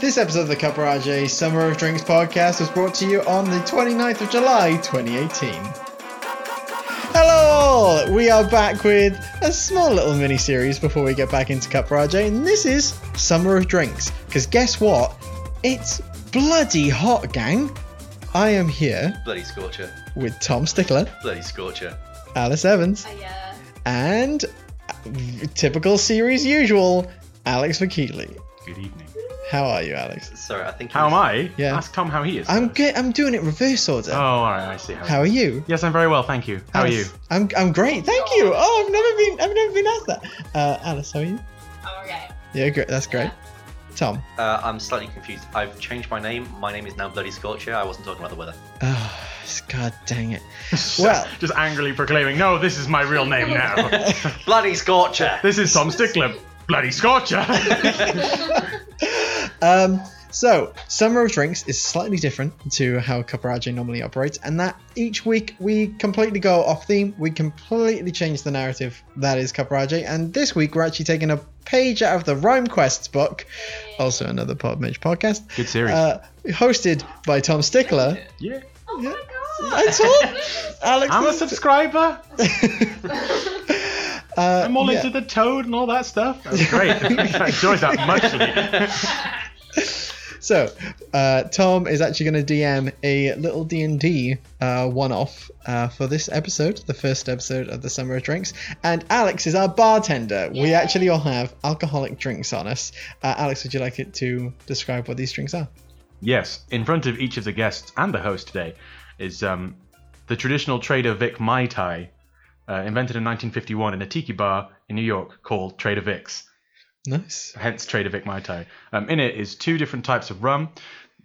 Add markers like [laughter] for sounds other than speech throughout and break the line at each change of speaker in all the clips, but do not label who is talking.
This episode of the Cuparage Summer of Drinks podcast was brought to you on the 29th of July 2018. Hello! all. We are back with a small little mini series before we get back into Cuparage, and this is Summer of Drinks. Because guess what? It's bloody hot, gang! I am here
Bloody Scorcher.
with Tom Stickler,
Bloody Scorcher.
Alice Evans,
I,
and uh, typical series usual, Alex McKeely.
Good evening.
How are you, Alex?
Sorry, I think. he
How am
was-
I?
Yeah.
Ask Tom how he is.
I'm
first.
good. I'm doing it reverse order.
Oh, all right. I see how.
How are you?
Yes, I'm very well, thank you. How are you?
Alice, I'm I'm great, thank you. Oh, I've never been I've never been asked that. Uh, Alice, how are you?
uh, [laughs] okay.
Yeah, great. That's great. Tom,
Uh, I'm slightly confused. I've changed my name. My name is now Bloody Scorcher. I wasn't talking about the weather.
[laughs]
oh, God dang it. Well-
just angrily proclaiming, no, this is my real
[laughs]
name now.
Bloody Scorcher.
this is Tom Stickler,
[laughs]
bloody scorcher.
Oh,
Um, so Summer of Drinks is slightly different to how Caparage normally operates, and that each week we completely go off theme. We completely change the narrative that is Caparage, and this week we're actually taking a page out of the Rhyme Quests book, also another Podmage podcast,
Good series.
uh, hosted by Tom Stickler.
yeah.
Oh
Yeah.
my
I told Alex.
I'm a
this-
subscriber.
Uh,
I'm all
yeah.
into the toad and all that stuff. That's
[laughs]
great. I enjoyed that muchly.
So, uh, Tom is actually going to DM a little D and D one-off uh, for this episode, the first episode of the Summer of Drinks. And Alex is our bartender. We
Yay.
actually all have alcoholic drinks on us. Uh, Alex, would you like it to describe what these drinks are?
Yes, in front of each of the guests and the host today is um, the traditional trader Vic Mai Tai, uh, invented in 1951 in a tiki bar in New York called Trader Vic's. [laughs]
Nice.
hence Trader Vic Mai Tai. Um, in it is two different types of rum.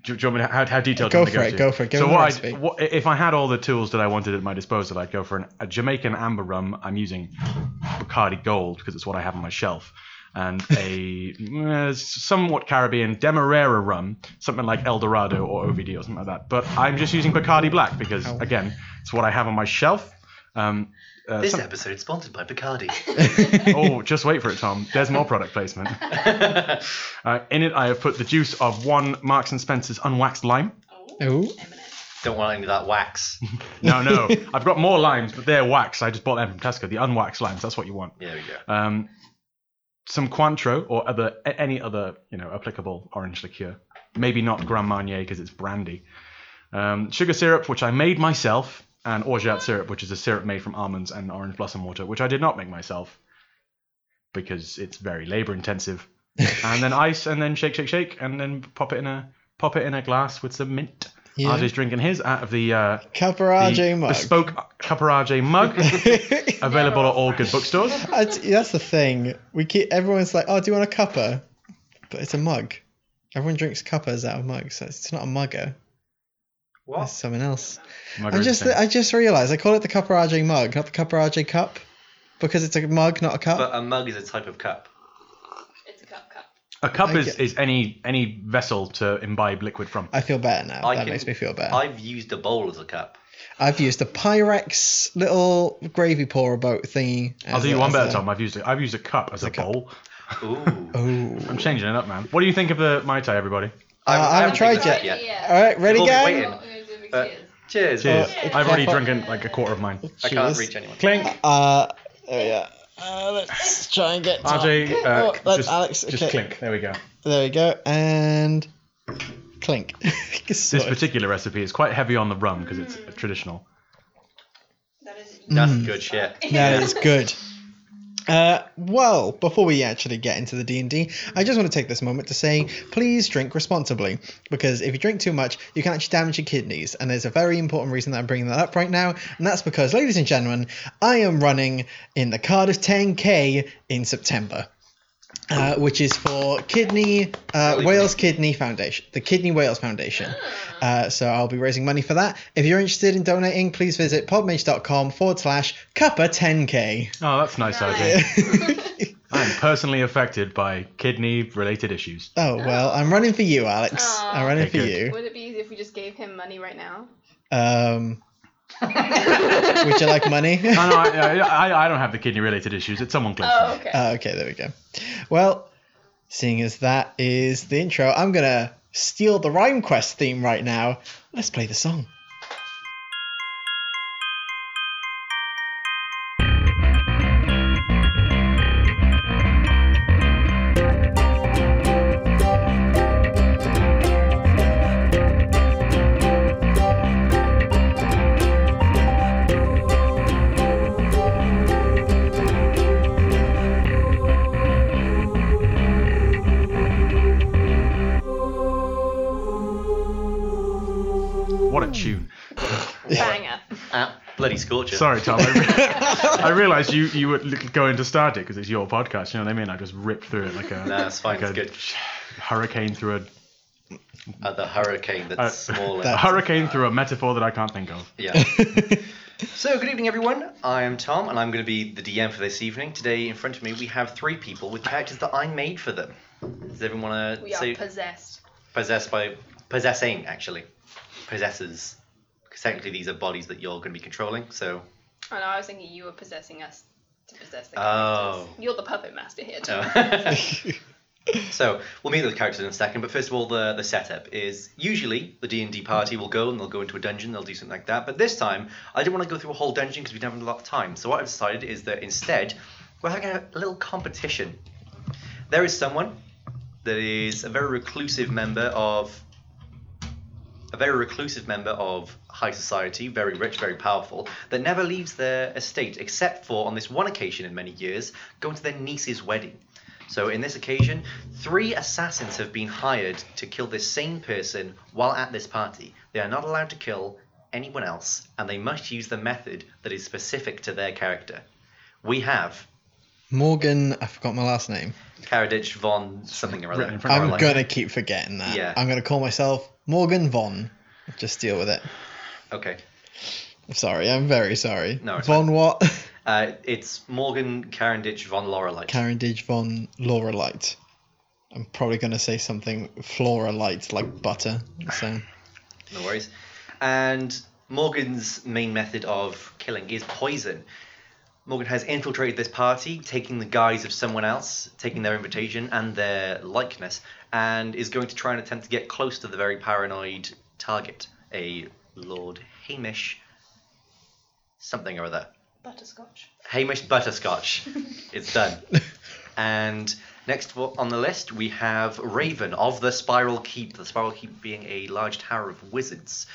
Do, do you want me to, how, how detailed
Go
do you
for
want
it,
me to
go
go to?
for it, give
so
them the
what,
recipe.
I, what if I had all the tools that I wanted at my disposal, I'd go for an, a Jamaican amber rum. I'm using Bacardi Gold because it's what I have on my shelf. And a [laughs] uh, somewhat Caribbean Demerara rum, something like El Dorado or OVD or something like that. But I'm just using Bacardi Black because,
Ow.
again, it's what I have on my shelf. Um,
[laughs]
uh,
This
some-
episode sponsored by Bacardi.
[laughs] oh, just wait for it, Tom. There's more product placement. Uh, in it, I have put the juice of one Marks and Spencer's unwaxed lime.
god.
Oh,
Don't want any of that wax.
No, no, I've got more limes, but they're waxed. I just bought them from Tesco. The unwaxed limes. That's what you want.
There we go.
Um, some Cointreau or other a- any other you know applicable orange liqueur. Maybe not Grand Marnier because it's brandy. Um, sugar syrup, which I made myself, and orgeat syrup, which is a syrup made from almonds and orange blossom water, which I did not make myself because it's very labor intensive.
[laughs]
and then ice, and then shake, shake, shake, and then pop it in a pop it in a glass with some mint.
yeah.
Arj's drinking his out of the, uh, the
Caparage mug.
bespoke [laughs] Caparage
[laughs]
mug, available at all good bookstores.
I t- [laughs] that's the thing. We keep everyone's like, "Oh, do you want a cuppa?" But it's a mug. Everyone drinks cuppas out of mugs. So it's not a mugger. It's
What?
something else. I
Mugger is
just
the same.
I just realised I call it the Cuparage mug, not the Cuparage cup, because it's a mug, not a cup.
But a mug is a type of cup.
It's a cup cup.
a cup
I
is,
get-
is any any vessel to imbibe liquid from.
I feel better now.
I
that
can-
makes me feel better. I,
I've used a bowl as a
[laughs]
cup.
have used the Pyrex little gravy pourer boat thingy.
I'll
as
do
a-
you one
as
better,
a-
Tom. I've used a, I've used a cup as a,
cup.
bowl.
Ooh.
Oh.
I'm changing it up, man. What do you think of the mai tai, everybody?
Uh, I haven't tried
done
yet.
it
All right, ready,
We've all been
gang?
waiting. Cheers.
Cheers.
it's
I've already
half up.
drinking like a quarter of mine.
I can't reach anyone.
Clink.
Uh, there we are. Uh, let's try and get Tom.
RJ, uh,
Oh, that's
just,
Alex.
just
okay.
clink. There we go.
There we go. And clink. [laughs] It's
This
so-
particular recipe is quite heavy on the rum because it's traditional.
That is.
That's
Mm.
good shit.
That is good. Uh, well, before we actually get into the D and D, I just want to take this moment to say, please drink responsibly, because if you drink too much, you can actually damage your kidneys, and there's a very important reason that I'm bringing that up right now, and that's because, ladies and gentlemen, I am running in the Cardiff 10K in September. Uh, which is for Kidney uh,
Really?
Wales Kidney Foundation, the Kidney Wales Foundation.
Ah.
Uh, so I'll be raising money for that. If you're interested in donating, please visit podmage.com forward slash cuppa 10k.
Oh, that's nice,
Nice.
RJ. I'm personally affected by kidney related issues.
[laughs] oh well, I'm running for you, Alex.
Aw.
I'm running for
Okay, good.
you.
Would it be easy if we just gave him money right now?
Um, [laughs] would
[laughs]
you like money?
[laughs] No, no,
[laughs]
I,
Oh,
Oh,
I, I- I don't have the kidney related issues. It's someone close. to me.
okay.
Uh, okay, there we go. Well, Seeing as that is the intro, I'm gonna steal the Rhyme Quest theme right now. Let's play the song. [laughs]
What a tune.
Banger.
Ah, bloody scorcher.
Sorry, Tom.
[laughs]
I, re- I realized you, you were li- going to start it because it's your podcast. You know what I mean? I just ripped through it like a,
Nah, it's fine. It's
like a
good.
hurricane through a,
Uh, the hurricane that's
Uh,
smaller. Uh,
a
That's-
hurricane through a metaphor that I can't think of.
Yeah. so, good evening, everyone. I am Tom, and I'm going to be the DM for this evening. Today, in front of me, we have three people with characters that I made for them. Does everyone want
We
to
are
say
possessed.
possessed by possessing actually possesses? Because technically, these are bodies that you're going to be controlling. So,
Oh no, I was thinking you were possessing us to possess the
Oh.
characters. You're the puppet master here. Tom.
[laughs] no. So we'll meet the characters in a second, but first of all, the the setup is usually the D and D party will go and they'll go into a dungeon, they'll do something like that. But this time, I didn't want to go through a whole dungeon because we didn't have a lot of time. So what I've decided is that instead, we're having a little competition. There is someone that is a very reclusive member of a very reclusive member of high society, very rich, very powerful, that never leaves their estate except for on this one occasion in many years, going to their niece's wedding. So, in this occasion, three assassins have been hired to kill this same person while at this party. They are not allowed to kill anyone else, and they must use the method that is specific to their character. We have
Morgan, I forgot my last name.
Karadich von something or
Written
other.
in front of
I'm
Caroline.
gonna keep forgetting that.
Yeah.
I'm gonna call myself Morgan Von. Just deal with it.
Okay.
I'm sorry, I'm very sorry.
No, it's
Von what? [laughs]
Uh, it's Morgan Karandich von Lorelite.
Carindage von Laurelite. I'm probably going to say something Floralite, like butter.
[laughs]
So
No worries. And Morgan's main method of killing is poison. Morgan has infiltrated this party, taking the guise of someone else, taking their invitation and their likeness, and is going to try and attempt to get close to the very paranoid target, a Lord Hamish something or other.
Butterscotch.
Hamish Butterscotch. it's done. And next w- on the list, we have Raven of the Spiral Keep. The Spiral Keep being a large tower of wizards.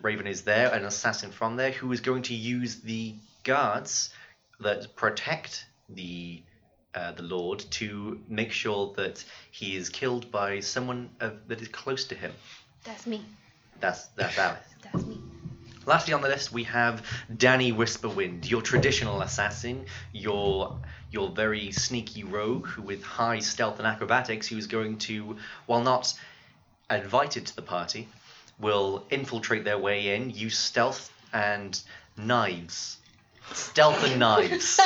Raven is there, an assassin from there, who is going to use the guards that protect the uh, the Lord to make sure that he is killed by someone uh, that is close to him.
That's me.
That's that's Alice.
That's me.
Lastly on the list, we have Danny Whisperwind, your traditional assassin, your your very sneaky rogue who, with high stealth and acrobatics, who is going to, while not invited to the party, will infiltrate their way in, use stealth and knives, stealth and knives.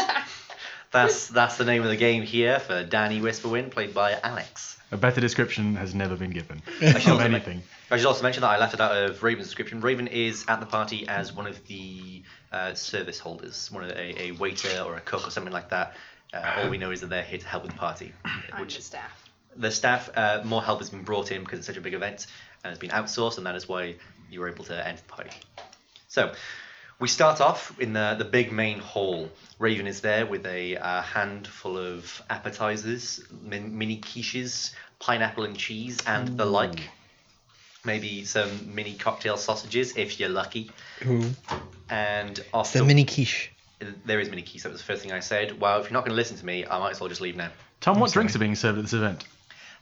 That's that's the name of the game here for Danny Whisperwind, played by Alex.
A better description has never
[laughs]
been given
I should
of
also make-
anything.
I should also mention that I left it out of Raven's description. Raven is at the party as one of the uh, service holders, one of a, a waiter or a cook or something like that. Uh, all we know is that they're here to help with the party.
I'm
Which
the staff.
the staff, uh, more help has been brought in because it's such a big event and it's been outsourced, and that is why you were able to enter the party. So we start off in the, the big main hall. Raven is there with a uh, handful of appetizers, min- mini quiches, pineapple and cheese, and the like. Maybe some mini cocktail sausages if you're lucky.
ooh,
And off
the
the-
mini quiche.
there is mini quiche. That was the first thing I said. Well, if you're not going to listen to me, I might as well just leave now.
Tom, what
sorry.
drinks are being served at this event?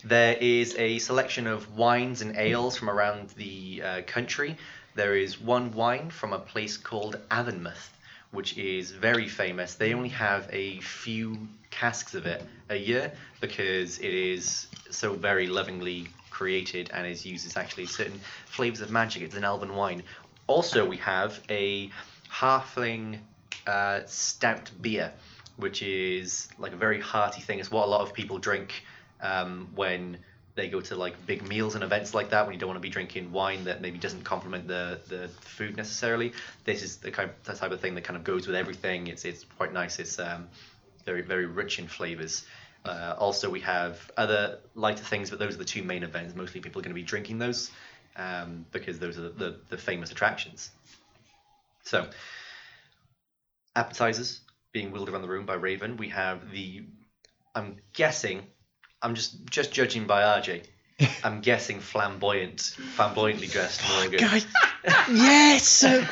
There is a selection of wines and ales from around the uh, country. There is one wine from a place called Avonmouth, which is very famous. They only have a few casks of it a year because it is so very lovingly created and is used as actually certain flavors of magic. It's an elven wine. Also, we have a halfling uh, stout beer, which is like a very hearty thing. It's what a lot of people drink um, when they go to like big meals and events like that. When you don't want to be drinking wine that maybe doesn't complement the, the food necessarily. This is the kind the type of thing that kind of goes with everything. It's it's quite nice. It's um, very very rich in flavors. Uh, also, we have other lighter things, but those are the two main events. Mostly people are going to be drinking those um, because those are the, the famous attractions. So, appetizers being wheeled around the room by Raven. We have the, I'm guessing, I'm just just judging by
[laughs]
RJ. I'm guessing flamboyant, flamboyantly dressed
Oh,
Morgan.
[laughs]
yes. uh,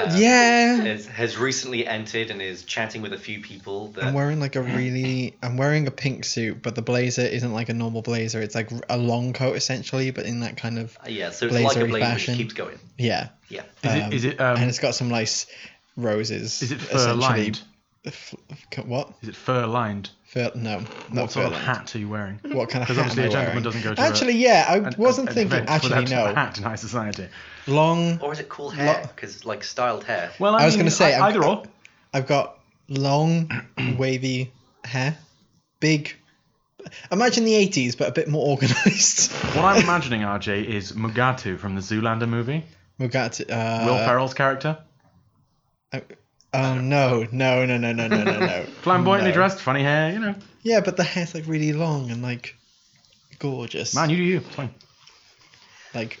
Uh,
um,
yeah.
Has, has recently entered and is chatting with a few people. That
I'm wearing like a really, I'm wearing a pink suit, but the blazer isn't like a normal blazer. It's like a long coat essentially, but in that kind of
Uh, Yeah, so it's like a
Blazery
blazer that
fashion.
just keeps going.
yeah.
Yeah.
Is it is it
and
um,
it's got some nice roses.
is it fur lined?
F- f- what?
Is it fur lined?
Fur, no, not
What
fur
sort of
lined.
hat are you wearing?
What kind of
Because
hat
obviously
am
a
I
gentleman
wearing?
doesn't go to a-
Actually, yeah, I
an-
wasn't
an
thinking.
event
Actually,
without a
no.
hat in high society.
Long.
Or is it cool hair? Because like styled hair.
Well, I,
I was
mean,
gonna say,
I-
I'm-
either or.
I've got long, [clears throat] wavy hair, big. Imagine the '80s, but a bit more organized.
What I'm
[laughs]
imagining, RJ, is Mugatu from the Zoolander movie.
We've got to, uh,
Will Ferrell's character,
Oh no, no, no, no, no, no, no, no.
[laughs] flamboyantly
No.
dressed, funny hair. You know,
Yeah, but the hair's like really long and like gorgeous.
man, you do you. It's fine.
like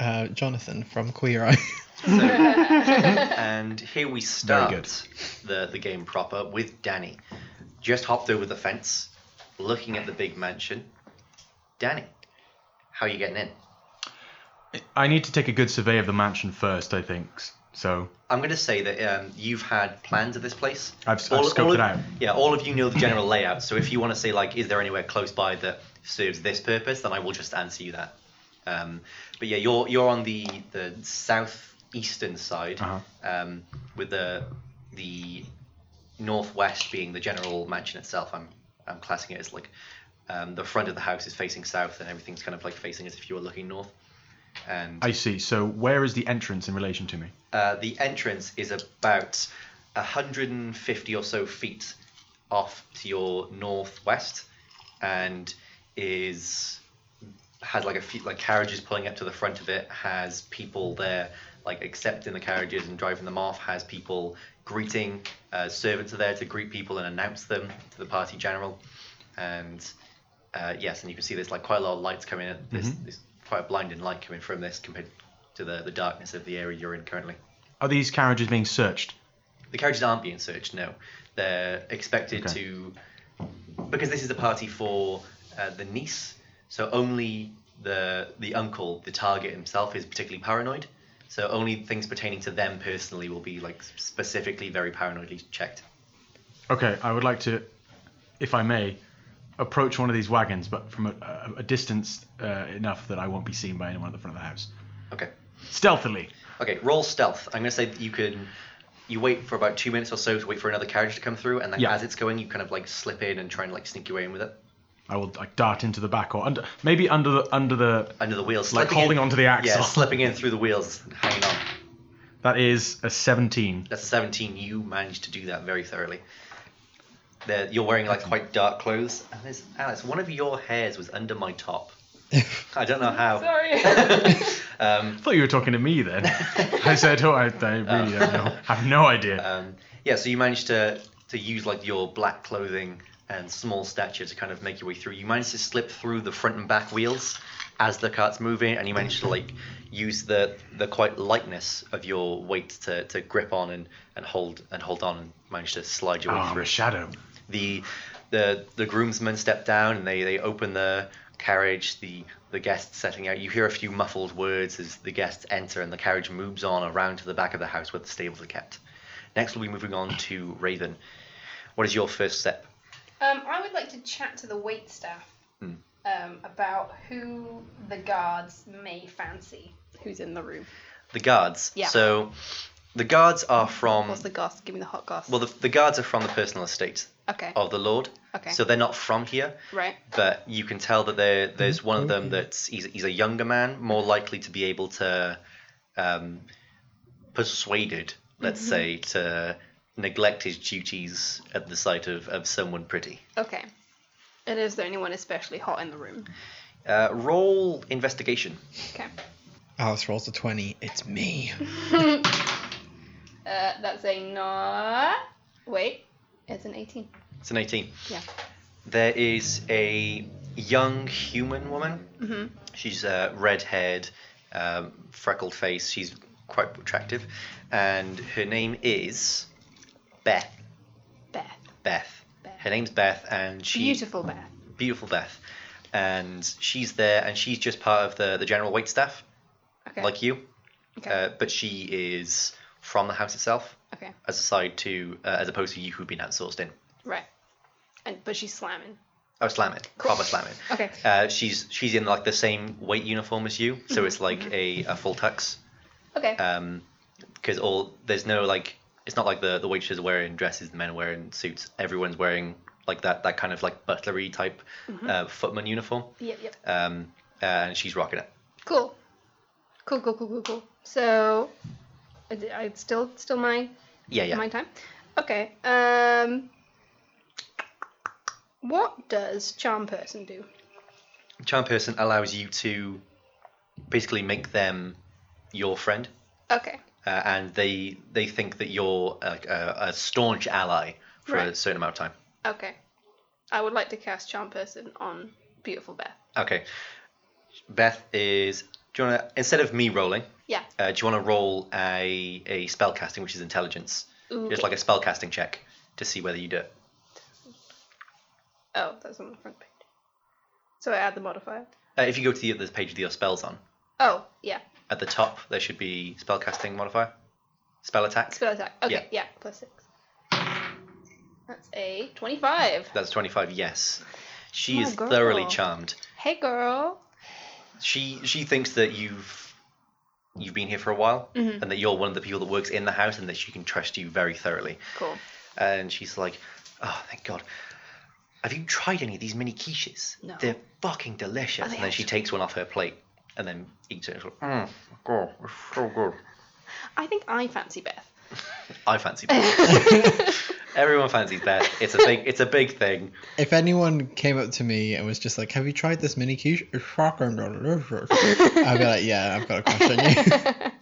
uh, Jonathan from Queer Eye. [laughs]
[laughs]
And here we start
good.
the the game proper with Danny. Just hopped over the fence, looking at the big mansion. Danny, how are you getting in?
I need to take a good survey of the mansion first, I think. So
I'm gonna say that um, you've had plans of this place.
I've- I've scoped
of,
it out.
Yeah, all of you know the general layout. So if you want to say like, is there anywhere close by that serves this purpose, then I will just answer you that. Um, but yeah, you're you're on the the southeastern side,
Uh-huh.
um, with the the northwest being the general mansion itself. I'm I'm classing it as like um, the front of the house is facing south, and everything's kind of like facing as if you were looking north. Um, And
I see. So where is the entrance in relation to me?
uh, the entrance is about 150 or so feet off to your northwest and is has like a few like carriages pulling up to the front of it has people there like accepting the carriages and driving them off has people greeting uh, servants are there to greet people and announce them to the party general and uh, yes and you can see there's like quite a lot of lights coming in there's, there's quite a blinding light coming from this compared to the, the darkness of the area you're in currently
Are these carriages being searched?
the carriages aren't being searched. No, they're expected
Okay.
to, because this is a party for uh, the niece. So only the the uncle, the target himself, is particularly paranoid. So only things pertaining to them personally will be like specifically very paranoidly checked.
Okay, I would like to, if I may, approach one of these wagons, but from a, a, a distance uh, enough that I won't be seen by anyone at the front of the house.
Okay.
Stealthily.
Okay. Roll stealth. I'm gonna say that you can. You wait for about two minutes or so to wait for another carriage to come through, and then
Yeah.
as it's going, you kind of like slip in and try and like sneak your way in with it
I will like dart into the back or under, maybe under the under the.
under the wheels,
Like
slipping
holding
in,
onto the axle.
Yeah, slipping in through the wheels, hanging on.
That is
[laughs]
a 17.
That's a 17. You managed to do that very thoroughly. There, you're wearing like quite dark clothes. And there's Alice. One of your hairs was under my
[laughs]
top. I don't know how. Um,
Sorry.
[laughs]
I thought you were talking to me then. I said, oh, I, I really don't know. I have no idea.
Um, yeah, so you managed to to use like your black clothing and small stature to kind of make your way through. You managed to slip through the front and back wheels as the cart's moving, and you managed to like use the the quite lightness of your weight to, to grip on and, and hold and hold on and manage to slide your
oh,
way
I'm
through.
a shadow.
the the the groomsmen step down and they they open the carriage the the guests setting out you hear a few muffled words as the guests enter and the carriage moves on around to the back of the house where the stables are kept next we'll be moving on to raven what is your first step
Um, I would like to chat to the wait staff
Hmm.
um, about who the guards may fancy who's in the room.
the guards
Yeah.
so the guards are from
What's the goss? Give me the hot goss.
well the, the guards are from the personal estate
okay.
of the lord
Okay.
so they're not from here
Right.
but you can tell that there there's one of them that's he's, he's a younger man, more likely to be able to um, persuaded, let's say, to neglect his duties at the sight of, of someone pretty.
Okay. And is there anyone especially hot in the
[laughs]
room?
Uh, roll investigation.
Okay.
Alice rolls a twenty. It's me.
Uh, that's a no. Wait, it's an 18.
It's an 18.
Yeah.
there is a young human woman.
hmm
She's uh, red haired, um, freckled face. She's quite attractive. And her name is Beth.
Beth.
Beth.
Beth.
Her name's Beth, and she Mm-hmm.
Beautiful Beth.
beautiful Beth, and she's there, and she's just part of the the general wait staff,
Okay.
like you.
okay.
Uh, but she is from the house itself,
okay.
as a side to, uh, as opposed to you who've been outsourced in.
Right. And but she's slamming.
Oh, slam it,
Cool.
proper slam it.
Okay.
Uh, she's she's in like the same weight uniform as you,
Mm-hmm.
so it's like a, a full tux.
Okay.
Um 'cause because all there's no like it's not like the the waitresses are wearing dresses, the men are wearing suits. Everyone's wearing like that that kind of like butlery type
Mm-hmm.
uh, footman uniform,
yep. Yep.
um, and she's rocking it.
Cool. Cool. Cool. Cool. Cool. Cool. So, I, I- it's still still my
Yeah, yeah.
my time. Okay. Um. What does charm person do?
charm person allows you to basically make them your friend,
Okay.
uh, and they they think that you're a, a, a staunch ally for a
Right.
certain amount of time.
Okay. I would like to cast charm person on beautiful Beth.
Okay, Beth is. Do you want to instead of me rolling?
Yeah.
Uh, do you want to roll a a spell casting, which is intelligence,
Okay.
just like a spell casting check to see whether you do it?
Oh, that's on the front page. So I add the modifier.
Uh, if you go to the, the page with your spells on,
Oh, yeah.
at the top there should be spell casting modifier, spell attack.
Spell attack. Okay, yeah. plus six. That's a 25.
That's twenty five. Yes, she
My
is thoroughly
girl.
charmed.
Hey, girl.
she she thinks that you've you've been here for a while
Mhm.
and that you're one of the people that works in the house and that she can trust you very thoroughly
Cool.
and she's like oh thank god have you tried any of these mini quiches
No.
they're fucking delicious
Are they
and then she takes one off her plate and then eats it and she's like, mm, god it's so good
I think I fancy Beth.
i
[laughs]
[laughs]
fancy that everyone fancies that it's a big it's a big thing
If anyone came up to me and was just like, "Have you tried this mini quiche?" It's fucking delicious." I'd be like, "Yeah, I've got a crush on you."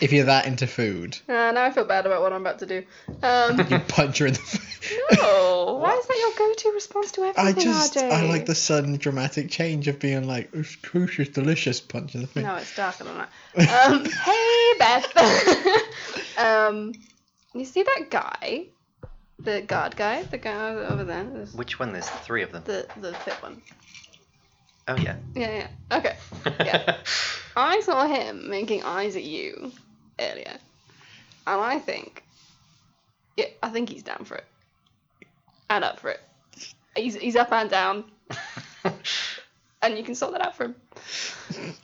if you're that into food,
[laughs] Uh, now I feel bad about what I'm about to do.
[laughs]
Um,
you punch her in the. Face.
no. Why is that your go-to response to everything,
I just,
RJ?
I like the sudden dramatic change of being like, "It's crucial, delicious," punch in the face.
No, it's darker than that.
[laughs]
Um, hey, Beth. [laughs] um, you see that guy, the guard guy, the guy over there, There's
which one there's three of them
the the fit one.
oh yeah
Yeah, yeah. Okay.
[laughs]
Yeah. I saw him making eyes at you earlier, and I think, yeah, I think he's down for it, and up for it. He's he's up and down, and you can sort that out for him.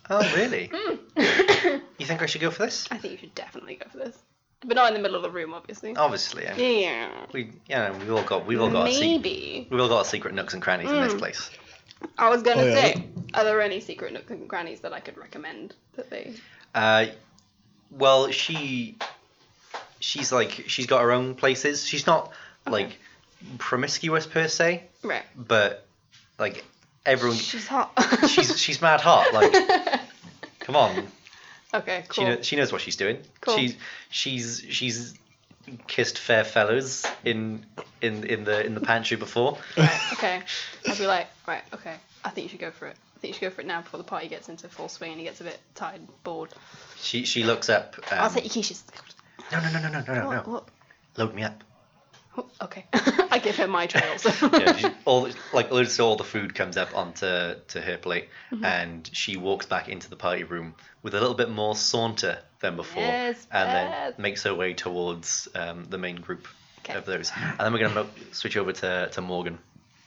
oh really
[coughs] I
you think i should go for this
think you should definitely go for this, but not in the middle of the room, obviously.
obviously I mean,
Yeah.
We, yeah, we've all got, we've all got, our se-
Maybe.
we've all got our secret nooks and crannies in this
Mm.
place.
I was gonna
Oh, yeah,
say, are there any secret nooks and grannies that I could recommend that they?
Uh, well, she, she's like, she's got her own places. She's not like promiscuous per se,
Right.
but like everyone,
She's hot. [laughs]
she's she's mad hot. Like, come on,
okay.
she
Cool.
knows she knows what she's doing.
Cool.
She's she's she's kissed fair fellows in in in the in the pantry before.
Okay. I'll be like, right, okay. I think you should go for it. I think you should go for it now before the party gets into full swing and he gets a bit tired, bored.
She she looks up. Um,
I'll take your quiches.
no no no no no no no
[laughs]
What,
no.
what?
Load me up.
what- Okay. [laughs] I give her my trails. [laughs]
yeah,
[laughs]
she- all like loads so all the food comes up onto to her plate,
Mm-hmm.
and she walks back into the party room with a little bit more saunter than before,
Yes,
and then
Beth.
makes her way towards um, the main group
Okay.
of those. And then we're gonna mo- switch over to, to Morgan.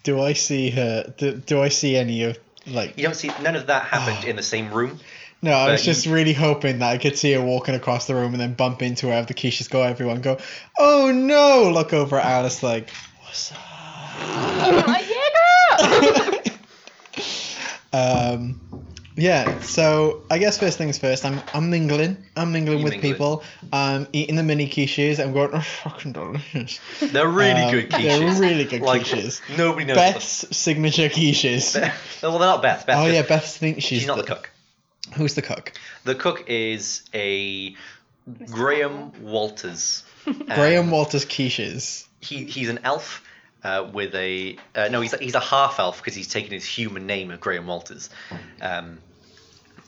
Do I see her? Do, do I see any of like?
You don't see none of that happened in the same room.
No, I was
But
just really hoping that I could see her walking across the room and then bump into her, have the quiches go, everyone go, oh no! Look over at Alice like, what's
I'm
up? [laughs]
like, yeah, [laughs] girl!
um, yeah, so I guess first things first, I'm, I'm mingling. I'm mingling
You
with
mingling.
people. I'm eating the mini quiches. I'm going, oh, fucking delicious.
[laughs] They're really
Um,
good quiches.
They're really good
like
quiches.
nobody knows.
Beth's signature quiches.
Beth- [laughs] well, they're not Beth. Beth
oh
just-
yeah, Beth thinks she's,
she's not the cook.
Who's the cook?
The cook is a Graham Walters. Um,
Graham Walters quiches.
he he's an elf uh, with a uh, no, he's he's a half elf because he's taken his human name of Graham Walters, um,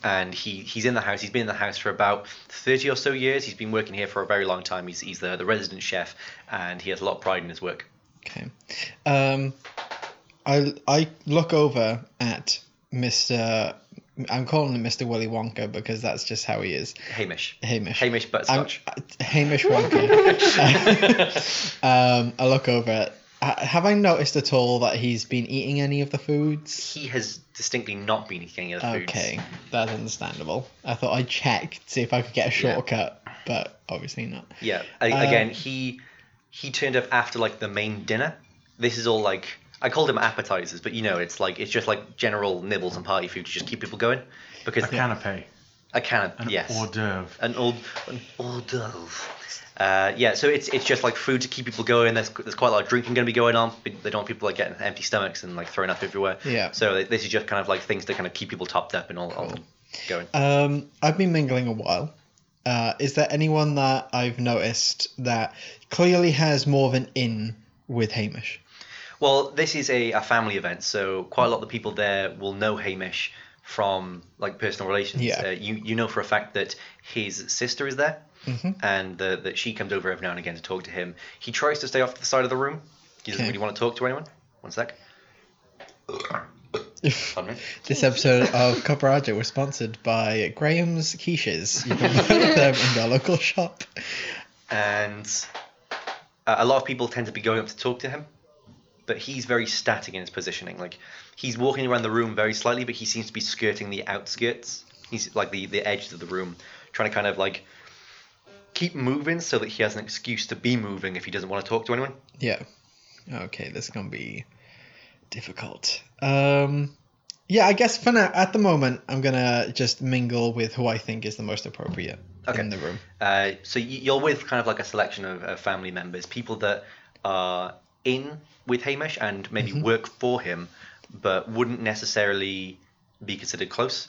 and he he's in the house. He's been in the house for about thirty or so years. He's been working here for a very long time. He's he's the the resident chef, and he has a lot of pride in his work.
Okay. Um, I I look over at Mister. I'm calling him Mister Willy Wonka because that's just how he is.
Hamish,
Hamish.
Hamish, but
I'm-
Scotch.
uh, Hamish
[laughs]
Wonka. um, I look over at. ha- Have I noticed at all that he's been eating any of the foods?
He has distinctly not been eating any other foods.
Okay, that's understandable. I thought I'd check to see if I could get a
Yeah.
shortcut, but obviously not.
Yeah. A-
Uh,
again,
Um,
he he turned up after like the main dinner. This is all like I called them appetizers, but you know, it's like it's just like general nibbles and party food to just keep people going because
A canapé.
a can of
An
yes,
hors d'oeuvre.
an old an hors d'oeuvre. Uh, yeah, so it's it's just like food to keep people going. There's there's quite a lot of drinking going to be going on. They don't want people like getting empty stomachs and like throwing up everywhere.
Yeah.
So th- this is just kind of like things to kind of keep people topped up and all, all going.
Um, I've been mingling a while. Uh, is there anyone that I've noticed that clearly has more of an in with Hamish?
Well, this is a, a family event, so quite a lot of the people there will know Hamish from like personal relations.
Yeah.
Uh, you you know for a fact that his sister is there,
Mm-hmm.
and the, that she comes over every now and again to talk to him. He tries to stay off to the side of the room. He doesn't
Okay.
really want to talk to anyone.
[laughs]
One sec. Pardon me.
This episode of Copperado was sponsored by Graham's Quiches. You can find them in your local shop.
and uh, a lot of people tend to be going up to talk to him but he's very static in his positioning like he's walking around the room very slightly but he seems to be skirting the outskirts he's like the the edges of the room trying to kind of like keep moving so that he has an excuse to be moving if he doesn't want to talk to anyone
Yeah. Okay, this is gonna be difficult. Um, yeah, I guess for now, at the moment, I'm gonna just mingle with who I think is the most appropriate
Okay.
in the room.
Uh, so y- you're with kind of like a selection of, of family members, people that are in with Hamish and maybe work for him, but wouldn't necessarily be considered close.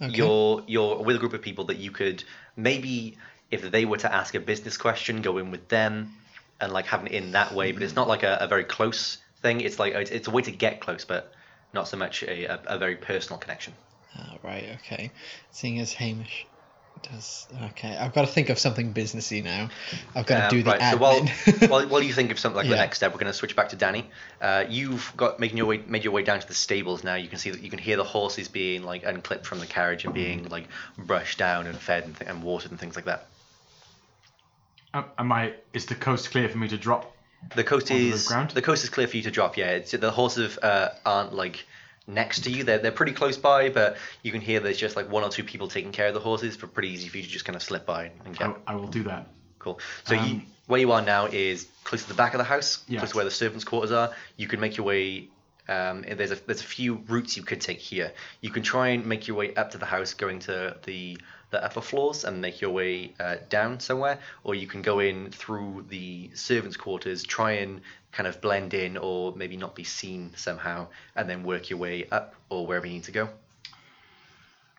Okay.
You're you're with a group of people that you could maybe, if they were to ask a business question, go in with them and like have it in that way. But it's not like a, a very close thing. It's like it's, it's a way to get close, but not so much a, a, a very personal connection.
Ah, right. Okay. Seeing as Hamish does. Okay, I've got to think of something businessy now. I've got to
Um,
do the
right, so while,
admin. [laughs] Oh
while, while you think of something like the
Yeah.
next step, we're going to switch back to Danny. Uh, you've got making your way made your way down to the stables now. You can see that you can hear the horses being like unclipped from the carriage and being like brushed down and fed and, th- and watered and things like that.
Am, am I? Is the coast clear for me to drop?
The coast
Onto the
is
ground?
the coast is clear for you to drop. Yeah, it's, the horses uh, aren't like next to you. They're they're pretty close by, but you can hear there's just like one or two people taking care of the horses. But pretty easy for you to just kind of slip by and get.
I, I will do that.
Cool. So you,
Um,
where you are now is close to the back of the house,
Yeah.
close to where the servants' quarters are. You can make your way. Um, and there's a there's a few routes you could take here. You can try and make your way up to the house, going to the the upper floors, and make your way uh, down somewhere, or you can go in through the servants' quarters, try and kind of blend in, or maybe not be seen somehow, and then work your way up or wherever you need to go.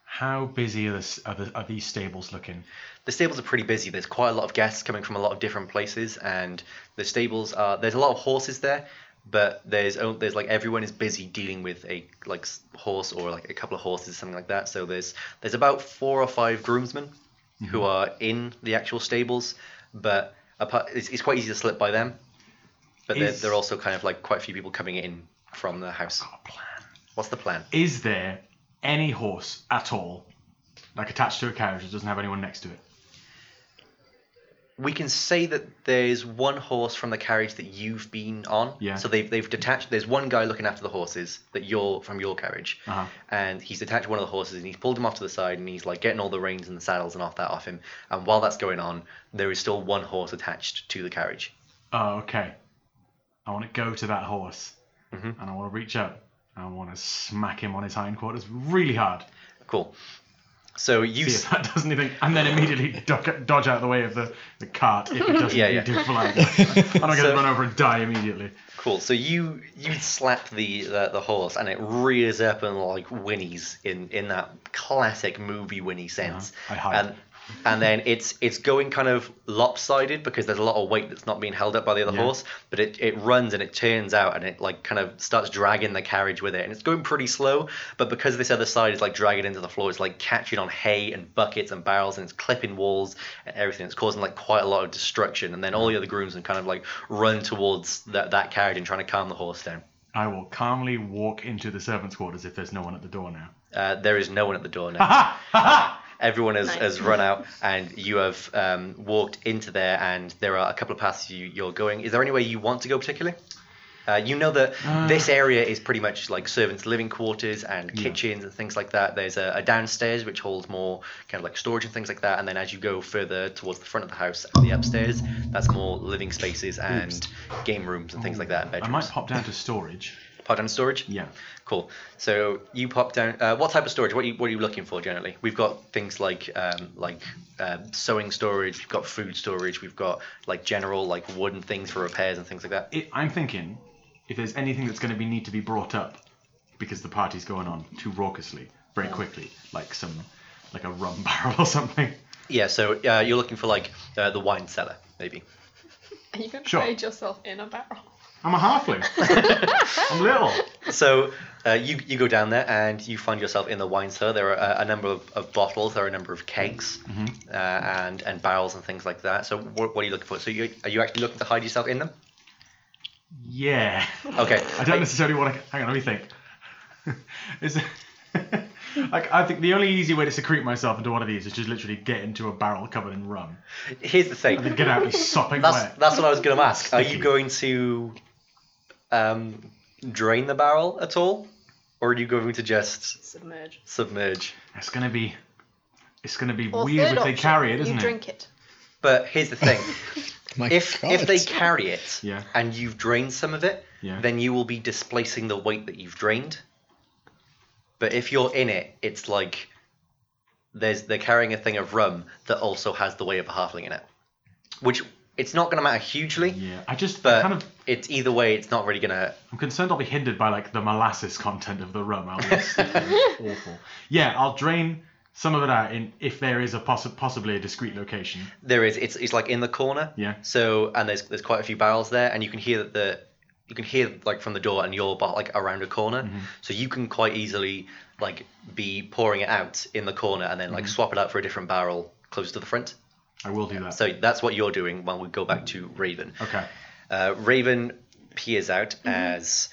How busy are, this, are, the, are these stables looking?
the stables are pretty busy. There's quite a lot of guests coming from a lot of different places, and the stables are there's a lot of horses there, but there's o- there's like everyone is busy dealing with a like s- horse or like a couple of horses, something like that. So there's there's about four or five groomsmen who are in the actual stables, but apart, it's, it's quite easy to slip by them. But there
Is-
there are also kind of like quite a few people coming in from the house. What's the plan?
Is there any horse at all, like attached to a carriage that doesn't have anyone next to it?
we can say that there's one horse from the carriage that you've been on.
Yeah.
So they've they've detached. There's one guy looking after the horses that you're from your carriage,
Uh-huh.
and he's detached one of the horses and he's pulled him off to the side and he's like getting all the reins and the saddles and off that off him. And while that's going on, there is still one horse attached to the carriage.
Oh, okay. I want to go to that horse,
Mhm.
and I want to reach out. and I want to smack him on his hindquarters really hard.
Cool. So you
See
s-
if that does anything, and then immediately duck, dodge out of the way of the, the cart if it doesn't
Yeah, yeah.
do fly.
[laughs]
I'm not going
So-
to run over and die immediately.
[laughs] Cool. So you you slap the, the the horse and it rears up and like whinnies in in that classic movie whinny sense.
Uh-huh. I hide.
And and then it's it's going kind of lopsided because there's a lot of weight that's not being held up by the other
Yeah.
horse but it, it runs and it turns out and it like kind of starts dragging the carriage with it and it's going pretty slow but because this other side is like dragging into the floor it's like catching on hay and buckets and barrels and it's clipping walls and everything it's causing like quite a lot of destruction and then all the other grooms and kind of like run towards that, that carriage and trying to calm the horse down
I will calmly walk into the servants' quarters if there's no one at the door now.
uh, there is no one at the door now
Ha ha ha!
everyone has,
Nice.
has run out and you have um, walked into there and there are a couple of paths you, you're going is there any way you want to go particularly uh, you know that
Uh.
this area is pretty much like servants' living quarters and kitchens and things like that. There's a, a downstairs which holds more kind of like storage and things like that. And then as you go further towards the front of the house and the upstairs, that's more living spaces and game rooms and things like that. And
I
bedrooms.
might pop down to storage.
Part down storage.
Yeah.
Cool. So you pop down. Uh, what type of storage? What are you what are you looking for generally? We've got things like um, like uh, sewing storage. We've got food storage. We've got like general like wooden things for repairs and things like that.
It, I'm thinking if there's anything that's going to be need to be brought up because the party's going on too raucously, very quickly, like some, like a rum [laughs] barrel or something.
Yeah. So uh, you're looking for like uh, the wine cellar maybe.
Are you gonna
Sure.
trade yourself in a barrel?
I'm a
[laughs]
halfling. I'm little.
So uh, you you go down there and you find yourself in the wine cellar. There are a, a number of, of bottles. There are a number of kegs
Mm-hmm.
uh, and and barrels and things like that. So what, what are you looking for? So you are you actually looking to hide yourself in them?
Yeah.
Okay.
I don't necessarily want to. Hang on, let me think. [laughs] is [laughs] like I think the only easy way to secrete myself into one of these is just literally get into a barrel covered in rum
Here's the thing.
and then
[laughs]
get out and be sopping
That's
wet.
that's what I was going to ask. Are you
Sticky.
going to um, drain the barrel at all, or are you going to just
Submerge.
submerge?
It's gonna be. It's gonna be
Or
weird
third
if they
option,
carry it,
you
isn't it?
drink it.
But here's the thing:
My
if
God.
if they carry it
Yeah.
and you've drained some of it,
Yeah.
then you will be displacing the weight that you've drained. But if you're in it, it's like there's they're carrying a thing of rum that also has the weight of a halfling in it, which it's not going to matter hugely.
Yeah. I just
But
kind of.
it's either way, it's not really going to
I'm concerned I'll be hindered by like the molasses content of the rum. I'll
[laughs]
be sleeping awful. Yeah, I'll drain some of it out in if there is a possi- possibly a discreet location.
There is. It's it's like in the corner.
Yeah.
So and there's there's quite a few barrels there, and you can hear that the you can hear like from the door and you're about like around a corner, so you can quite easily like be pouring it out in the corner and then like swap it out for a different barrel close to the front.
I will do that.
So that's what you're doing while we go back to Raven.
okay.
Uh, Raven peers out as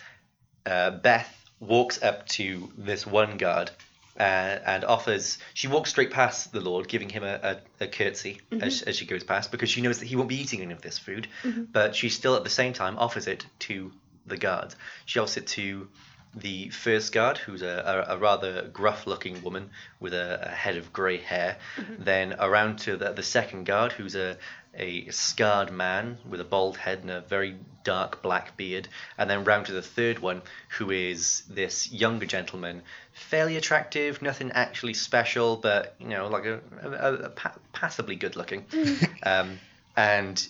uh, Beth walks up to this one guard uh, and offers. She walks straight past the Lord, giving him a, a, a curtsy as, as she goes past because she knows that he won't be eating any of this food, but she still at the same time offers it to the guard. She offers it to the first guard, who's a, a, a rather gruff looking woman with a, a head of grey hair, then around to the, the second guard, who's a, a scarred man with a bald head and a very dark black beard, and then round to the third one, who is this younger gentleman, fairly attractive, nothing actually special, but you know, like a, a, a, a pa- passably good looking. um, and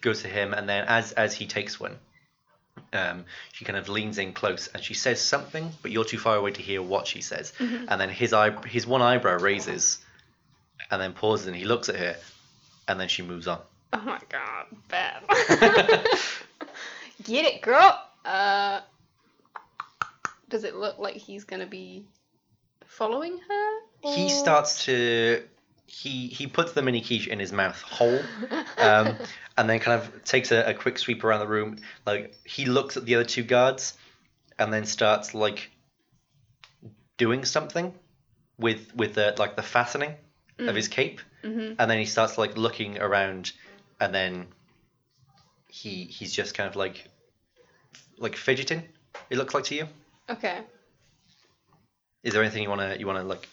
goes to him, and then as as he takes one, um, she kind of leans in close and she says something, but you're too far away to hear what she says. And then his eye, his one eyebrow raises, and then pauses, and he looks at her, and then she moves on.
Oh my god,
[laughs]
[laughs] Beth. Get it, girl. Uh, does it look like he's gonna be following her?
He
or-
[laughs]
starts to he he puts the mini quiche in his mouth whole,
[laughs]
um, and then kind of takes a, a quick sweep around the room. Like he looks at the other two guards, and then starts like doing something with with the like the fastening
Mm.
of
Mm,
his cape,
mm-hmm.
and then he starts like looking around, and then he he's just kind of like like fidgeting. It looks like to you.
Okay.
Is there anything you wanna you wanna like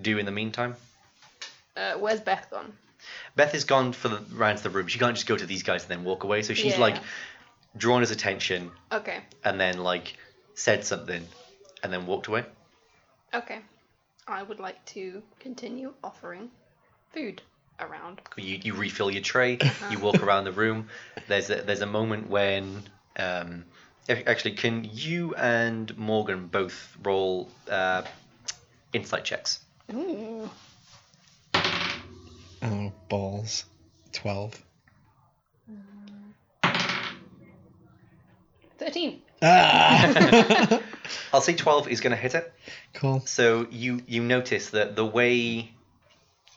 do in the meantime?
Uh, where's Beth gone?
Beth is gone for the round to the room. She can't just go to these guys and then walk away. So she's
Yeah.
like drawn his attention
Okay.
and then like said something and then walked away.
Okay. I would like to continue offering food around.
You, you refill your tray. You walk around the room. There's a, there's a moment when um, ac- actually can you and Morgan both roll uh, insight checks?
Ooh.
Oh, balls. Twelve.
13.
[laughs]
Ah!
I'll say 12 is going to hit it.
cool.
So you you notice that the way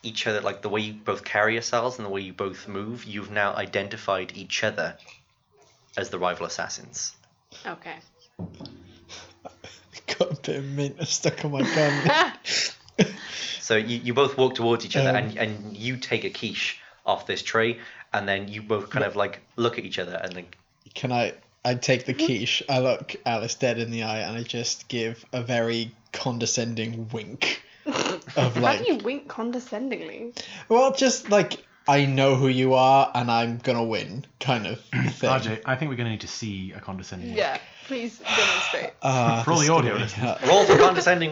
each other, like the way you both carry yourselves and the way you both move, you've now identified each other as the rival assassins. [laughs]
Okay.
Got a bit of mint stuck on my gum.
Ah,
So you, you both walk towards each other
Um.
and, and you take a quiche off this tray and then you both kind of like look at each other and like
Can I? I take the quiche. I look Alice dead in the eye, and I just give a very condescending wink. Of
How do
like,
you wink condescendingly?
well, just like I know who you are, and I'm gonna win, kind
[clears throat]
of thing.
RJ, I think we're going to need to see a
Hmm.
condescending.
Yeah, please demonstrate.
[laughs]
Ah,
For all
this
the
is
audio
gonna be hard.
roll for condescending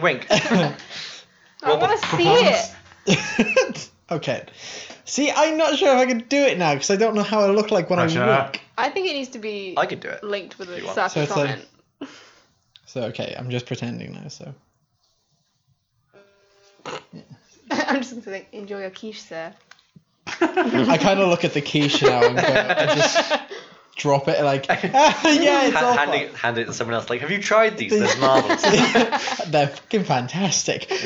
[laughs]
wink.
I want to see it.
[laughs] okay. See, I'm not sure if I can do it now because I don't know how I look like when
Pressure.
I walk.
I think it needs to be
I could do it.
linked with
You
a
want-
sassy
So it's like-
comment. [laughs]
So okay, I'm just pretending now. So
I'm just gonna say, enjoy your quiche, sir.
[laughs] I kind of look at the quiche now and go, I just
[laughs]
drop it
[laughs]
like, [laughs] "Ah, yeah, it's
Ha- hand,
awful.
it, hand it to someone else. Like, have you tried
[laughs]
these? They're marvelous.
They're fucking fantastic. [laughs]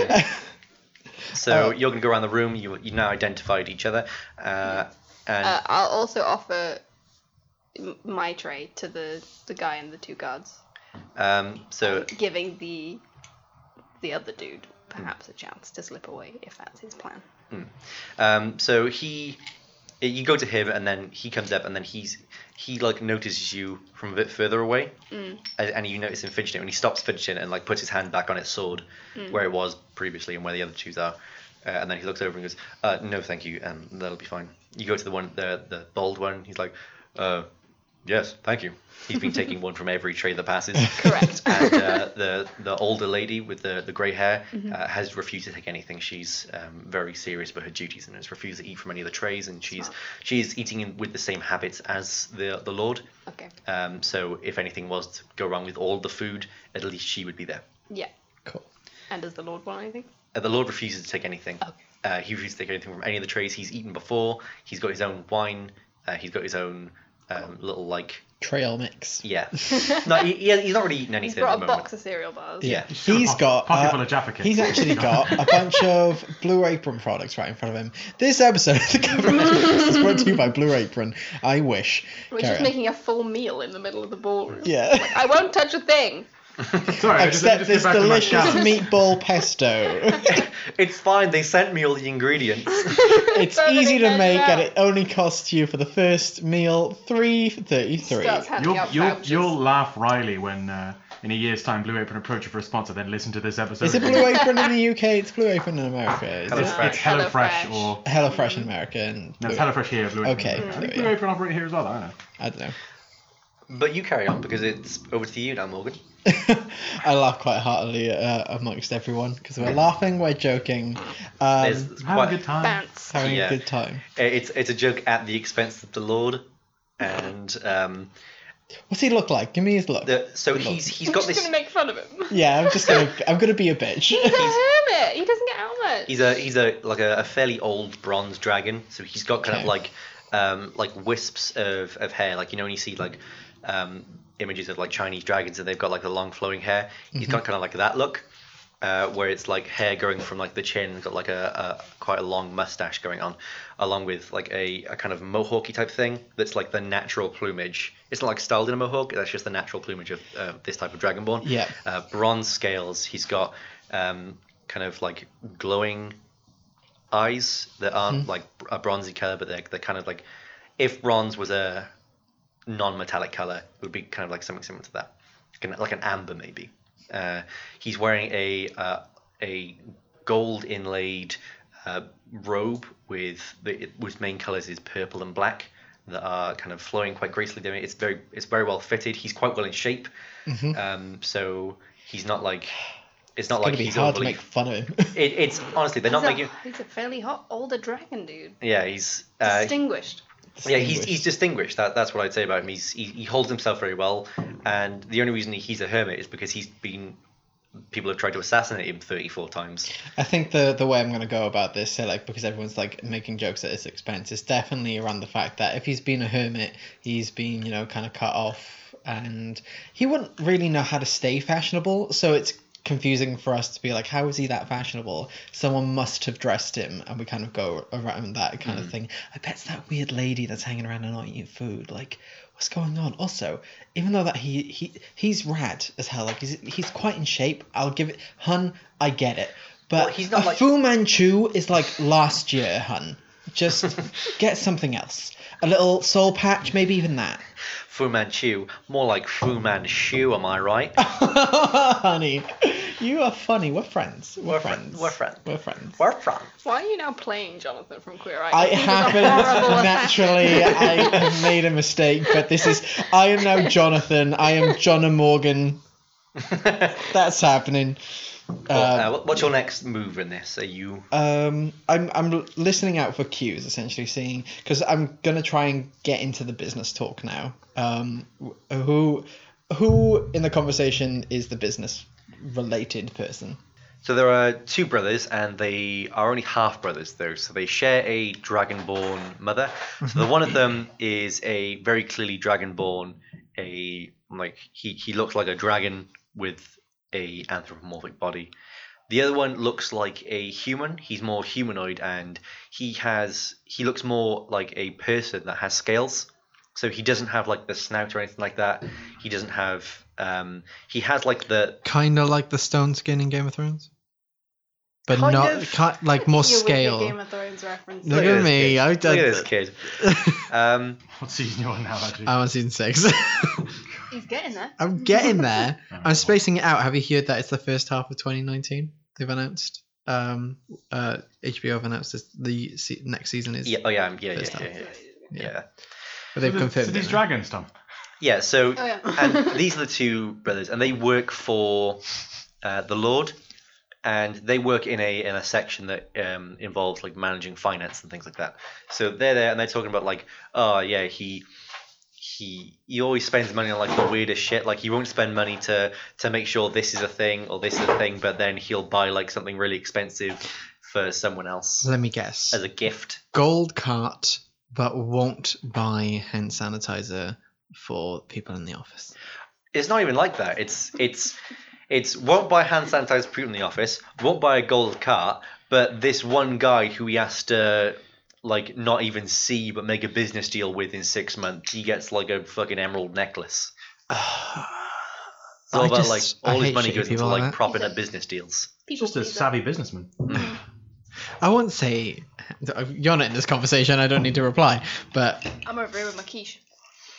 So
Oh.
you're gonna go around the room. You you now identified each other, uh, and
Uh, I'll also offer m- my tray to the, the guy and the two guards,
Uh.
um, so
giving the the other dude perhaps a chance to slip away if that's his plan.
um, so he, you go to him, and then he comes up, and then he's he like notices you from a bit further away, and, and you notice him fidgeting, and he stops fidgeting and like puts his hand back on its sword, where it was previously, and where the other twos are. Uh, and then he looks over and goes, uh, "No, thank you. Um, that'll be fine." You go to the one, the the bald one. He's like, uh, "Yes, thank you." He's been taking one from every tree that passes.
Correct.
[laughs] and uh, the the older lady with the, the grey hair uh, has refused to take anything. She's um, very serious about her duties and has refused to eat from any of the trays. And she's she's eating in, with the same habits as the the Lord.
okay.
Um, so if anything was to go wrong with all the food, at least she would be there.
Yeah.
Cool.
And does the Lord want anything?
Uh, the Lord refuses to take anything.
Okay.
Uh, he refuses to take anything from any of the trays he's eaten before. He's got his own wine. Uh, he's got his own um, little like
Trail
[laughs]
mix.
yeah. no, he, he- he's not really
He's
eating anything. at
brought
the
a
moment.
box of cereal bars.
Yeah.
He's got.
Pocket
uh,
full of Jaffa Cakes. [laughs]
He's actually got a bunch of Blue Apron products right in front of him. This episode of the cover is brought to you by Blue Apron. I wish.
We're
Carry
just
on.
making a full meal in the middle of the ballroom.
Yeah.
[laughs] I won't touch a thing. [laughs]
[laughs]
Sorry, I just- I
Except
just
this
get back to my
delicious
challenge.
meatball pesto.
[laughs] It's fine. They sent me all the
[laughs]
ingredients.
[laughs]
[laughs]
It's
Throw the
easy
big
to
measure
make,
out.
and it only costs you for the first meal three for thirty-three.
Starts handing
You'll,
out
you'll,
vouchers.
you'll laugh, Riley, when uh, in a year's time Blue Apron approach you for a sponsor, then listen to this episode.
Is it Blue Apron in the UK? It's Blue Apron in America. Is
Hello
it?
It's, it's HelloFresh
HelloFresh.
or.
Hello Fresh in America and
No, it's
Blue-
HelloFresh here, Blue Apron.
Okay,
in America. I think
yeah.
Blue Apron operate here as well, I don't know.
I don't know.
but you carry on because it's over to you now, Morgan.
[laughs] I laugh quite heartily uh, amongst everyone because we're laughing, we're joking,
There's
um,
it's
Have
quite,
a good time.
Bounce.
having
yeah.
a good time.
It's it's a joke at the expense of the Lord, and um,
What's he look like? Give me his look.
the, so he's he's
I'm
got
just
this.
gonna make fun
[laughs]
of him.
Yeah, I'm just gonna. I'm gonna be a bitch.
He's a hermit. He doesn't get helmets.
He's a he's a like a, a fairly old bronze dragon. So he's got kind
Okay.
of like um, like wisps of, of hair. Like you know when you see like um, images of like Chinese dragons and they've got like the long flowing hair. He's got kind of like that look. Uh, where it's like hair going from like the chin, and got like a, a quite a long mustache going on, along with like a, a kind of mohawky type thing that's like the natural plumage. It's not like styled in a mohawk. That's just the natural plumage of uh, this type of
[laughs]
dragonborn
Yeah.
uh, bronze scales. He's got um, kind of like glowing eyes that aren't
Mm-hmm.
like a bronzy color, but they're, they're kind of like if bronze was a non-metallic color, it would be kind of like something similar to that, like an, like an amber maybe. Uh, he's wearing a uh, a gold inlaid uh, robe with the whose main colors is purple and black that are kind of flowing quite gracefully. They're- It's very it's very well fitted. He's quite well in shape. Um, so he's not like it's not
Mm-hmm. It's
like
gonna be
he's
hard to
overly.
make fun of [laughs] him.
It, it's honestly they're not
he's,
making.
a, he's a fairly hot older dragon dude.
Yeah, he's uh,
Distinguished.
yeah, he's, he's distinguished. That, that's what I'd say about him. He's, he, he holds himself very well, and the only reason he's a hermit is because he's been people have tried to assassinate him 34 times.
I think the the way I'm gonna go about this, so like because everyone's like making jokes at his expense, is definitely around the fact that if he's been a hermit, he's been you know kind of cut off, and he wouldn't really know how to stay fashionable. So it's confusing for us to be like, how is he that fashionable? Someone must have dressed him, and we kind of go around that kind of thing. I bet it's that weird lady that's hanging around and not eating food, like. What's going on? Also, even though that he, he he's rad as hell, like he's he's quite in shape. I'll give it, hun. I get it, but
Well, he's not
a
like-
Fu Manchu is like last year, hun.
[laughs]
Just get something else. A little soul patch, maybe even that. [laughs]
Fu Manchu, more like Fu Manchu, am I right?
Honey, you are funny. We're friends. We're,
We're fri-
friends.
we're friends.
We're friends.
[laughs] Where [laughs] from?
Why are you now playing Jonathan from Queer Eye?
I
He was a
[laughs]
horrible
haven't
assassin.
naturally. I
[laughs]
have made a mistake, but this is. I am now Jonathan. I am John and Morgan. That's happening.
Well, uh, what- what's your next move in this? Are you
Um, I'm I'm listening out for cues, essentially seeing because I'm gonna try and get into the business talk now. Um, wh- who who in the conversation is the business related person?
So there are two brothers, and they are only half brothers though. So they share a dragonborn mother. So the one of them is a very clearly dragonborn. A like he he looks like a dragon with a anthropomorphic body. The other one looks like a human. He's more humanoid, and he has he looks more like a person that has scales. So he doesn't have like the snout or anything like that. He doesn't have. Um, he has like the
Kind of like the stone skin in Game of Thrones, but
Kind
not
of.
ki- like
[laughs]
more
Your wicked Game
scale.
of Thrones reference.
Look
Look
at
this
me,
kid.
I
Look
did
at this
that. [laughs]
kid. Um,
What season you on now, actually?
I'm on season six. [laughs]
He's getting there.
I'm getting there.
Alright,
I'm spacing it out. Have you heard that it's the first half of 2019? They've announced. Um, uh, HBO have announced this, the se- next season is.
yeah, oh yeah, um, yeah, yeah,
First
yeah,
time.
yeah,
Yeah.
yeah.
But
So
they've
the-
confirmed.
So
it
these
now.
dragons, Tom.
Yeah, so
Oh, yeah. [laughs]
and these are the two brothers, and they work for uh, the Lord, and they work in a in a section that um, involves like managing finance and things like that. So they're there, and they're talking about like, oh yeah, he he he always spends money on like the weirdest shit. Like he won't spend money to to make sure this is a thing or this is a thing, but then he'll buy like something really expensive for someone else
Let me guess.
as a gift.
Gold cart, but won't buy hand sanitizer for people in the
[sighs]
office.
it's not even like that. It's it's it's won't buy hand sanitizer for people in the office, won't buy a gold cart, but this one guy who he has to like not even see but make a business deal with in six months, he gets like a fucking emerald necklace. It's all
I
about
just-
like
I
all his
hate
money
shitty
goes into
people like
like,
that.
propping up business deals.
He's just a savvy businessman.
I won't say you're not in this conversation. I don't need to reply. But
I'm over here with my quiche.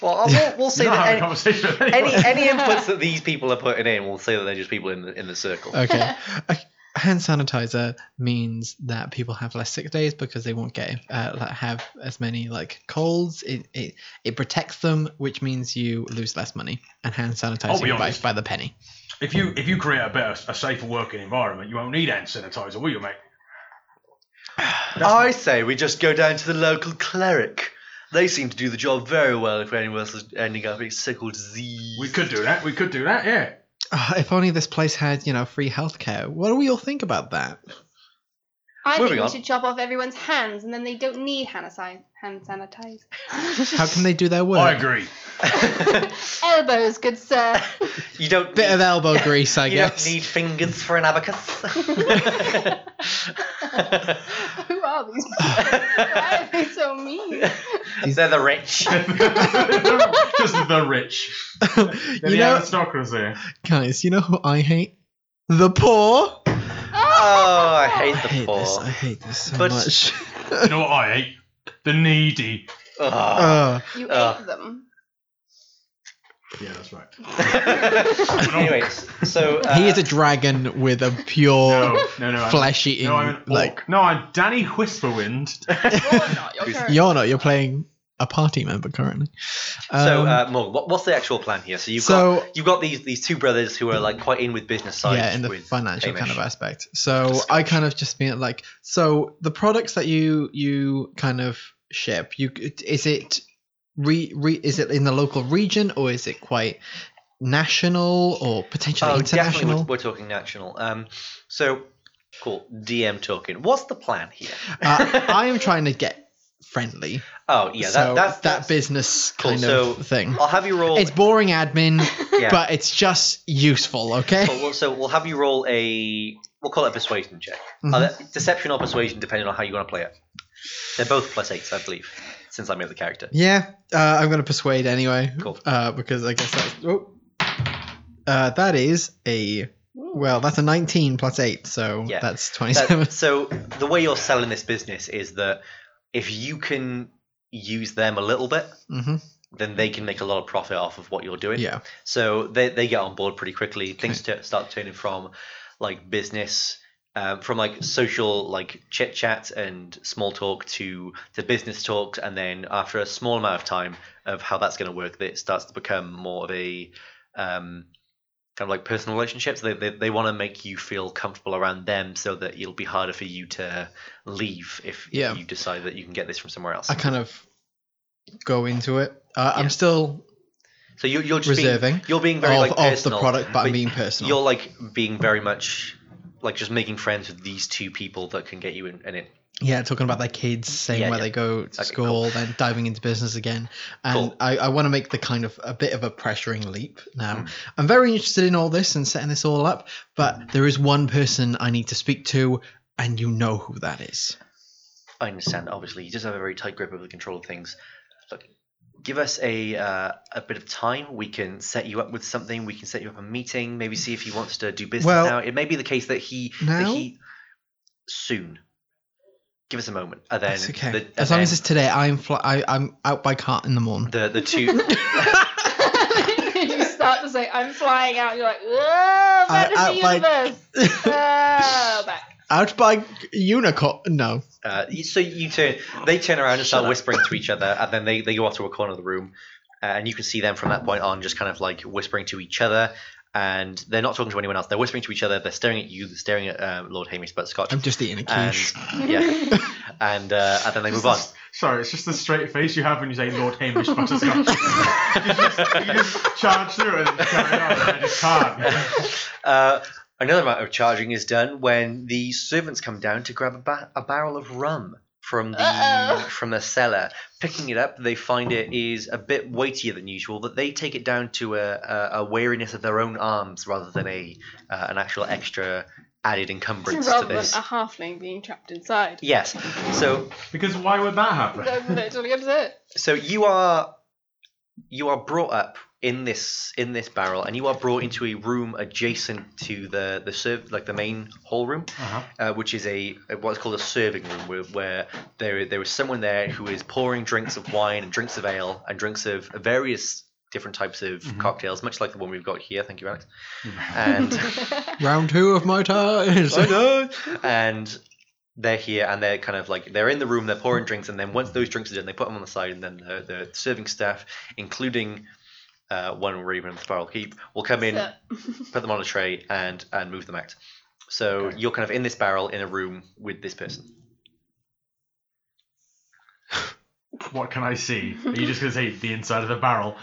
Well, I'll- we'll, we'll say
You're not having a
that any,
conversation with anyone.
any any inputs that these people are putting in, we'll say that they're just people in the in the circle. [laughs]
okay. A- Hand sanitizer means that people have less sick days because they won't get uh, like, have as many like colds. It, it it protects them, which means you lose less money. And hand
Oh,
sanitizer
be
you buy
honest.
by the penny.
[laughs] If you if you create a better, a safer working environment, you won't need hand sanitizer, will you, mate?
I say we just go down to the local cleric. They seem to do the job very well if anyone else is ending up with sickle disease.
We could do that. We could do that. Yeah.
Ah, if only this place had you know free healthcare. What do we all think about that?
I
Moving
think we
on.
should chop off everyone's hands, and then they don't need hand, si- hand sanitize. [laughs]
How can they do their work?
[laughs] I agree.
[laughs]
Elbows, good sir. [laughs]
You don't
Bit
need,
of elbow
[laughs]
grease, I
you
guess. [laughs]
don't need fingers for an abacus.
Who are these people? Why are they so mean?
[laughs] They're the rich.
[laughs] Just the rich. They're
you
the
know,
aristocracy.
guys, you know who I hate? The poor.
Oh, I hate
I
the
hate
poor.
this. I hate this so
But-
much. [laughs]
You know what I hate? The needy.
Ugh.
Ugh.
You
Ugh.
ate them.
Yeah, that's right.
[laughs] Anyways, so uh,
Uh. he is a dragon with a pure
No, no, [laughs] no. I'm-
flesh eating.
no, I'm an
like
orc. No, I'm Danny Whisperwind.
You're not. You're
Who's-
terrible.
you're not. You're playing a party member currently.
so
Um,
uh, Morgan, what, what's the actual plan here? So you've
So-
got you've got these these two brothers who are like quite in with business side.
yeah, in the
with
financial
Hamish.
kind of aspect. So I kind of just mean like so the products that you you kind of ship. You is it re, re is it in the local region or is it quite national or potentially
oh, definitely,
international?
we're, we're talking national. Um, so, cool. DM talking. What's the plan
[laughs]
here?
uh, I am trying to get friendly.
oh, yeah, that,
so
that's,
that
that's
business
cool.
kind
so
of thing.
I'll have you roll.
It's boring admin,
[laughs] yeah.
but it's just useful, okay?
Cool, well, so we'll have you roll a. We'll call it a persuasion check.
Mhm.
Uh, that- deception or persuasion, depending on how you want to play it. They're both plus eights, I believe, since I made
[laughs]
the character.
Yeah, uh, I'm going to persuade anyway.
Cool.
Uh, because I guess that's. Oh, uh, that is a. Well, that's a 19 plus 8, so
Yeah.
that's [laughs]
That-
27.
Uh, so the way you're selling this business is that if you can use them a little bit,
hmm
then they can make a lot of profit off of what you're doing.
Yeah.
So they, they get on board pretty quickly. Things t- start turning from like business, um, from like social like chit chat and small talk to to business talks, and then after a small amount of time of how that's going to work, it starts to become more of a um, kind of like personal relationships. They they, they want to make you feel comfortable around them, so that it'll be harder for you to leave if
Yeah.
you decide that you can get this from somewhere else.
I kind of go into it. Uh,
Yeah.
I'm still
So you, you're just
Reserving
being, you're being very
of,
like
of the
personal.
product, but I'm
but
being personal.
You're like being very much like just making friends with these two people that can get you in, in it.
Yeah, talking about their kids, saying
Yeah,
where
yeah.
they go to
Okay,
school,
cool.
then diving into business again. And
Cool.
I, I want to make the kind of a bit of a pressuring leap
Hmm.
now. I'm very interested in all this and setting this all up, but there is one person I need to speak to, and you know who that is.
I understand. Obviously, you just have a very tight grip of the control of things. Look, give us a uh, a bit of time. We can set you up with something. We can set you up a meeting. Maybe see if he wants to do business
Well-
now. It may be the case that he that
Now?
he soon. Give us a moment, and then
That's okay.
the, and
as long as
then
it's today, I'm fl- I, I'm out by cart in the morning.
the
[laughs]
the two.
[laughs] you start to say, I'm flying out. You're like, "Oh, whoa,
Uh,
I-
fantasy
I-
[laughs]
universe. Oh, back.
out by unicorn. No.
Uh, you- so you turn, they turn around and start whispering to each other, and then they, they go off to a corner of the room, uh, and you can see them from that point on just kind of like whispering to each other, and they're not talking to anyone else. They're whispering to each other. They're staring at you. They're staring at um, Lord Hamish Butterscotch.
I'm just eating a
and
quiche.
[laughs]
yeah, and uh, and then they move on.
Sorry, it's just the straight face you have when you say Lord Hamish [laughs] Butterscotch. you, just, you just charge through it and carry on. I just can't.
[laughs] uh, another amount of charging is done when the servants come down to grab a, ba- a barrel of rum from the
Uh-oh.
from the cellar. Picking it up, they find it is a bit weightier than usual, but they take it down to a, a, a wariness of their own arms rather than a uh, an actual extra added encumbrance to
Rather than a
this.
halfling being trapped inside.
Yes. So
Because why would that happen?
That's literally absurd.
so you are you are brought up in this in this barrel and you are brought into a room adjacent to the the serv- like the main hall room
Uh-huh.
uh, which is a what's called a serving room, where, where there there is someone there who is pouring drinks of wine and drinks of ale and drinks of various different types of
Mhm.
cocktails, much like the one we've got here. Thank you, Alex.
[laughs]
[laughs]
And
Round two of my time.
and they're here and they're kind of like they're in the room they're pouring drinks and then once those drinks are done they put them on the side and then the, the serving staff including uh, one already in the spiral heap will come in
So-
put them on a tray and and move them out so
Okay.
you're kind of in this barrel in a room with this person
What can I see? Are you just going to say the inside of the barrel?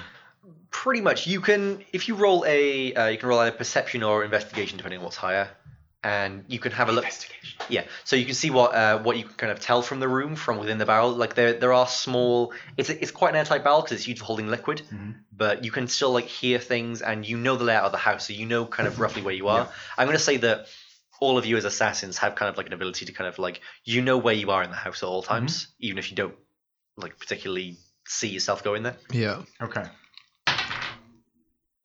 pretty much you can if you roll a uh, you can roll either perception or investigation depending on what's higher and you can have a look yeah so you can see what uh, what you can kind of tell from the room from within the barrel like there there are small it's it's quite an airtight barrel because it's used for holding liquid
Mhm.
but you can still like hear things and you know the layout of the house so you know kind of roughly where you are i'm going to say that all of you as assassins have kind of like an ability to kind of like you know where you are in the house at all times even if you don't like particularly see yourself going there
yeah.
Okay.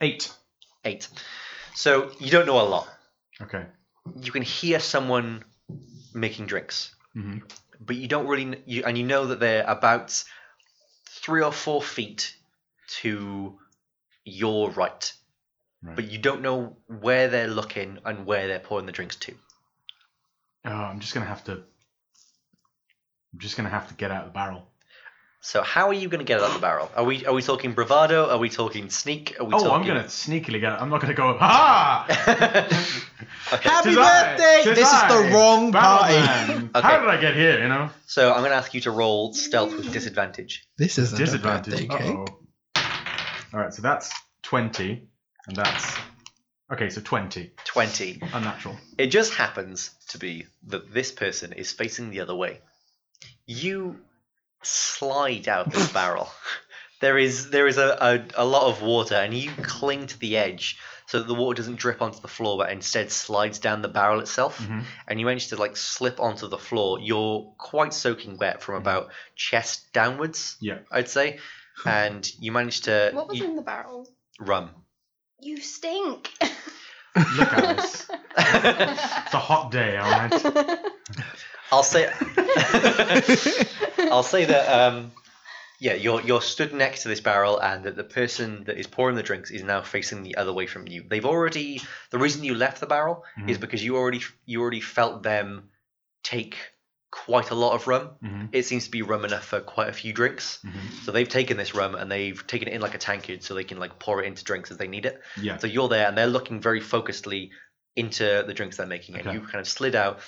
Eight.
eight. So you don't know a lot.
Okay.
You can hear someone making drinks,
Mhm.
but you don't really, kn- you, and you know that they're about three or four feet to your right,
Right.
but you don't know where they're looking and where they're pouring the drinks to.
Oh, I'm just going to have to. I'm just going to have to get out of the barrel.
So how are you going to get out of the barrel? Are we are we talking bravado? Are we talking sneak? Are we
oh,
talking...
I'm going to sneakily get out. I'm not going to go, ah!
to.
[laughs] Happy
Tis I,
birthday!
tis
this is
I,
the wrong
Barrel
party. [laughs]
Man.
Okay.
How did I get here, you know?
[laughs] so I'm going to ask you to roll stealth with disadvantage.
This isn't a
Disadvantage.
birthday cake.
Uh-oh. All right, so that's 20. And that's. Okay, so 20.
20.
Unnatural.
It just happens to be that this person is facing the other way. You slide out this barrel. There is there is a, a, a lot of water, and you cling to the edge so that the water doesn't drip onto the floor, but instead slides down the barrel itself.
Mhm.
And you manage to like slip onto the floor. You're quite soaking wet from about chest downwards,
Yeah.
I'd say. And you manage to
What was
you-
in the barrel?
rum.
You [laughs]
[laughs]
stink.
Look at us. It's a hot day,
[laughs]
all right?
I'll say I'll say that um, yeah, you're you're stood next to this barrel, and that the person that is pouring the drinks is now facing the other way from you. They've already the reason you left the barrel is
Mhm.
because you already you already felt them take quite a lot of rum.
Mhm.
It seems to be rum enough for quite a few drinks.
Mhm.
So they've taken this rum and they've taken it in like a tankard, so they can like pour it into drinks as they need it.
Yeah.
So you're there, and they're looking very focusedly into the drinks they're making,
Okay.
and you kind of slid out.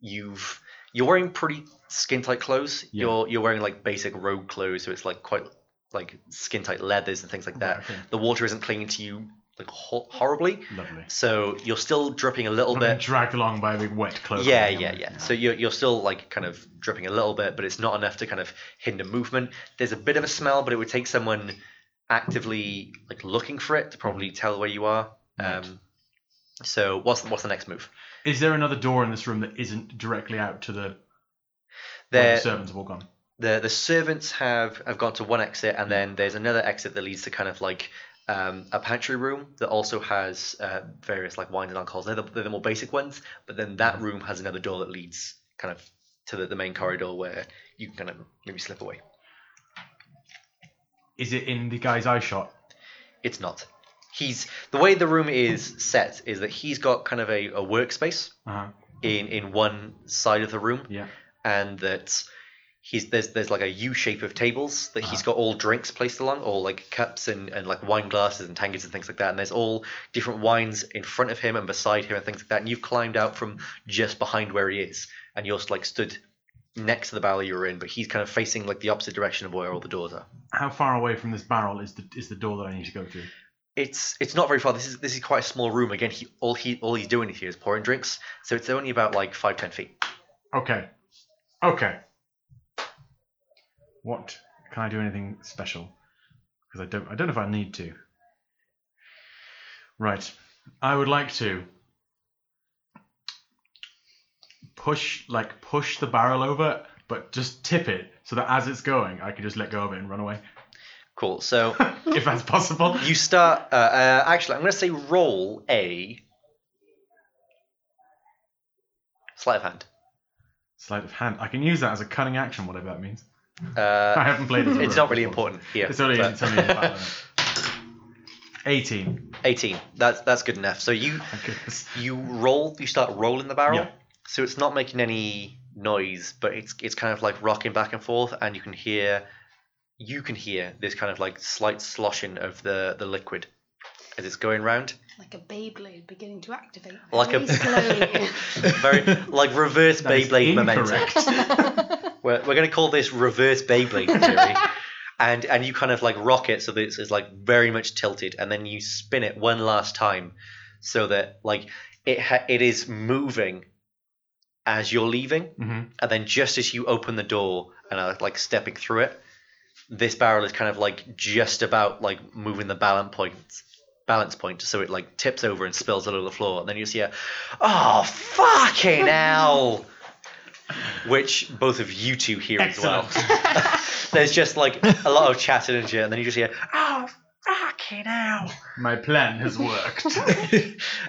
You've you're wearing pretty skin tight clothes.
Yeah.
You're you're wearing like basic robe clothes, so it's like quite like skin tight leathers and things like that.
Right, okay.
The water isn't clinging to you like ho- horribly,
Lovely.
so you're still dripping a little
Not being
bit.
dragged along by a big wet cloak.
Yeah, yeah, yeah. So you're you're still like kind of dripping a little bit, but it's not enough to kind of hinder movement. There's a bit of a smell, but it would take someone actively like looking for it to probably
Mm-hmm.
tell where you are.
Right.
Um, so what's the, what's the next move?
Is there another door in this room that isn't directly out to the, where the
There,
servants have all gone?
the the servants have have gone to one exit, and then there's another exit that leads to kind of like um, a pantry room that also has uh, various like wines and alcohols. They're the, they're the more basic ones, but then that room has another door that leads kind of to the, the main corridor where you can kind of maybe slip away.
Is it in the guy's eye shot?
It's not. He's the way the room is set is that he's got kind of a, a workspace
Uh-huh.
in in one side of the room,
Yeah.
and that he's there's there's like a U shape of tables that he's got all drinks placed along, all like cups and, and like wine glasses and tankards and things like that. And there's all different wines in front of him and beside him and things like that. And you've climbed out from just behind where he is, and you're like stood next to the barrel you were in, but he's kind of facing like the opposite direction of where all the doors are.
How far away from this barrel is the is the door that I need to go to?
It's it's not very far. This is this is quite a small room. Again, he all he all he's doing here is pouring drinks, so it's only about like five ten feet.
Okay. Okay. What can I do anything special? Because I don't I don't know if I need to. Right. I would like to push like push the barrel over, but just tip it so that as it's going, I can just let go of it and run away.
Cool. So
if
[laughs]
that's possible.
you start. Uh, uh, actually, I'm going to say roll a sleight of hand.
Sleight of hand. I can use that as a cunning action, whatever that means. I [laughs]
Uh,
haven't played it.
it's not really important here.
It's only,
but-
it's only
[laughs]
about, uh, 18.
18. That's that's good enough. So you
My goodness.
you roll. You start rolling the barrel.
Yeah.
So it's not making any noise, but it's it's kind of like rocking back and forth, and you can hear you can hear this kind of like slight sloshing of the the liquid as it's going round.
like a Beyblade beginning to activate.
like a
very
[laughs]
slowly.
[laughs] very like reverse
That is
Beyblade momentum.
incorrect.
We're, we're going to call this reverse Beyblade theory. and and you kind of like rock it so that it's, it's like very much tilted, and then you spin it one last time, so that like it ha- it is moving as you're leaving,
Mhm.
and then just as you open the door and are like stepping through it, this barrel is kind of like just about like moving the balance point balance point so it like tips over and spills all over the floor and then you see a oh fucking hell which both of you two hear as well [laughs] there's just like a lot of chatter and shit and then you just hear oh fucking hell
My plan
[laughs]
has worked.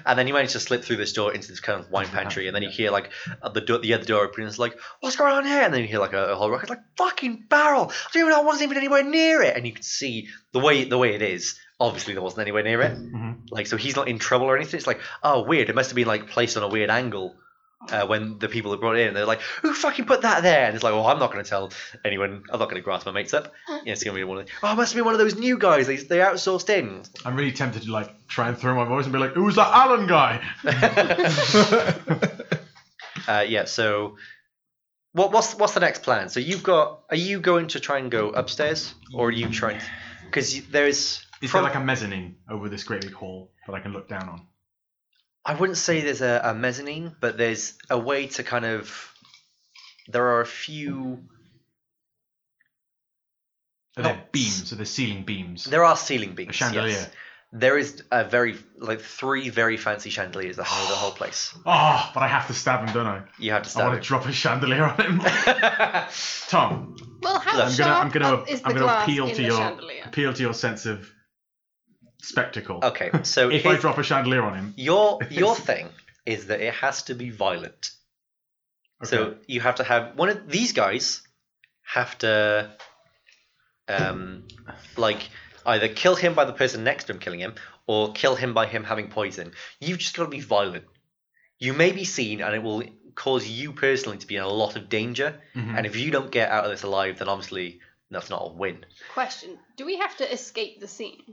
and then you manage to slip through this door into this kind of wine pantry, and then you hear like uh, the door, the other door opens, like what's going on here? And then you hear like a, a whole rocket, like fucking barrel. I don't even know. I wasn't even anywhere near it. And you can see the way the way it is. Obviously, there wasn't anywhere near it.
Mhm.
Like so, he's not in trouble or anything. It's like oh weird. It must have been like placed on a weird angle. Uh, when the people that brought it in, they're like, "Who fucking put that there?" And it's like, "Well, I'm not going to tell anyone. I'm not going to grass my mates up." Yeah, it's going to be one of. the- Oh, it must have been one of those new guys. They they outsourced in. [laughs]
I'm really tempted to like try and throw my voice and be like, "Who's that
[laughs]
Alan guy?"
Uh, yeah. So, what, what's what's the next plan? So you've got. Are you going to try and go upstairs, or are you trying? Because there is.
Is
From-
there like a mezzanine over this great big hall that I can look down on?
I wouldn't say there's a, a mezzanine, but there's a way to kind of. There are a few.
Are
No.
there beams? Are there ceiling beams?
There are ceiling
a
beams.
chandelier.
Yes. There is a very like three very fancy chandeliers that hang over the whole place.
Oh, but I have to stab him, don't I?
You have to
I
stab
want to drop a chandelier on him. [laughs]
it.
Tom,
[laughs] Well, how
Look,
I'm gonna,
sharp
I'm gonna,
up is the
I'm gonna
glass
appeal
in
to
the
your,
chandelier?
appeal to your sense of spectacle.
[laughs] okay, so
If I
here's-
drop a chandelier on him, [laughs]
your your thing is that it has to be violent. So
Okay.
you have to have one of these guys have to, um, like either kill him by the person next to him killing him, or kill him by him having poison. You've just got to be violent. You may be seen, and it will cause you personally to be in a lot of danger.
Mhm.
And if you don't get out of this alive, then obviously that's not a win.
Question: Do we have to escape the scene?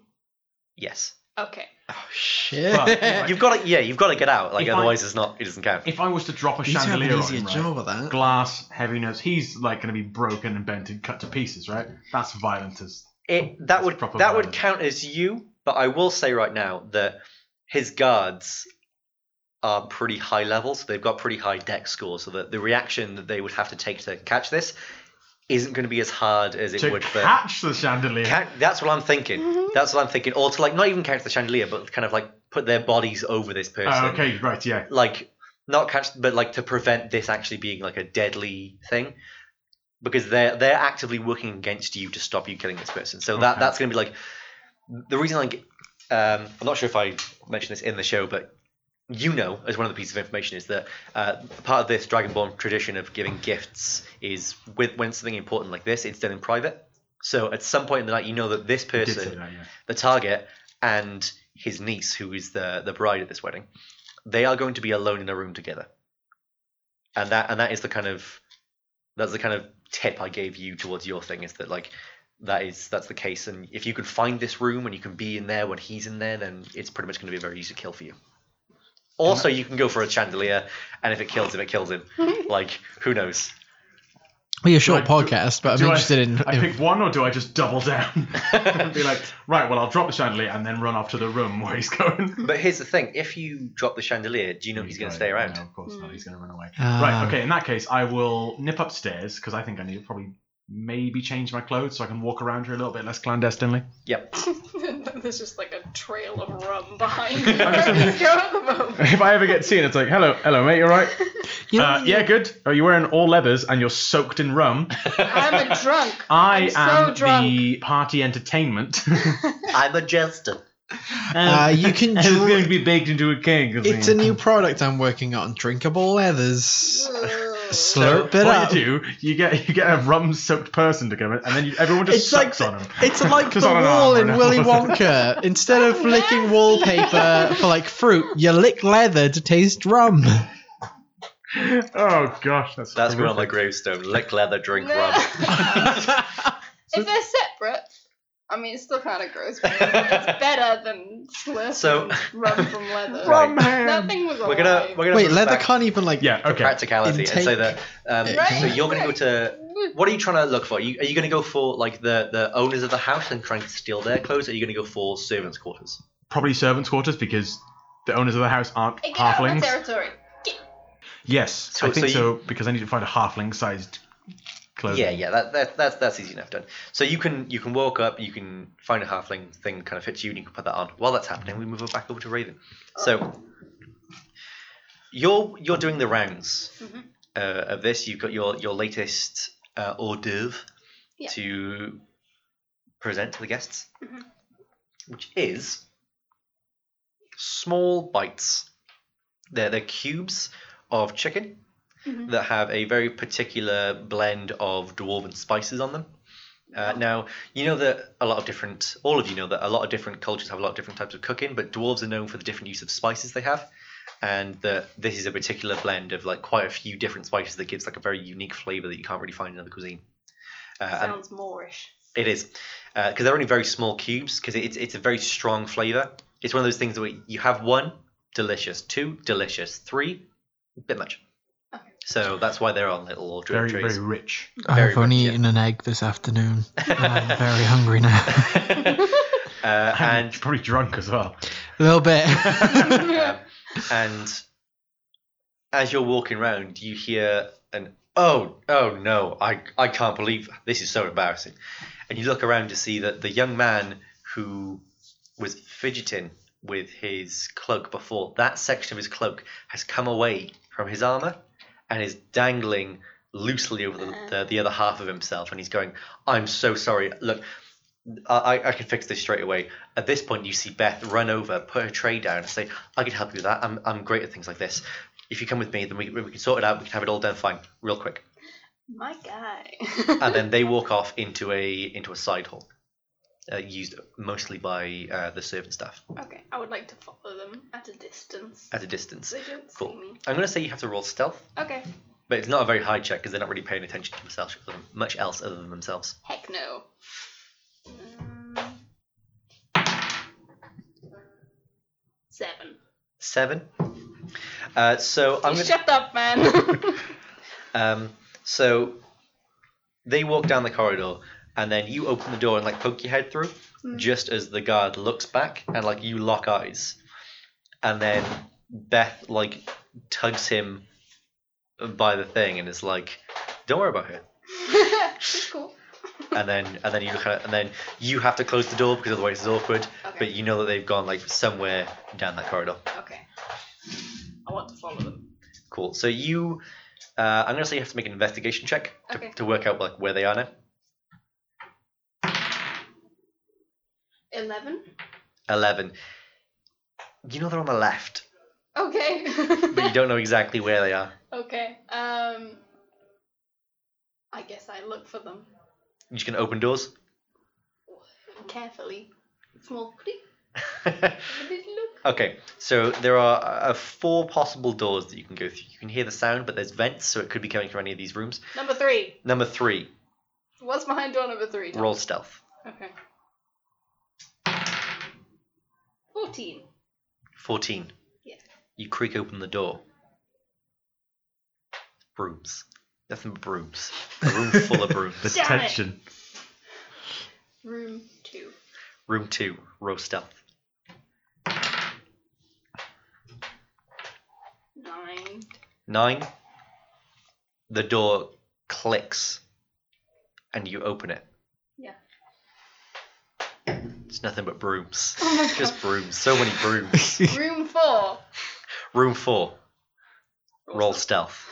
Yes,
Okay.
Oh,
[laughs]
shit.
But, like,
you've got to. Yeah, you've got to get out. Like
If I-
otherwise, it's not. It doesn't count.
if I was to drop a
you two have an
chandelier on
easier
him, right,
job of that.
glass, heaviness, he's like going to be broken and bent and cut to pieces, right? That's violent as
It that
That's
would
proper
that would
violence.
count as you, but I will say right now that his guards are pretty high level, so they've got pretty high deck scores, so that the reaction that they would have to take to catch this isn't going to be as hard as it
to
would for.
catch the chandelier.
Ca- that's what I'm thinking.
Mm-hmm.
That's what I'm thinking, or to like not even catch the chandelier, but kind of like put their bodies over this person.
Oh, okay, right, yeah.
Like not catch, but like to prevent this actually being like a deadly thing, because they're they're actively working against you to stop you killing this person. So that
Okay.
that's going to be like the reason. Like um, I'm not sure if I mentioned this in the show, but you know, as one of the pieces of information, is that uh, part of this Dragonborn tradition of giving gifts is with when something important like this, it's done in private. So at some point in the night, you know that this
Did say
person
that, yeah.
the target and his niece, who is the the bride at this wedding, they are going to be alone in a room together. And that and that is the kind of that's the kind of tip I gave you towards your thing is that like that is that's the case and if you can find this room and you can be in there when he's in there then it's pretty much going to be a very easy kill for you. Also, you can go for a chandelier, and if it kills him, it kills him. like who knows?
We're a short
I-
podcast, but I'm
Do I-
interested in.
I pick one, or do I just double down [laughs] and be like, right? Well, I'll drop the chandelier and then run off to the room where he's going.
But here's the thing: if you drop the chandelier, do [laughs] you know he's, going to
right.
stay around?
No, of course not. He's going to run away.
Ah.
right. Okay. In that case, I will nip upstairs because I think I need to probably maybe change my clothes so I can walk around here a little bit less clandestinely.
Yep.
[laughs] There's just like a trail of rum
[laughs]
behind
you. I'm just-
you at the moment.
[laughs] if I ever get seen, it's like, hello, hello, mate. You all right?
You know,
Uh, yeah, good. Are you wearing all leathers and you're soaked in
[laughs]
rum?
I'm a drunk.
I
I'm so
am
drunk.
the party entertainment. [laughs] Um,
I'm a jester.
Uh, you can
[laughs] It's
drink-
going to be baked into a cake.
It's a
[laughs]
new product I'm working on. Drinkable leathers. Slurp it
what
up.
you do, you get you get a rum soaked person to come in, and then you, everyone just
It's
sucks
like-
on him.
It's
[laughs]
like the
Just on an
wall
arm
in
and
Willy
all.
Wonka. Instead of
[laughs]
licking wallpaper for like fruit, you lick leather to taste rum.
[laughs] Oh gosh, that's
That's going on my
horrific.
gravestone. Lick leather, drink rum.
[laughs]
[laughs]
if they're separate, I mean, it's still kind of gross, but
[laughs]
it's better than slurping
So-
rum from leather.
[laughs] Right.
Rum hand.
That thing was
We're gonna we're gonna
Wait,
move
leather
back
can't even like.
Yeah.
to
Okay.
practicality and say that. Um,
Right.
So you're gonna go to. What are you trying to look for? Are you, are you gonna go for like the the owners of the house and trying to steal their clothes? Or are you gonna go for servants' quarters?
Probably servants' quarters because the owners of the house aren't
Hey, get out of my
halflings.
territory.
Yes,
So-
I think
so
so,
you-
because I need to find a halfling sized clothes.
Yeah, yeah, that, that that's that's easy enough done. So you can you can walk up, you can find a halfling thing kind of fits you, and you can put that on. While that's happening, we move it back over to Raven. So you're you're doing the rounds
Mhm.
uh, of this. You've got your your latest uh, hors d'oeuvre
Yeah.
to present to the guests,
Mhm.
which is small bites. They're they're cubes of chicken
Mhm.
that have a very particular blend of dwarven spices on them. Uh, now you know that a lot of different, all of you know that a lot of different cultures have a lot of different types of cooking, but dwarves are known for the different use of spices they have, and that this is a particular blend of like quite a few different spices that gives like a very unique flavor that you can't really find in other cuisine. Uh, and
Sounds Moorish.
it is, because they're only very small cubes. Because it's it's a very strong flavor. It's one of those things where you have one, delicious. Two, delicious. Three, bit much.
Okay.
So that's why they're on little or
Very,
trays.
very rich.
Very
I've only
rich, yeah.
[laughs]
eaten an egg this afternoon. I'm uh, very hungry now.
[laughs] Uh,
and
and
probably drunk
[laughs]
as well. [laughs]
A little bit.
um, and as you're walking around, you hear an oh oh no I I can't believe this is so embarrassing, and you look around to see that the young man who was fidgeting with his cloak before that section of his cloak has come away from his armor and is dangling loosely over the, the, the other half of himself and he's going i'm so sorry look I, I- I can fix this straight away. At this point, you see Beth run over, put her tray down, and say, I can help you with that. I'm, I'm great at things like this. If you come with me, then we, we can sort it out. We can have it all done fine, real quick.
My guy.
[laughs]
And then they walk off into a into a side hall, uh, used mostly by uh, the servant staff
okay, I would like to follow them at a distance.
at a distance.
They don't
uh, Cool.
see me.
I'm going to say you have to roll stealth,
Okay.
but it's not a very high check because they're not really paying attention to themselves, much else other than themselves.
Heck no. Um, seven.
Seven. Uh, so I'm going
You
to.
Shut
[laughs]
up, man. [laughs]
Um, so they walk down the corridor, and then you open the door and like poke your head through, just as the guard looks back and like you lock eyes, and then Beth like tugs him by the thing and is like, "Don't worry about her."
It's cool.
And then and then you look at it, and then you have to close the door because otherwise it's awkward.
Okay.
But you know that they've gone like somewhere down that corridor.
Okay. I want to follow them.
Cool. So you, uh, I'm gonna say you have to make an investigation check to,
Okay.
to work out like where they are now.
Eleven.
11. You know they're on the left,
Okay. [laughs]
but you don't know exactly where they are.
okay. Um. I guess I look for them
You just gonna open doors? [laughs]
carefully. Small pretty. Did you look?
okay, so there are uh, four possible doors that you can go through. You can hear the sound, but there's vents, so it could be coming from any of these rooms.
Number three.
Number three,
What's behind door number three? Tom?
roll stealth.
Okay. Fourteen.
14.
Yeah.
You creak open the door. Brooms. Nothing but brooms. A room
[laughs]
full of
The
brooms.
Damn it.
tension.
Room two.
Room two, roll stealth. [laughs]
Nine.
Nine. The door clicks, and you open it.
Yeah.
It's nothing but
[laughs]
brooms.
Oh my
Just brooms. So many
[laughs]
brooms.
Room four.
Room four. Roll stealth.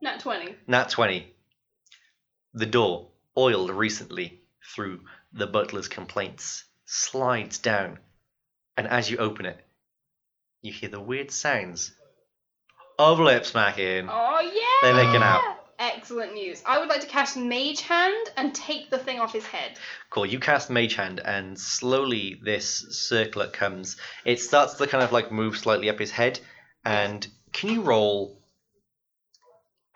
Not twenty.
Nat twenty. The door, oiled recently through the butler's complaints, slides down, and as you open it, you hear the weird sounds of lip smacking.
Oh yeah.
They're making out.
Excellent news. I would like to cast Mage Hand and take the thing off his head.
Cool. You cast Mage Hand, and slowly this circlet comes. It starts to kind of like move slightly up his head. And can you roll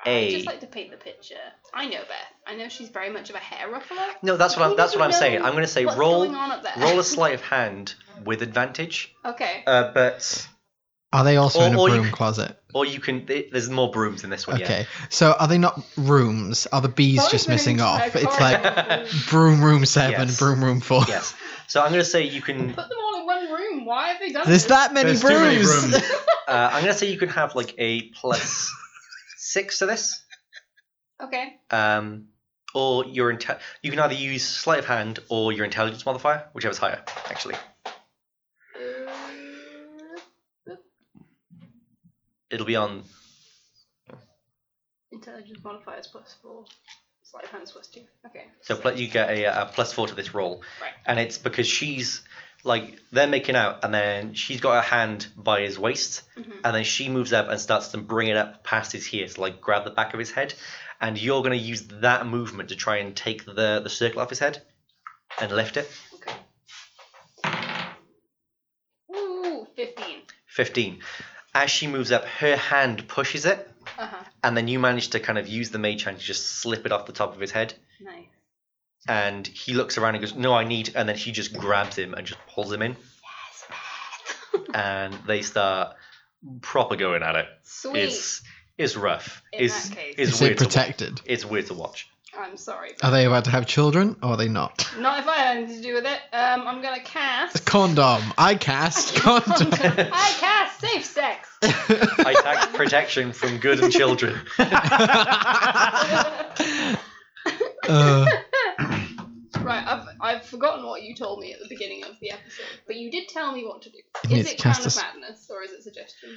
I'd
a?
just like to paint the picture. I know Beth. I know she's very much of a hair ruffler.
No, that's what
We
I'm. That's
don't
what I'm
know
saying. I'm going to say
what's
roll.
going on up there. [laughs]
Roll a sleight of hand with advantage.
Okay.
Uh, but
Are they also
Or-
in a
or you
broom
c-
closet?
or you can. th- There's more brooms in this one.
Okay. So are they not rooms? Are the bees
Sorry
just
for
missing
being
off?
so
It's
horrible.
like broom room seven,
Yes.
broom room four.
Yeah. Yes. So I'm going to say you can.
Put them all in one room. Why have they done
[laughs] There's
this?
that many
There's too many
brooms. [laughs]
brooms.
Uh, I'm going to say you can have like a plus six to this.
Okay.
um, or your inte- you can either use sleight of hand or your intelligence modifier, whichever's higher, actually.
Uh,
It'll be on
intelligence modifier is plus four. Sleight of hand is plus two. Okay.
so pl- you get a, uh, a plus four to this roll,
Right.
and it's because she's like they're making out, and then she's got her hand by his waist,
Mhm.
and then she moves up and starts to bring it up past his ear to like grab the back of his head, and you're gonna use that movement to try and take the the circle off his head, and lift it.
Okay. Ooh, fifteen.
Fifteen. As she moves up, her hand pushes it.
Uh huh.
and then you manage to kind of use the mage hand to just slip it off the top of his head
Nice.
and he looks around and goes no i need and then she just grabs him and just pulls him in and they start proper going at it
Sweet.
it's it's rough
In
it's
that case.
it's
Is
weird
it
to watch.
protected?
it's weird to watch
I'm sorry.
Are they about to have children or are they not? [laughs]
Not if I had anything to do with it. Um, I'm gonna cast.
Condom. I cast condom.
[laughs] I cast safe
[laughs]
sex. [laughs]
I tagged protection from good and children.
Uh,
Right, I've, I've forgotten what you told me at the beginning of the episode, but you did tell me what to do.
need
Is
to
it Crown
cast
of
this-
Madness or is it Suggestion?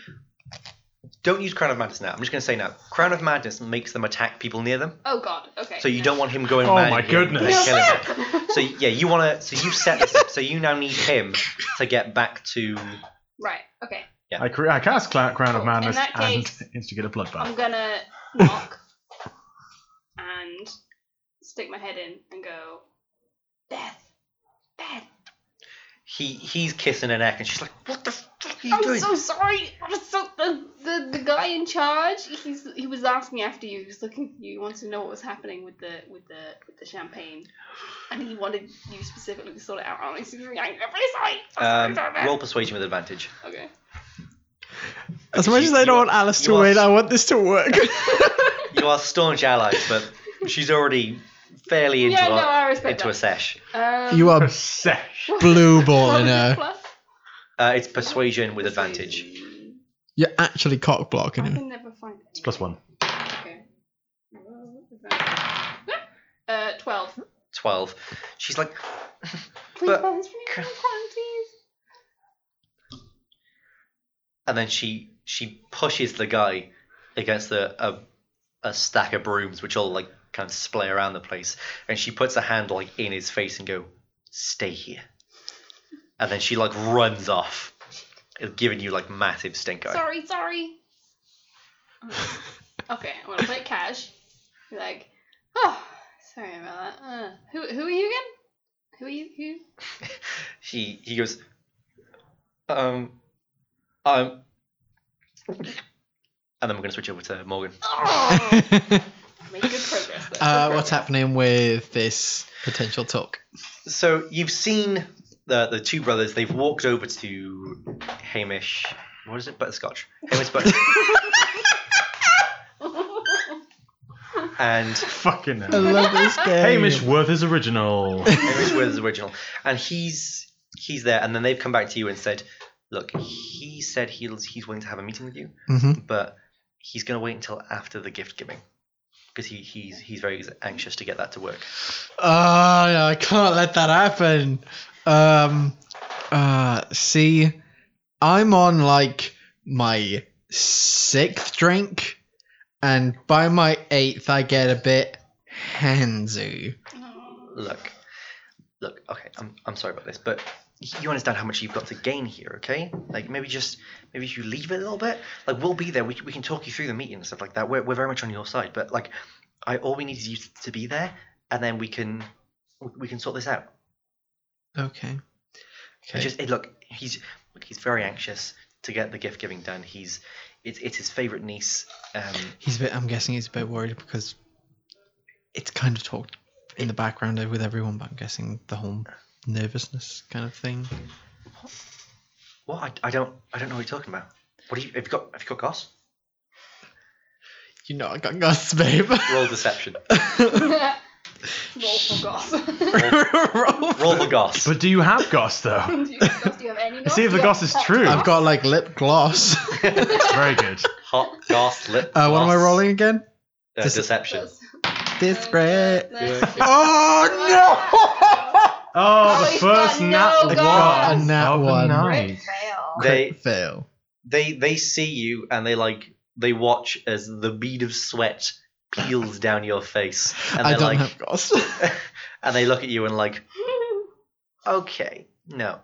Don't use Crown of Madness now. I'm just going to say now. Crown of Madness makes them attack people near them.
Oh God, okay.
So you
no.
don't want him going
Oh
mad
my
at you and
goodness.
killing
[laughs]
him. So yeah, you want to. So you set this up. So you now need him to get back to.
Right, okay.
I, cre- I cast Cla- Crown of
Cool.
Madness
In that case-
and [laughs] instigate a bloodbath.
I'm gonna knock and stick my head in and go, Beth, Beth,
He he's kissing her neck, and she's like, "What the fuck are you
I'm
doing?"
so sorry. I'm so the, the the guy in charge. He's he was asking after you. He was looking for you. He wants to know what was happening with the with the with the champagne, and he wanted you specifically to sort it out. Honestly, I'm really sorry. I'm
um,
sorry, sorry.
roll persuasion with advantage.
Okay.
as much as I don't want Alice to
You are-
win, I want this to work.
You are staunch allies, but she's already fairly into
yeah,
a,
no, I respect
into a sesh.
that.
[laughs]
Um, [laughs]
you are
Sesh.
blue
what was
balling
his
her.
[laughs] plus?
Uh, it's persuasion with advantage.
Persuasion.
You're actually cock blocking
I
him.
[laughs]
[laughs]
can never find it.
It's plus one.
Okay. Roll advantage. Uh, twelve.
Twelve. She's like,
Please,
But-
Beth, it's really important, please.
and then she she pushes the guy against the, a a stack of brooms, which all like kind of splay around the place, and she puts a hand like in his face and go, "Stay here," and then she like runs off, giving you like massive stink eye.
Sorry, sorry. [laughs] okay, I'm gonna play cash. Be like, oh, sorry about that. Uh, who who are you again? Who are you?
[laughs]
Who?
He he goes, um, um, and then we're gonna switch over to Morgan.
Oh, make good progress. There.
uh,
Good [laughs]
what's
progress.
happening with this potential talk?
So you've seen the the two brothers. They've walked over to Hamish. What is it? Butterscotch. Hamish Butterscotch.
Oh.
and
Fucking [laughs]
I
hell.
love this game.
Hamish Worth
[laughs]
is original.
Hamish was original. And he's he's there. And then they've come back to you and said, "Look, he said he's he's willing to have a meeting with you,
hmm
but he's going to wait until after the gift giving." Because he, he's he's very anxious to get that to work.
Oh, no, I can't let that happen. Um, uh, see, I'm on like my sixth drink, and by my eighth, I get a bit handsy.
Oh,
Look, look. Okay, I'm, I'm sorry about this, but you understand how much you've got to gain here, okay? Like maybe just maybe if you leave it a little bit, like we'll be there. We, c- we can talk you through the meeting and stuff like that. We're, we're very much on your side, but like I all we need is you t- to be there, and then we can we- we can sort this out.
Okay.
It's Just eh, look, he's look, he's very anxious to get the gift giving done. He's it's it's his favorite niece. Um,
He's a bit. I'm guessing he's a bit worried because it's kind of talked in the background with everyone, but I'm guessing the whole nervousness kind of thing.
what I, I don't I don't know what you're talking about. What do you have you got have you got goss?
You know, I got guts, babe.
Roll deception.
[laughs] Roll for goss. [laughs]
Roll.
Roll the goss.
but do you have Goss, though?
do you have goss? Do you have any goss?
See if the
Do you
goss
have
is
hot
true.
I've
[laughs]
got like lip gloss. [laughs]
Very good.
Hot goss lip.
Uh, what am I
gloss.
rolling again?
Uh,
Dece-
deception.
goss?
This great.
Yeah.
Oh
Oh,
Oh,
the
he's
first
got
nat
no
one.
goss.
A nat
of the
one.
Great
night.
fail.
no!
They-
Crit fail.
They they see you and they like they watch as the bead of sweat
[laughs]
peels down your face and
I
they're
don't
like
have goss.
and they look at you and like okay no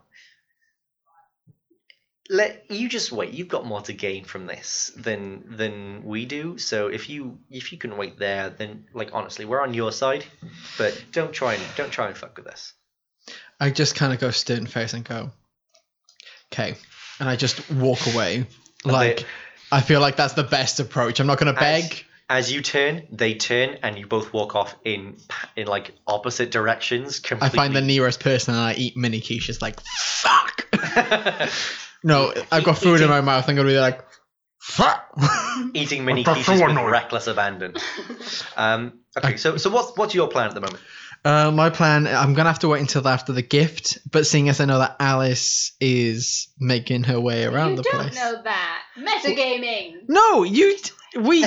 let you just wait you've got more to gain from this than than we do so if you if you can wait there then like honestly we're on your side but don't try and don't try and fuck with us
[laughs] I just kind of go stern face and go, okay, and I just walk away.
And
Like
they-
I feel like that's the best approach. I'm not gonna
As-
beg.
As you turn, they turn, and you both walk off in in like opposite directions.
I
Completely.
find the nearest person and I eat mini quiches. Like fuck. [laughs]
the.
No, I've got food in
eating-
my mouth. I'm gonna be like,
Fuck!
[laughs]
[laughs]
Eating mini
That's so
quiches with
annoying.
reckless abandon. Um, okay, so so what's what's your plan at the moment?
Uh, my plan, I'm going to have to wait until after the gift, but seeing as I know that Alice is making her way around
you
the
don't
place.
know that. Metagaming.
No, you. We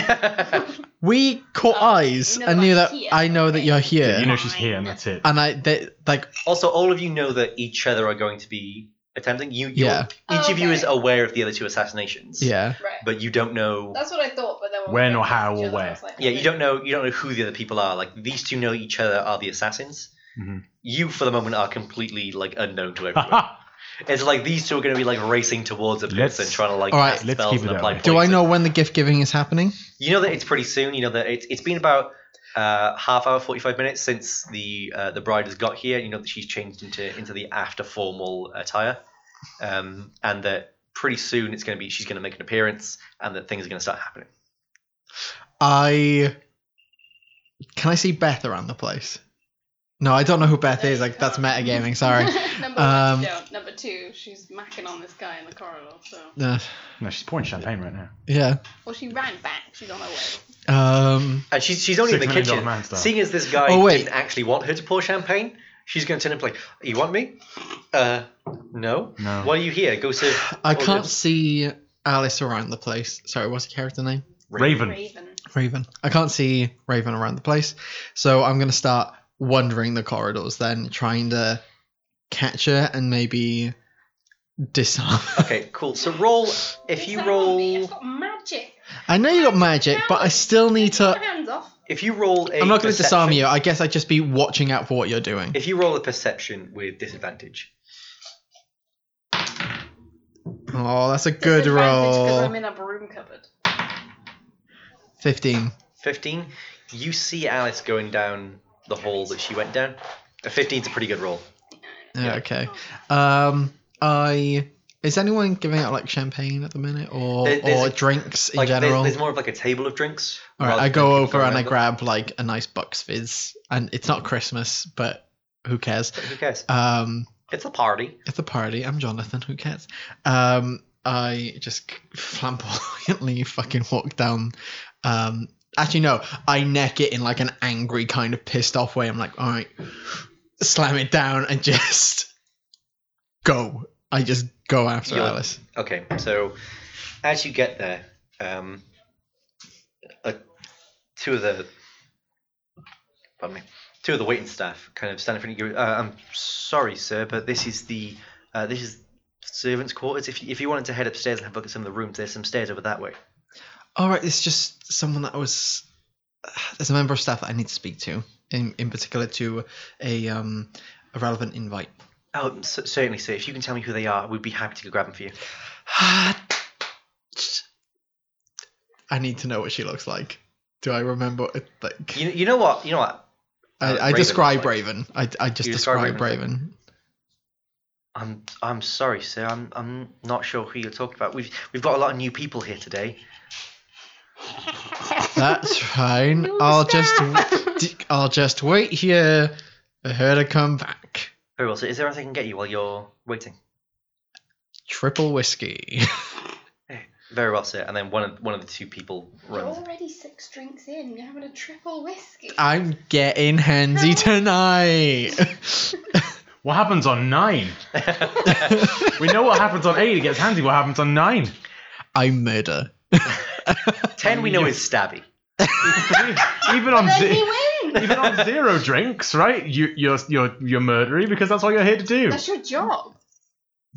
we caught
Oh,
eyes
you know
and
I'm
knew that
here,
I know that
okay.
you're here,
You know she's here, and that's it. [laughs]
and I they, like
[laughs] also, all of you know that each other are going to be attempting. You, you're-
Yeah.
Each of you
Okay.
is aware of the other two assassinations.
yeah.
Right.
But you don't know.
That's what I thought, but then we
When
were
or how
talking to
or
each other,
where.
I was like,
Yeah, you don't know. You don't know who the other people are. Like these two know each other are the assassins.
Mhm.
You, for the moment, are completely like unknown to everyone.
Haha.
it's like these two are going to be like racing towards a person,
Let's-
trying to like
All right,
cast
let's
spells
keep it
and
that
apply
way.
poison.
Do I know when the gift giving is happening?
You know that it's pretty soon. You know that it's it's been about uh, half hour, forty five minutes since the uh, the bride has got here. You know that she's changed into into the after formal attire, um, and that pretty soon it's going to be she's going to make an appearance, and that things are going to start happening.
I can I see Beth around the place? No, I don't know who Beth
No,
is.
you
Like that's
can't.
metagaming. Sorry.
[laughs] Number
Um,
one, you don't. Number two, she's macking on this guy in the corridor. So,
Uh,
no, she's pouring champagne right now.
yeah.
well, she ran back. She's on her way.
Um,
And she's she's only
Six
in the
Million Dollar
kitchen.
Man style.
Seeing as this guy
Oh, wait.
didn't actually want her to pour champagne, she's going to turn and be like, "You want me? Uh, no.
No.
Why are you here? Go serve."
Oh,
I
orders."
can't see Alice around the place. Sorry, what's the character name?
Raven.
Raven.
Raven. I can't see Raven around the place, so I'm gonna start wandering the corridors, then trying to catch her and maybe disarm.
Okay, cool. So roll. If
It's
you
not me, I've
roll,
got magic.
[laughs] I know you got magic, but I still need
Your
to.
hands off.
if you roll, a
I'm not gonna disarm
perception-
you. I guess I'd just be watching out for what you're doing.
If you roll a perception with disadvantage,
Oh, that's a good
Disadvantage 'cause
roll.
I'm in a broom cupboard.
15.
15, you see Alice going down the hall that she went down. A 15's a pretty good roll.
Yeah, okay. Um, I is anyone giving out like champagne at the minute or
There- there's
or
a-
drinks in
Like there's,
general?
there's more of like a table of drinks.
All right,
rather
I
than
go
people
over and I
remember.
grab like a nice bucks fizz, and it's not Christmas, but who cares?
Who cares?
Um,
It's a party.
it's a party. I'm Jonathan. Who cares? Um, I just flamboyantly [laughs] fucking walk down. Um, actually, no, I neck it in like an angry kind of pissed off way. I'm like, all right, slam it down and [laughs] just go. I just go after
You're-
Alice.
Okay, so as you get there, um, uh, two of the pardon me, two of the waiting staff kind of stand in front of you. Uh, I'm sorry, sir, but this is the uh, this is servants' quarters. If you, if you wanted to head upstairs and have a look at some of the rooms, there's some stairs over that way.
All right, it's just someone that I was. There's a member of staff that I need to speak to, in in particular to a um a relevant invite. [sighs]
Oh, c- certainly, sir. If you can tell me who they are, we'd be happy to go grab them for you.
I need to know what she looks like. Do I remember? Like,
You, you know what? You know what?
I, I
Raven
describe
looks like.
Raven. I, I just
You
describe,
describe
Raven.
I'm I'm sorry, sir. I'm I'm not sure who you're talking about. We've we've got a lot of new people here today.
[laughs]
[laughs]
That's fine. I'll just d- I'll just wait here for her to come back.
Very well. So, is there anything I can get you while you're waiting?
Triple whiskey. [laughs]
Very well, sir. And then one of one of the two people
You're
runs.
already six drinks in. You're having a triple whiskey.
I'm getting handsy tonight.
What happens on nine? We know what happens on eight. It gets handy. What happens on nine? [laughs]
I murder.
[laughs] Ten we know is stabby.
Even on
Let
ze-
me
[laughs]
win.
even on zero drinks, right? You, you're you're you're murdery because that's what you're here to do.
That's your job.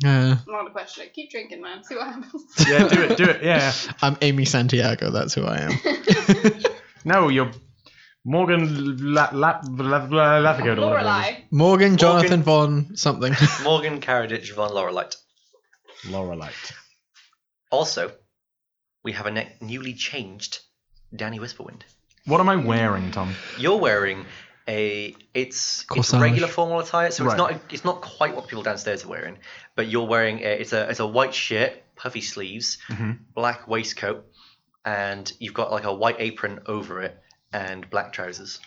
Yeah.
Not a question. Keep drinking, man. See what happens.
[laughs]
[laughs]
Yeah, do it, do it. Yeah.
I'm Amy Santiago. That's who I am.
No, you're Morgan La La La La Lafigo. or whatever it
Lorelai.
Morgan Jonathan Von something.
Morgan Carradich von Laurelite.
is. Lorelite.
Also, we have a ne- newly changed Danny Whisperwind.
What am I wearing, Tom?
You're wearing a it's it's
Corsage.
regular formal attire, so
Right.
it's not it's not quite what people downstairs are wearing. But you're wearing a, it's a it's a white shirt, puffy sleeves,
Mhm.
black waistcoat, and you've got like a white apron over it and black trousers.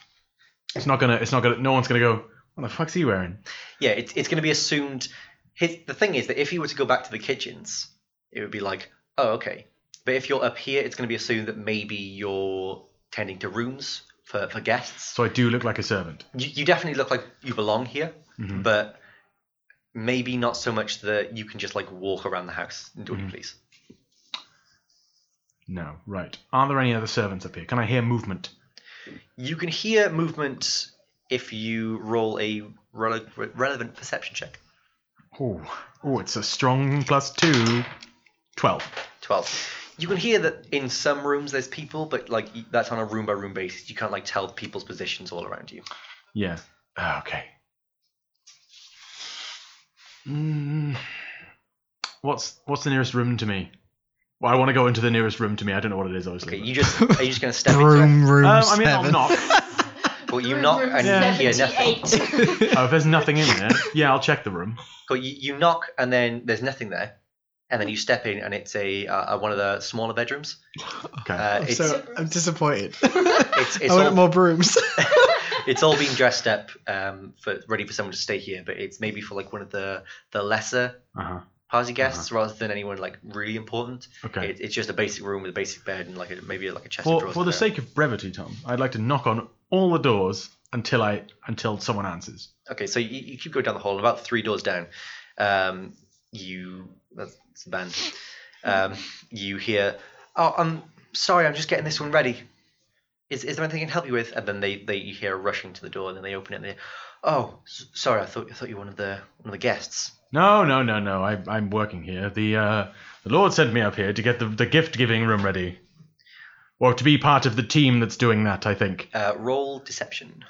It's not gonna. It's not gonna. No one's gonna go. What the fuck's he wearing?
Yeah, it's it's going to be assumed. His, the thing is that if he were to go back to the kitchens, it would be like, oh, okay, But if you're up here, it's going to be assumed that maybe you're tending to rooms for, for guests.
So I do look like a servant. Mm-hmm.
You, you definitely look like you belong here,
Hmm.
but maybe not so much that you can just like walk around the house and do what you please.
No, right. Are there any other servants up here? Can I hear movement?
You can hear movement if you roll a rele- re- relevant perception check.
Oh, oh, it's a strong plus two. Twelve.
12. You can hear that in some rooms there's people, but like y- that's on a room by room basis. You can't like tell people's positions all around you.
Yeah. Ah, Okay. Mm. What's what's the nearest room to me? Well, I want to go into the nearest room to me. I don't know what it is, obviously.
Okay,
but-
you just are you just
[laughs]
gonna step into
Broom room
Um, I mean, I'll
seven.
knock.
[laughs]
it? Well, you knock and
Yeah.
you hear nothing. [laughs]
[laughs]
oh, if there's nothing in there, yeah, I'll check the room.
But you, you knock and then there's nothing there, and then you step in and it's a uh, uh, one of the smaller bedrooms.
Okay.
Uh,
I'm
it's,
Oh, so I'm
[laughs]
disappointed.
it's it's
I want
all
more brooms. [laughs]
it's all been dressed up um, for ready for someone to stay here, but it's maybe for like one of the the lesser
uh-huh.
party guests rather than anyone like really important.
Okay.
It, it's just a basic room with a basic bed and like a, maybe like a chest of
For,
drawers.
for the
there.
sake of brevity, Tom, I'd like to knock on all the doors until I until someone answers.
Okay, so you, you keep going down the hall, and about three doors down, um, you that's it's the band. Um, you hear, "Oh, I'm sorry, I'm just getting this one ready. Is, is there anything I can help you with?" And then they, they you hear rushing to the door, and then they open it. and they, "Oh, s- sorry, I thought I thought you were one of the one of the guests."
No, no, no, no. I, I'm working here. The uh, the Lord sent me up here to get the, the gift giving room ready, or to be part of the team that's doing that. I think
Uh, roll deception.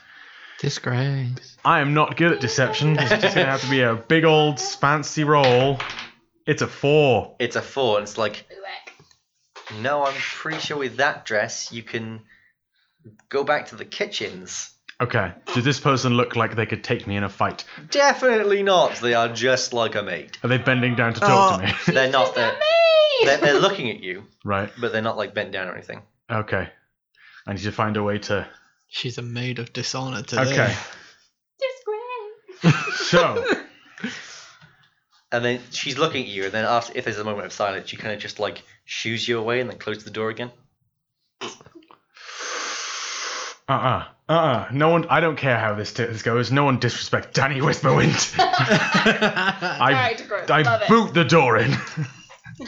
Disgrace.
I am not good at deception. It's just gonna have to be a big old fancy roll. It's a four.
It's a four, and it's like, no, I'm pretty sure with that dress you can go back to the kitchens.
Okay. Does this person look like they could take me in a fight?
Definitely not. They are just like a maid.
Are they bending down to talk to me?
They're not. They're, they're,
[laughs]
they're looking at you.
[laughs] right.
but they're not like bent down or anything.
Okay. I need to find a way to.
She's a maid of dishonor today.
Okay.
[laughs]
[laughs] So
And then she's looking at you, and then after, if there's a moment of silence, you kind of just like shoos you away and then close the door again.
Uh uh-uh, uh. No one. I don't care how this, t- this goes. No one disrespect Danny Whisperwind. [laughs] I,
Character growth. Love
I
it. [laughs]
boot the door in.
[laughs]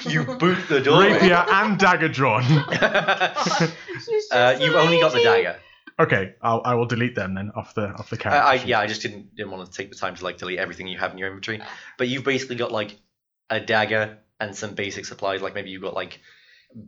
You boot the door. in.
Rapier and dagger
[laughs]
drawn. [laughs]
uh, you've only got the dagger.
Okay, I'll, I will delete them then off the off the
I,
character.
I,
sheet.
yeah, I just didn't didn't want to take the time to like delete everything you have in your inventory. But you've basically got like a dagger and some basic supplies. Like maybe you've got like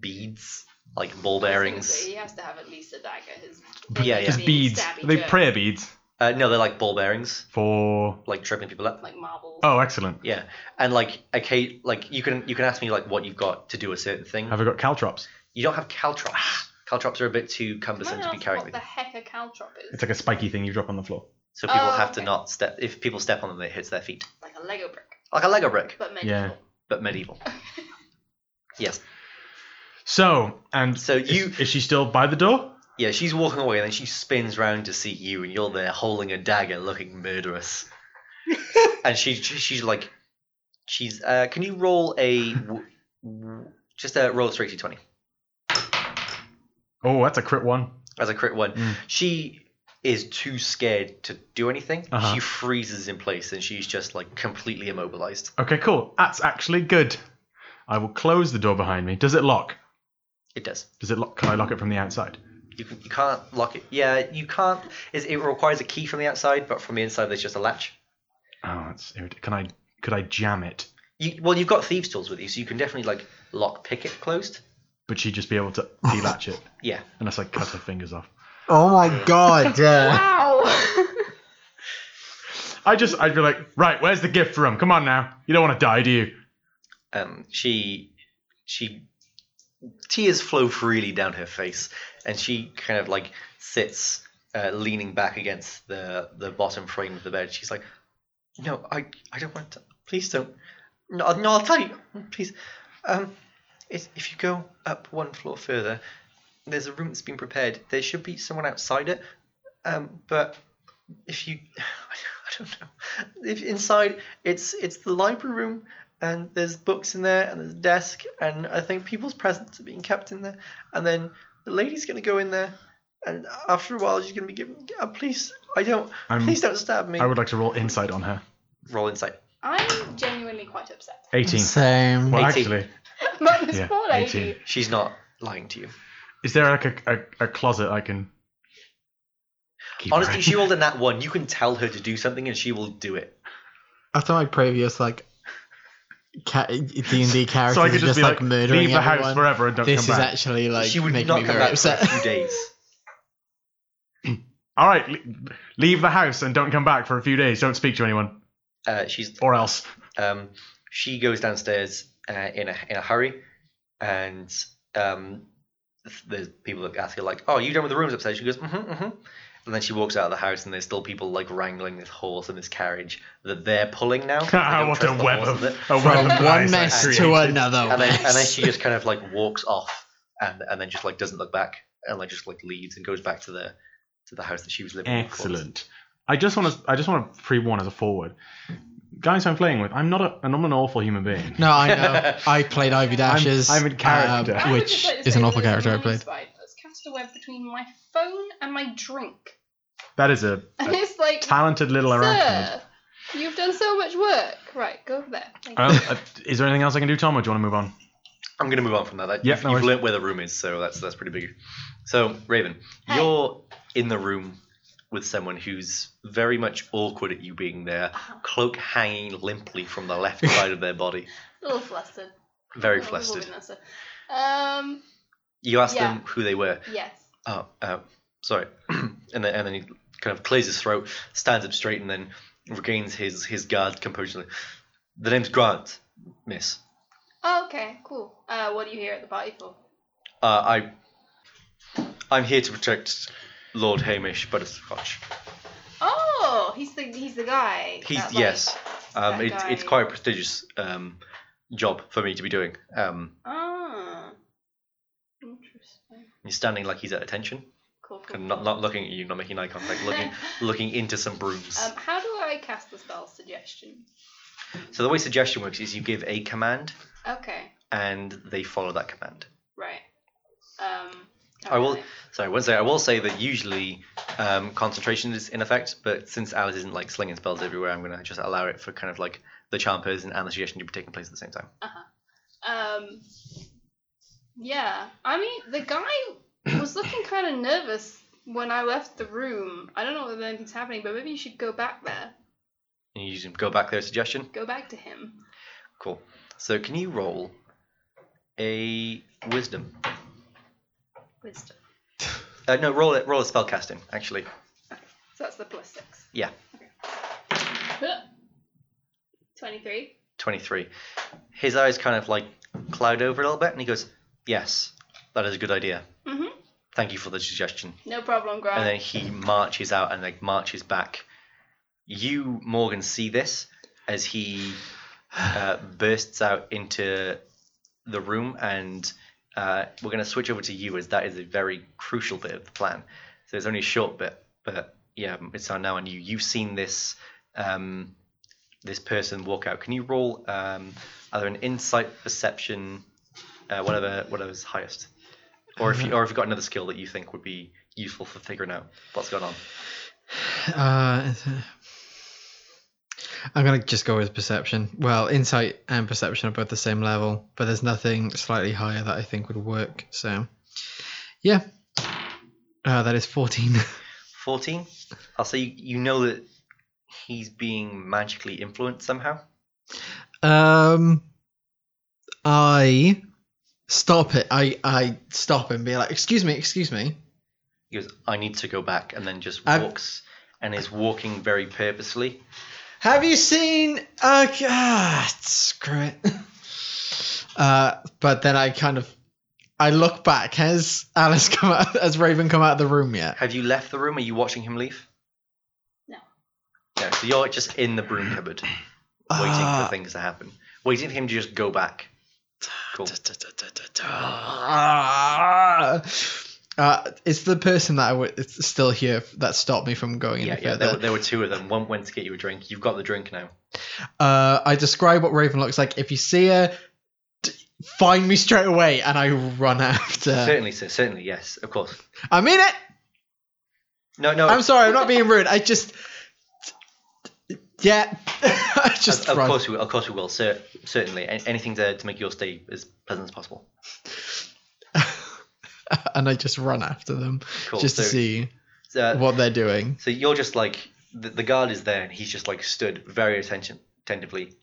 beads, like ball bearings.
He has to have at least a dagger. His
Yeah, yeah.
Just beads.
Stabby
Are they
jerk.
prayer beads
Uh, no, they're like ball bearings,
for.
like tripping people up.
like marbles.
Oh, excellent.
Yeah, and like okay, like you can you can ask me like what you've got to do a certain thing.
Have I got caltrops?
You don't have caltrops. caltrops are a bit too cumbersome to be carrying with.
what the heck a caltrop is?
It's like a spiky thing you drop on the floor.
So people
Oh,
have to
okay.
not step. If people step on them, it hits their feet.
like a Lego brick,
Like a Lego brick,
but made
Yeah.
yeah.
but medieval. yes.
So and
So
is-
you-
is, she still by the door?
Yeah, she's walking away and then she spins round to see you, and you're there holding a dagger, looking murderous. and she she's like, she's. Uh, can you roll a w- w- just a roll straight to twenty
Oh, that's a crit one.
as a crit one?
Mm.
She is too scared to do anything.
Uh-huh.
She freezes in place and she's just like completely immobilized.
Okay, cool. That's actually good. I will close the door behind me. Does it lock?
It does.
Does it lock? Can I lock it from the outside?
You, can, you can't lock it. Yeah, you can't. Is it requires a key from the outside, but from the inside there's just a latch.
Oh, that's irritating. Can I? Could I jam it?
You, well, you've got thieves' tools with you, so you can definitely like lock pick it closed.
But she'd just be able to delatch it
[laughs] Yeah.
unless I cut her fingers off.
oh my god,
Uh.
yeah.
Wow.
I just, I'd be like, right, where's the gift room? Come on now. You don't want to die, do you?
Um. She, she, tears flow freely down her face, and she kind of like sits, uh, leaning back against the the bottom frame of the bed. She's like, "No, I, I don't want to. Please don't. No, no, I'll tell you. Please. Um, if, if you go up one floor further, there's a room that's been prepared. There should be someone outside it. Um, but [sighs] if you, I don't know. If inside, it's it's the library room, and there's books in there, and there's a desk, and I think people's presents are being kept in there. And then the lady's gonna go in there, and after a while she's gonna be given. Uh, please, I don't.
I'm,
Please don't stab me.
Um, I would like to roll insight on her.
Roll insight.
[laughs] I'm genuinely quite upset [laughs]
18.
Same.
Well,
18.
actually,
about this
Yeah,
poor lady.
18.
She's not lying to you.
is there like a, a, a closet I can? Keep her
Honestly,
in? [laughs]
she rolled a nat one. You can tell her to do something, and she will do it.
After my previous like ca- D&D characters
so I could
are
just, be like,
murdering
leave the
everyone.
house forever and don't
this
come
is
back.
actually like
she would
making
not
me
come
very
back
upset.
for a few days.
All right, le- leave the house and don't come back for a few days. Don't speak to anyone,
Uh, she's
or else. [laughs]
um, she goes downstairs uh, in a in a hurry, and um, th- there's people that ask her like, "Oh, you done with the rooms upstairs?" She goes, "Mm-hmm, mm-hmm." And then she walks out of the house, and there's still people like wrangling this horse and this carriage that they're pulling
[laughs]
now. They don't
what a
trust the
web
horse
of
and it.
a
From
web of
one
lies I
mess to
created.
another
And then, and then
mess.
[laughs]
she just kind of like walks off, and and then just like doesn't look back, and like just like leaves and goes back to the to the house that she was living. in, of course.
Excellent. I just want to. I just want to pre-warn as a forward. Guys, I'm playing with. I'm not a. I'm not an awful
[laughs]
human being.
No, I know. I played Ivy Dashes.
I'm in
[laughs]
character.
um,
I would just
which
like to
is
say
an
that
awful
there's
character I
mind
played.
spy that's cast a web between my phone and my drink. [laughs]
That is a,
And
a
it's like,
talented little arachnid.
sir, you've done so much work. Right, go over there. Thank you.
Um, uh, is there anything else I can do, Tom, or do you want to move on?
I'm gonna move on from that. that
Yeah,
you've,
no
you've
worries.
learnt where the room is, so that's that's pretty big. So Raven,
Hey.
you're in the room with someone who's very much awkward at you being there,
Ah,
cloak hanging limply from the
[laughs]
left side of their body,
a little flustered.
very
Oh,
flustered.
woman, that's a- Um,
You ask
Yeah.
them who they were.
yes.
Oh, uh, sorry. [clears throat] and then and then he kind of clears his throat, stands up straight, and then regains his his guard composure. The name's Grant, Miss.
Oh, Okay, cool. Uh, what are you here at the party for?
Uh, I I'm here to protect Lord Hamish Butterscotch.
Oh, he's the he's the guy.
He's
that, like-
yes. Um,
that
it's it's
guy-
quite a prestigious um, job for me to be doing. Um,
Ah, interesting.
he's standing like he's at attention,
Cool. cool,
and not
cool.
not looking at you, not making eye
[laughs]
contact, looking looking into some brooms.
Um, how do I cast the spell suggestion?
so the way suggestion works is you give a command
Okay,
and they follow that command.
right. Um,
I will.
alright.
Sorry, one second. I will say that usually um, concentration is in effect, but since ours isn't like slinging spells everywhere, I'm gonna just allow it for kind of like the charm person and the suggestion to be taking place at the same time.
Um, yeah. I mean, the guy was looking kind of nervous when I left the room. I don't know whether anything's happening, but maybe you should go back there.
And you just go back there, suggestion.
Go back to him.
Cool. So can you roll a wisdom?
Wisdom.
Uh, no, roll it. Roll a spell casting. Actually,
So that's the plus six.
Yeah.
Okay. Twenty-three.
twenty-three. His eyes kind of like cloud over a little bit, and he goes, "Yes, that is a good idea.
Mhm.
Thank you for the suggestion."
No problem, Grant.
And then he marches out and like marches back. You, Morgan, see this as he uh, bursts out into the room, and uh, we're going to switch over to you as that is a very crucial bit of the plan. So it's only a short bit, but yeah, it's on now on you. You've seen this um, this person walk out. Can you roll um, either an insight, perception, uh, whatever whatever's highest, or if you, or if you've got another skill that you think would be useful for figuring out what's going on.
Uh, I'm gonna just go with perception. Well, insight and perception are both the same level, but there's nothing slightly higher that I think would work. So, yeah, uh, that is 14.
14 i'll say you, you know that he's being magically influenced somehow
[laughs] um, I stop it. I I stop and be like, excuse me, excuse me.
he goes i need to go back and then just
I've-
walks and is walking very purposely
Have you seen? Uh, ah, screw
[laughs]
it. Uh, but then I kind of, I look back. Has
[laughs]
Alice come out? Has Raven come out of the room yet?
have you left the room are you watching him leave
No.
no so you're just in the broom cupboard waiting
Ah.
for things to happen waiting for him to just go back cool
Ah.
Uh, it's the person that I w- it's still here that stopped me from going
Yeah,
any
yeah.
further.
There were, there were two of them. One went to get you a drink. You've got the drink now.
Uh, I describe what Raven looks like. If you see her, d- find me straight away, and I run [laughs] after.
certainly, sir. Certainly, yes. Of course.
I mean it.
No, no.
I'm sorry. I'm not being rude. I just, yeah, [laughs] I just
of, of
run.
course, we, of course we will. Cer- certainly, An- anything to, to make your stay as pleasant as possible.
and I just run after them
Cool.
just to
so,
see
uh,
what they're doing.
so you're just like the, the guard is there, and he's just like stood very attention attentively,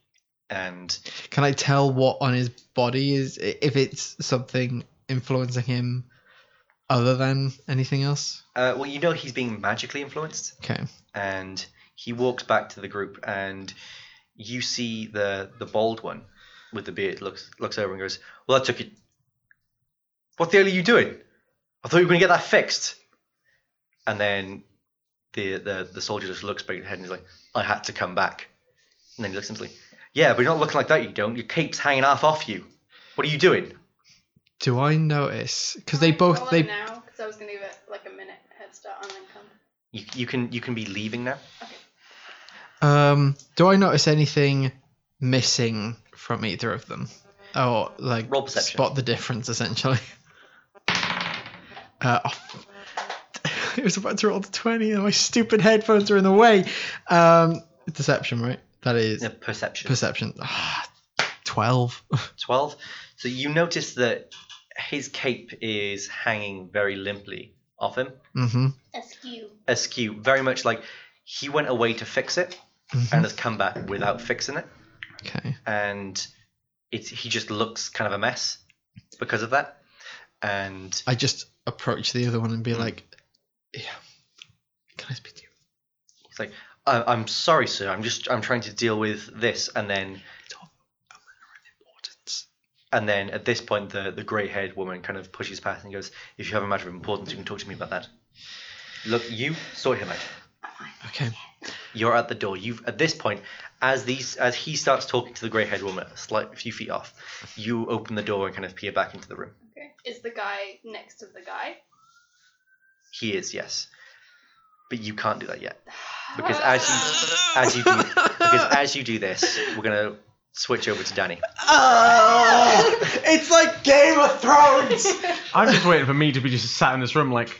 and
Can I tell what on his body is if it's something influencing him other than anything else?
uh, well, you know he's being magically influenced.
Okay.
and he walks back to the group and you see the the bald one with the beard looks looks over and goes well that took you what the hell are you doing i thought you were going to get that fixed and then the, the the soldier just looks back at his head and he's like i had to come back and then he looks at him and he's like yeah but you're not looking like that you don't your cape's hanging half off you what are you doing
Do I notice? Because
Can
they
I
both
roll
they
it now because I was gonna give it like a minute head start and then come.
you, you can you can be leaving now
um. Do I notice anything missing from either of them? Or like
Roll perception.
spot the difference essentially. Uh, oh. [laughs] it was about to roll the twenty, and my stupid headphones are in the way. Um, deception, right? That is
Yeah, perception
perception. Ah, Twelve. [laughs]
12. So you notice that his cape is hanging very limply off him,
Mm-hmm.
Askew.
askew, very much like he went away to fix it and has come back without fixing it.
Okay.
And it's, he just looks kind of a mess because of that. And
I just approach the other one and be
Mm.
like, "Yeah, can I speak to you?"
he's like, I- I'm sorry, sir. I'm just I'm trying to deal with this. And then
Importance.
and then at this point, the, the grey haired woman kind of pushes past and goes, If you have a matter of importance, you can talk to me about that. Look, you sort him out.
Okay.
you're at the door. You've at this point, as these as he starts talking to the grey haired woman, a slight few feet off, you open the door and kind of peer back into the room.
Okay. Is the guy next to the guy?
He is yes, but you can't do that yet because
Ah.
as you as you do,
Ah.
because as you do this, we're gonna switch over to Danny.
Oh, it's like Game of [laughs] Thrones.
I'm just waiting for me to be just sat in this room like,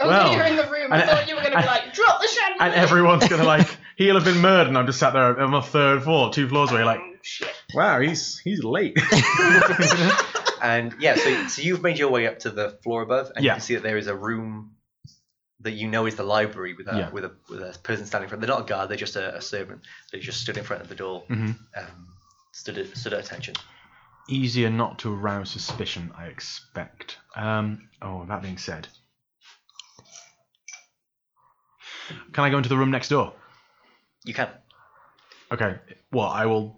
Oh,
Well,
you're in the room.
and-
I thought you were gonna be
and-
like, drop the chandelier.
and everyone's gonna like, [laughs] he'll have been murdered, and I'm just sat there on the third floor, two floors away, like,
Oh, shit.
wow, he's he's late.
[laughs] And yeah, so so you've made your way up to the floor above, and
Yeah.
you can see that there is a room that you know is the library with a
Yeah.
with a with a person standing in front. They're not a guard; they're just a, a servant. They just stood in front of the door,
Mhm.
um, stood at, stood at attention.
Easier not to arouse suspicion, I expect. Um, oh, that being said, can I go into the room next door?
You can.
Okay. Well, I will.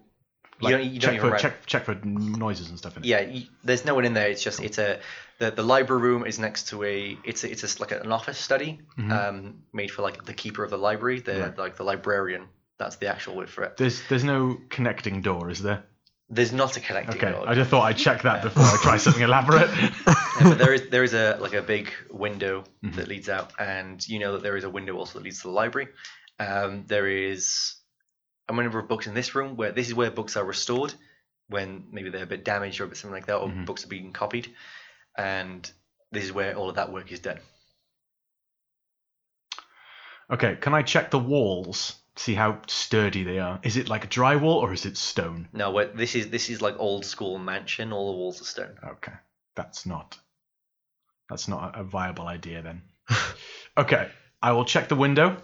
You don't- you don't
check
even
for
run.
check check for noises and stuff in it.
yeah y there's no one in there it's just it's a the, the library room is next to a it's a, it's just like an office study
Mhm.
um made for like the keeper of the library the
Right.
like the librarian that's the actual word for it
There's there's no connecting door, is there?
there's not a connecting
Okay.
door
I just thought I'd check that before I try something elaborate. [laughs]
Yeah, but there is there is a like a big window
Mhm.
that leads out and you know that there is a window also that leads to the library um there is a number of books in this room where this is where books are restored when maybe they're a bit damaged or a bit something like that or
Mhm.
books are being copied and this is where all of that work is done
okay. Can I check the walls? See how sturdy they are. Is it like drywall or is it stone?
No, wait, this is this is like old school mansion. All the walls are stone.
Okay. That's not. That's not a a viable idea then. [laughs] okay. I will check the window.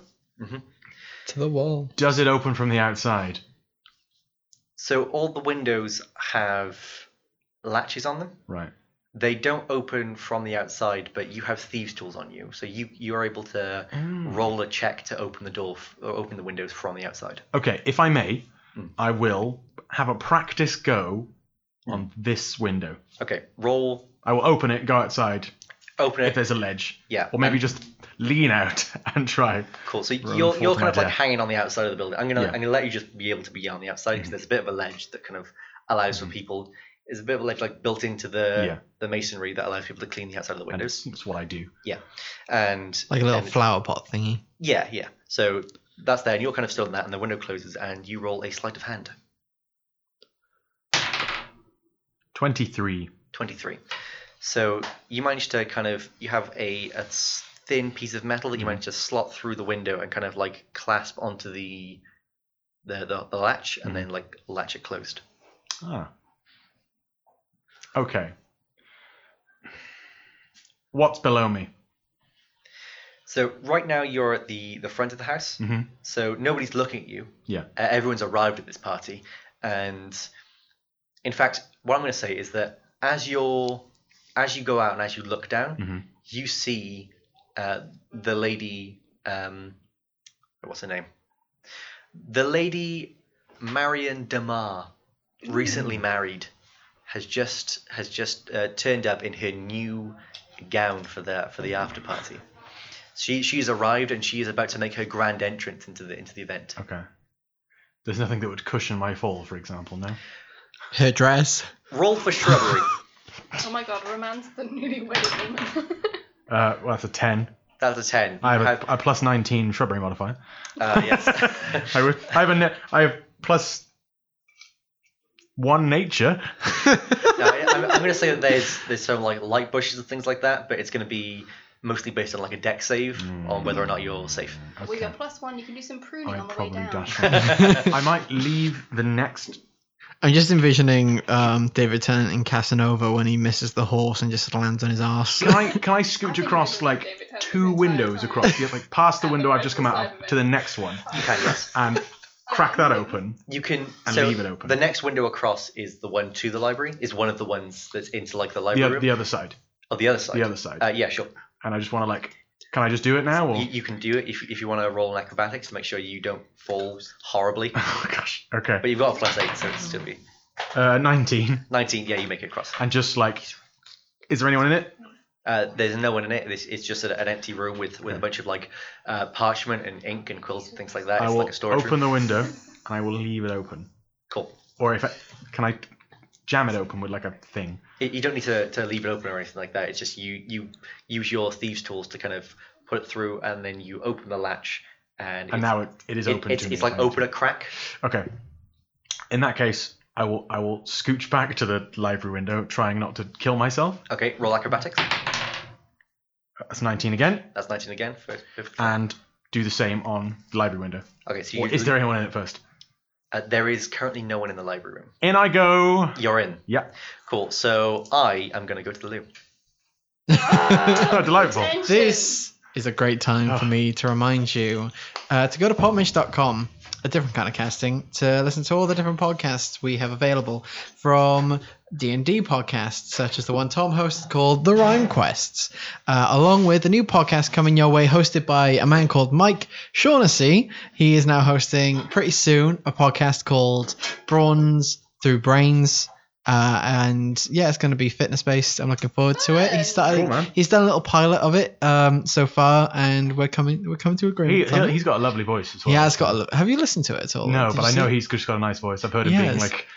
to the wall.
Does it open from the outside?
So all the windows have latches on them.
Right.
They don't open from the outside, but you have thieves' tools on you, so you you are able to
Hmm. Mm.
roll a check to open the door f- or open the windows from the outside.
Okay, if I may,
Mm.
I will have a practice go on this window.
Okay, roll,
I will open it, go outside
open
if
it.
there's a ledge,
Yeah,
or maybe just lean out [laughs] and try.
cool. So
roll
you're
and
you're
fall
kind
to my
of like
death.
hanging on the outside of the building. I'm gonna
Yeah. Mm-hmm.
I'm gonna let you just be able to be on the outside because there's a bit of a ledge that kind of allows for people is a bit of like like built into the the masonry that allows people to clean the outside of the
and
windows.
it's, it's what I do.
And
Like a little
and-
flower pot thingy.
Yeah, yeah. So that's there, and you're kind of still in that, and the window closes, and you roll a sleight of hand.
23.
23. So you manage to kind of you have a, a s- thin piece of metal that you
Hmm.
Mhm.
manage to slot through the window and kind of like clasp onto the the, the, the latch
Hmm.
and
Mhm.
then like latch it closed.
Ah. Okay. What's below me?
So right now you're at the the front of the house.
Mm-hmm.
Mhm.
So nobody's looking at you.
Yeah.
Uh, everyone's arrived at this party, and in fact, what I'm going to say is that as you're as you go out and as you look down,
Mhm.
you see uh, the lady. Um, what's her name? The lady Marion Damar, recently married, has just has just uh, turned up in her new gown for the for the after party. She she's arrived and she is about to make her grand entrance into the into the event.
Okay. There's nothing that would cushion my fall, for example, no?
Her [laughs] dress.
Roll for
[laughs]
shrubbery.
Oh my god, romance the newlywed woman. [laughs]
Uh, well, that's a 10.
That's a ten.
I
You
have a, a plus 19 shrubbery modifier.
uh, yes. [laughs]
[laughs] I, would, I have a ne- I have plus one nature. [laughs]
No, I, I'm, I'm going to say that there's there's some like light bushes and things like that, but it's going to be mostly based on like a deck save
Mm.
on whether or not you're safe.
We
Okay.
got plus one. You can do some pruning
I
on the way
probably
down.
dash. one.
yeah,
I might leave the next.
I'm just envisioning um, David Tennant in Casanova when he misses the horse and just lands on his [laughs] ass.
Can I can
[laughs]
I
I
scooch
think
across
we're
like
doing David Tennant
two
this
windows
entire
across? Yeah, like
[laughs]
past the
At the
window I've
right
just come out
side
of
of
to the next one
time.
[laughs]
you can
[laughs]
yes.
and crack that open. [laughs]
You can
And
so
leave it open.
The next window across is the one to the library. Is one of the ones that's into like the
The,
library
oth-
room
the other side.
or the other side.
The other side.
Uh, yeah, sure.
and I just want to like, can I just do it now? Or
You, you can do it if, if you want to roll an acrobatics to make sure you don't fall horribly.
[laughs] oh gosh. Okay.
But you've got a plus eight, so it's still be
Uh, 19.
nineteen. Yeah, you make it across.
And just like, is there anyone in it?
Uh, there's no one in it. It's, it's just a, an empty room with, with a
Okay.
bunch of like uh, parchment and ink and quills and things like that.
I
It's
will
like a storage
open
room.
the window and I will leave it open.
Cool.
Or if I can I jam it open with like a thing.
You- You don't need to, to leave it open or anything like that. It's just you you use your thieves tools to kind of put it through, and then you open the latch, and,
And
it's,
now it, it is
it-
open
it's,
to me.
it's like
Thank
open
you.
a crack.
Okay. In that case, I will I will scooch back to the library window, trying not to kill myself.
Okay, roll acrobatics.
That's 19 again,
That's nineteen again. For, for-
and do the same on the library window.
okay, so you,
Or Uh, is there anyone in it first?
uh, there is currently no one in the library room.
In I go.
You're in.
Yeah.
Cool. So I am gonna go to the loo.
Oh, delightful.
Attention.
This is a great time for
Ugh.
me to remind you uh, to go to potmish.com, a different kind of casting, to listen to all the different podcasts we have available from D&D podcasts, such as the one Tom hosts called The Rhyme Quests, uh, along with a new podcast coming your way hosted by a man called Mike Shaughnessy. He is now hosting, pretty soon, a podcast called Bronze Through Brains. Uh, and yeah, it's going to be fitness based. I'm looking forward to it. He started
Cool, man.
He's done a little pilot of it um, so far, and we're coming we're coming to
He,
agreement.
he, he's got a lovely voice as well.
he has got. A, lo- have you listened to it at all?
No,
Did
but
you
I know
see-
he's just got a nice voice. I've heard him being
Yes.
like,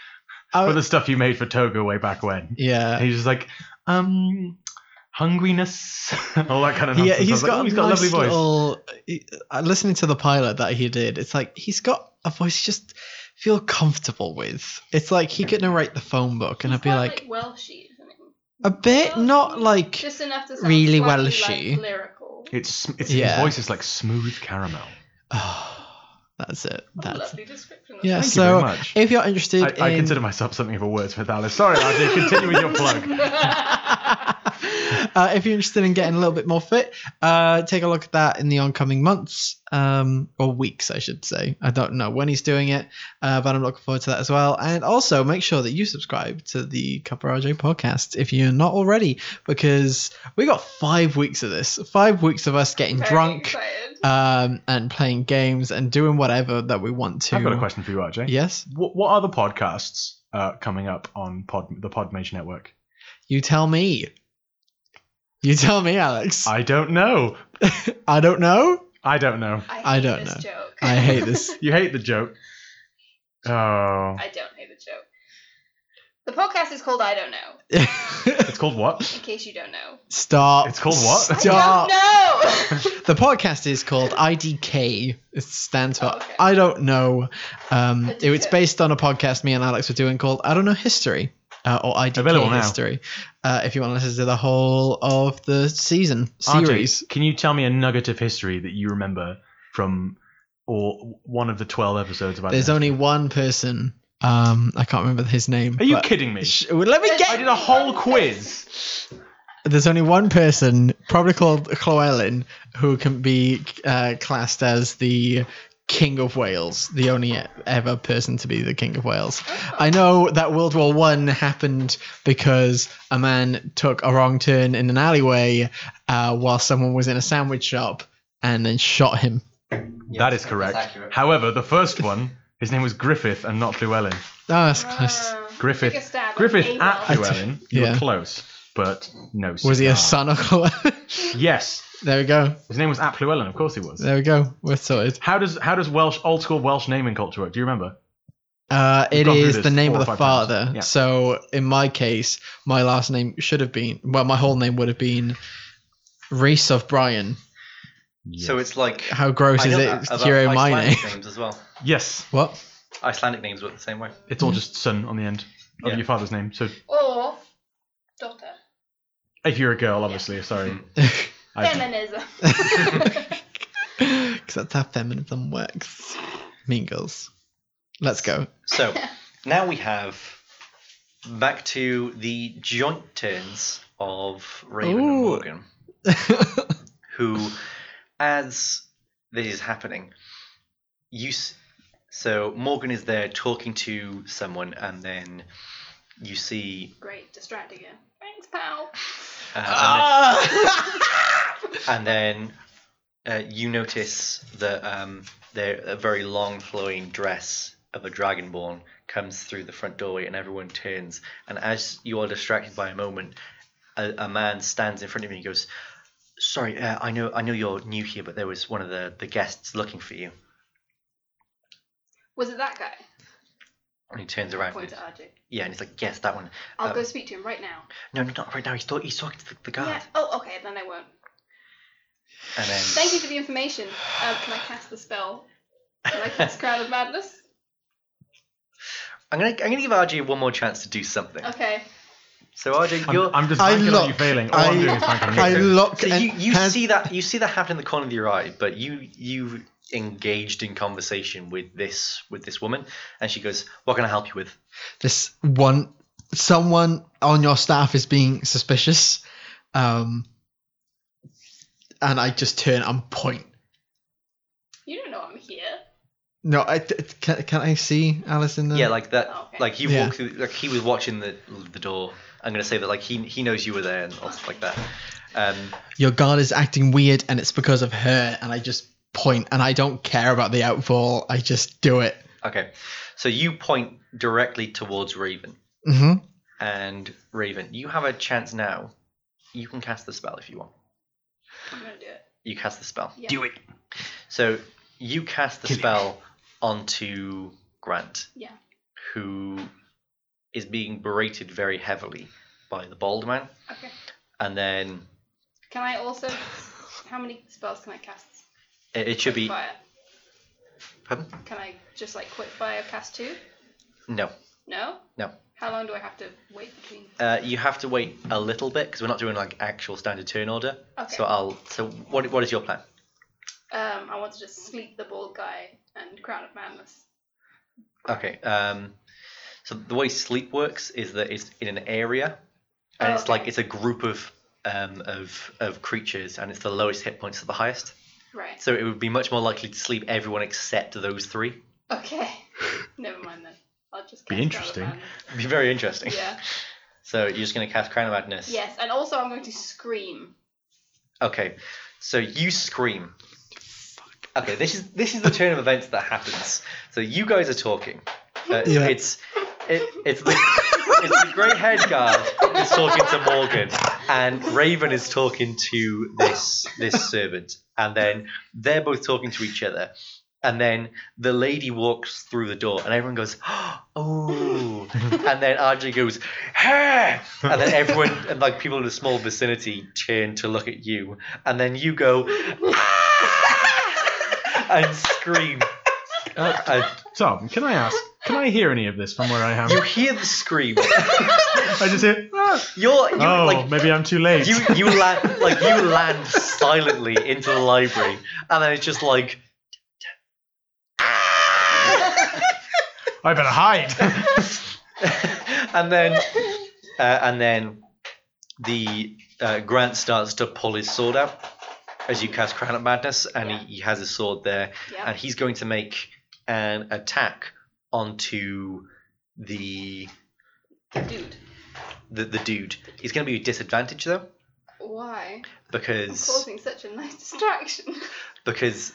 I-
for the stuff you made for Togo way back when.
Oh. Yeah,
he's just like, um, hungriness, [laughs] all that kind of
he,
nonsense. I
he's
was like,
got.
oh,
a
he's got
nice
a lovely voice.
Little, he- uh, listening to the pilot that he did, it's like he's got a voice you just feel comfortable with. It's like he could narrate the phone book, and
He's
I'd be
quite,
like,
Welshy, isn't it?
a bit
Welsh,
not like. [sighs]
Just enough to sound
really
slightly,
Welshy.
Like, lyrical.
It's it's his
Yeah.
voice is like smooth caramel.
that's it.
What a
That's
lovely description. of
yeah.
Thank you
so
very much.
if you're interested,
I, I
in-
consider myself something of a wordsmith, Alice. Sorry, RJ, continue
[laughs]
with your plug.
[laughs]
uh, if you're interested in getting a little bit more fit, uh, take a look at that in the oncoming months um, or weeks, I should say. I don't know when he's doing it, uh, but I'm looking forward to that as well. And also make sure that you subscribe to the Copper RJ podcast if you're not already, because we got five weeks of this, five weeks of us getting
Very
drunk
excited.
um, and playing games and doing whatever that we want to.
I've got a question for you, RJ.
Yes,
What, what other podcasts uh, coming up on Pod, the Podmage Network?
you tell me. You tell me, Alex.
I don't know.
I don't know.
I don't know.
I, hate
I don't
this
know.
Joke.
I hate this. [laughs]
You hate the joke.
[laughs]
Oh.
I don't hate the joke. The podcast is called I Don't Know,
It's called what?
in case you don't
[laughs]
know.
Stop.
It's called what?
Stop.
I don't
[laughs]
know! [laughs]
The podcast is called IDK. It stands for
Oh, okay.
I don't know. Um, it- it's
IDK.
based on a podcast me and Alex were doing called I don't know history uh, or IDK
Available now.
history. Uh, if you want to listen to the whole of the season series,
RJ, can you tell me a nugget of history that you remember from or one of the 12 episodes about
there's
this?
only one person. Um, I can't remember his name.
Are you
but-
kidding me?
Sh- let me
There's-
get.
I did a whole quiz.
There's only one person, probably called Llewellyn, who can be uh, classed as the King of Wales, the only e- ever person to be the King of Wales. I know that World War One happened because a man took a wrong turn in an alleyway uh, while someone was in a sandwich shop and then shot him.
that is correct. However, the first one, his name was Griffith and not Llewellyn.
Oh, that's close.
Uh,
Griffith-
take a stab at
Griffith
Abel.
at Llewellyn. You
Yeah.
were close, but no.
Was he a
cigar.
son [laughs] of Llewellyn?
Yes.
there we go.
His name was Ap Llewellyn. Of course he was.
There we go. We're sorted.
How does how does Welsh old school Welsh naming culture work? Do you remember?
Uh,
We've
it
gone through
is the
this
name
four
of
or
the
five times.
father.
Yeah.
So in my case, my last name should have been well, my whole name would have been Reese of Brian.
So it's like.
How gross
I
is
know
it
that
to
about
hear my name?
Icelandic [laughs] names as well.
yes,
[laughs] What?
Icelandic names work the same way.
it's
Mm-hmm.
all just son on the end of
Yeah.
your father's name. So
Or daughter.
if you're a girl, obviously, sorry. I, [laughs]
Feminism.
Because that's how feminism works. Mean girls. Let's
[laughs]
go.
So now we have back to the joint turns of Raven and
Ooh.
Morgan, who, as this is happening, you. S- so Morgan is there talking to someone, and then you see.
Great, distract again. Thanks, pal.
Uh,
Ah!
and then, and then, uh, you notice that um, there a very long flowing dress of a dragonborn comes through the front doorway, and everyone turns. And as you are distracted by a moment, a, a man stands in front of you and goes, "Sorry, uh, I know, I know you're new here, but there was one of the, the guests looking for you."
Was it that guy?
And he turns around.
Point
And,
to RJ.
yeah, and he's like, "Yes, that one."
I'll
Um,
go speak to him right now.
No, no, not right now. He's, talk- he's talking to the, the guard.
Yeah. Oh, okay, then I won't.
And then.
Thank you for the information. Um, can I cast the spell? Can I cast
[laughs]
Crown of Madness?
I'm gonna, I'm gonna give RJ one more chance to do something.
Okay.
So RJ, you're.
I'm, I'm just
I
banking on you
look-
failing. All I, am
I-
doing is banking on
[laughs]
you
I
failing.
look
So
and
you, you
has-
see that you see that happen in the corner of your eye, but you you engaged in conversation with this with this woman, and she goes, "What can I help you with?"
this one someone on your staff is being suspicious um and i just turn and point
You don't know I'm here.
no i th- th- can, can i see alice in the
Yeah, like that,
Oh, okay.
like you
Yeah.
walked through, like he was watching the the door. I'm gonna say that like he he knows you were there and all stuff like that. Um,
your guard is acting weird and it's because of her and i just point and i don't care about the outfall i just do it
okay, so you point directly towards Raven,
hmm
and Raven, you have a chance now. You can cast the spell if you want.
I'm gonna do it.
You cast the spell.
Yeah.
Do it. So you cast the spell onto Grant.
Yeah.
Who is being berated very heavily by the bald man.
Okay.
And then
Can I also? How many spells can I cast?
it, it should be.
Fire.
Pardon?
Can I just like quick fire cast two?
No.
No.
No.
How long do I have to wait between?
Uh, you have to wait a little bit because we're not doing like actual standard turn order.
Okay.
So uh, I'll. So what, what is your plan?
Um, I want to just sleep the bald guy and Crown of Madness.
Okay. Um, so the way sleep works is that it's in an area, and
Oh,
it's like
okay.
it's a group of um, of of creatures, and it's the lowest hit points to the highest.
Right.
So it would be much more likely to sleep everyone except those three.
Okay. Never mind then. I'll just.
Be
cast
interesting.
Crown of
It'd be very interesting. [laughs]
Madness. Yeah.
So you're just gonna cast Crown of Madness.
Yes, and also I'm going to scream.
Okay. So you scream. Okay, this is this is the turn of events that happens. So you guys are talking. Uh,
Yeah.
It's it, it's the it's the grey head guard is talking to Morgan, and Raven is talking to this this servant, and then they're both talking to each other, And then the lady walks through the door, and everyone goes, [gasps] "Oh!" and then RJ goes, "Hey!" And then everyone, and like people in the small vicinity, turn to look at you, and then you go, "Ah!" and scream. And
[laughs] Tom, can I ask? Can I hear any of this from where I am?
you hear the scream.
I just hear. "Ah."
You're, [laughs] you
Oh,
like
maybe I'm too late.
you you land like you land silently into the library, and then it's just like [laughs]
I
[laughs]
better hide. [laughs]
and then uh, and then the uh, Grant starts to pull his sword out as you cast Crown of Madness, and he, he has his sword there,
Yeah.
and he's going to make an attack onto the
Dude.
the, the dude. He's going to be a disadvantage though
Why? I'm
because
causing such a nice [laughs] distraction.
because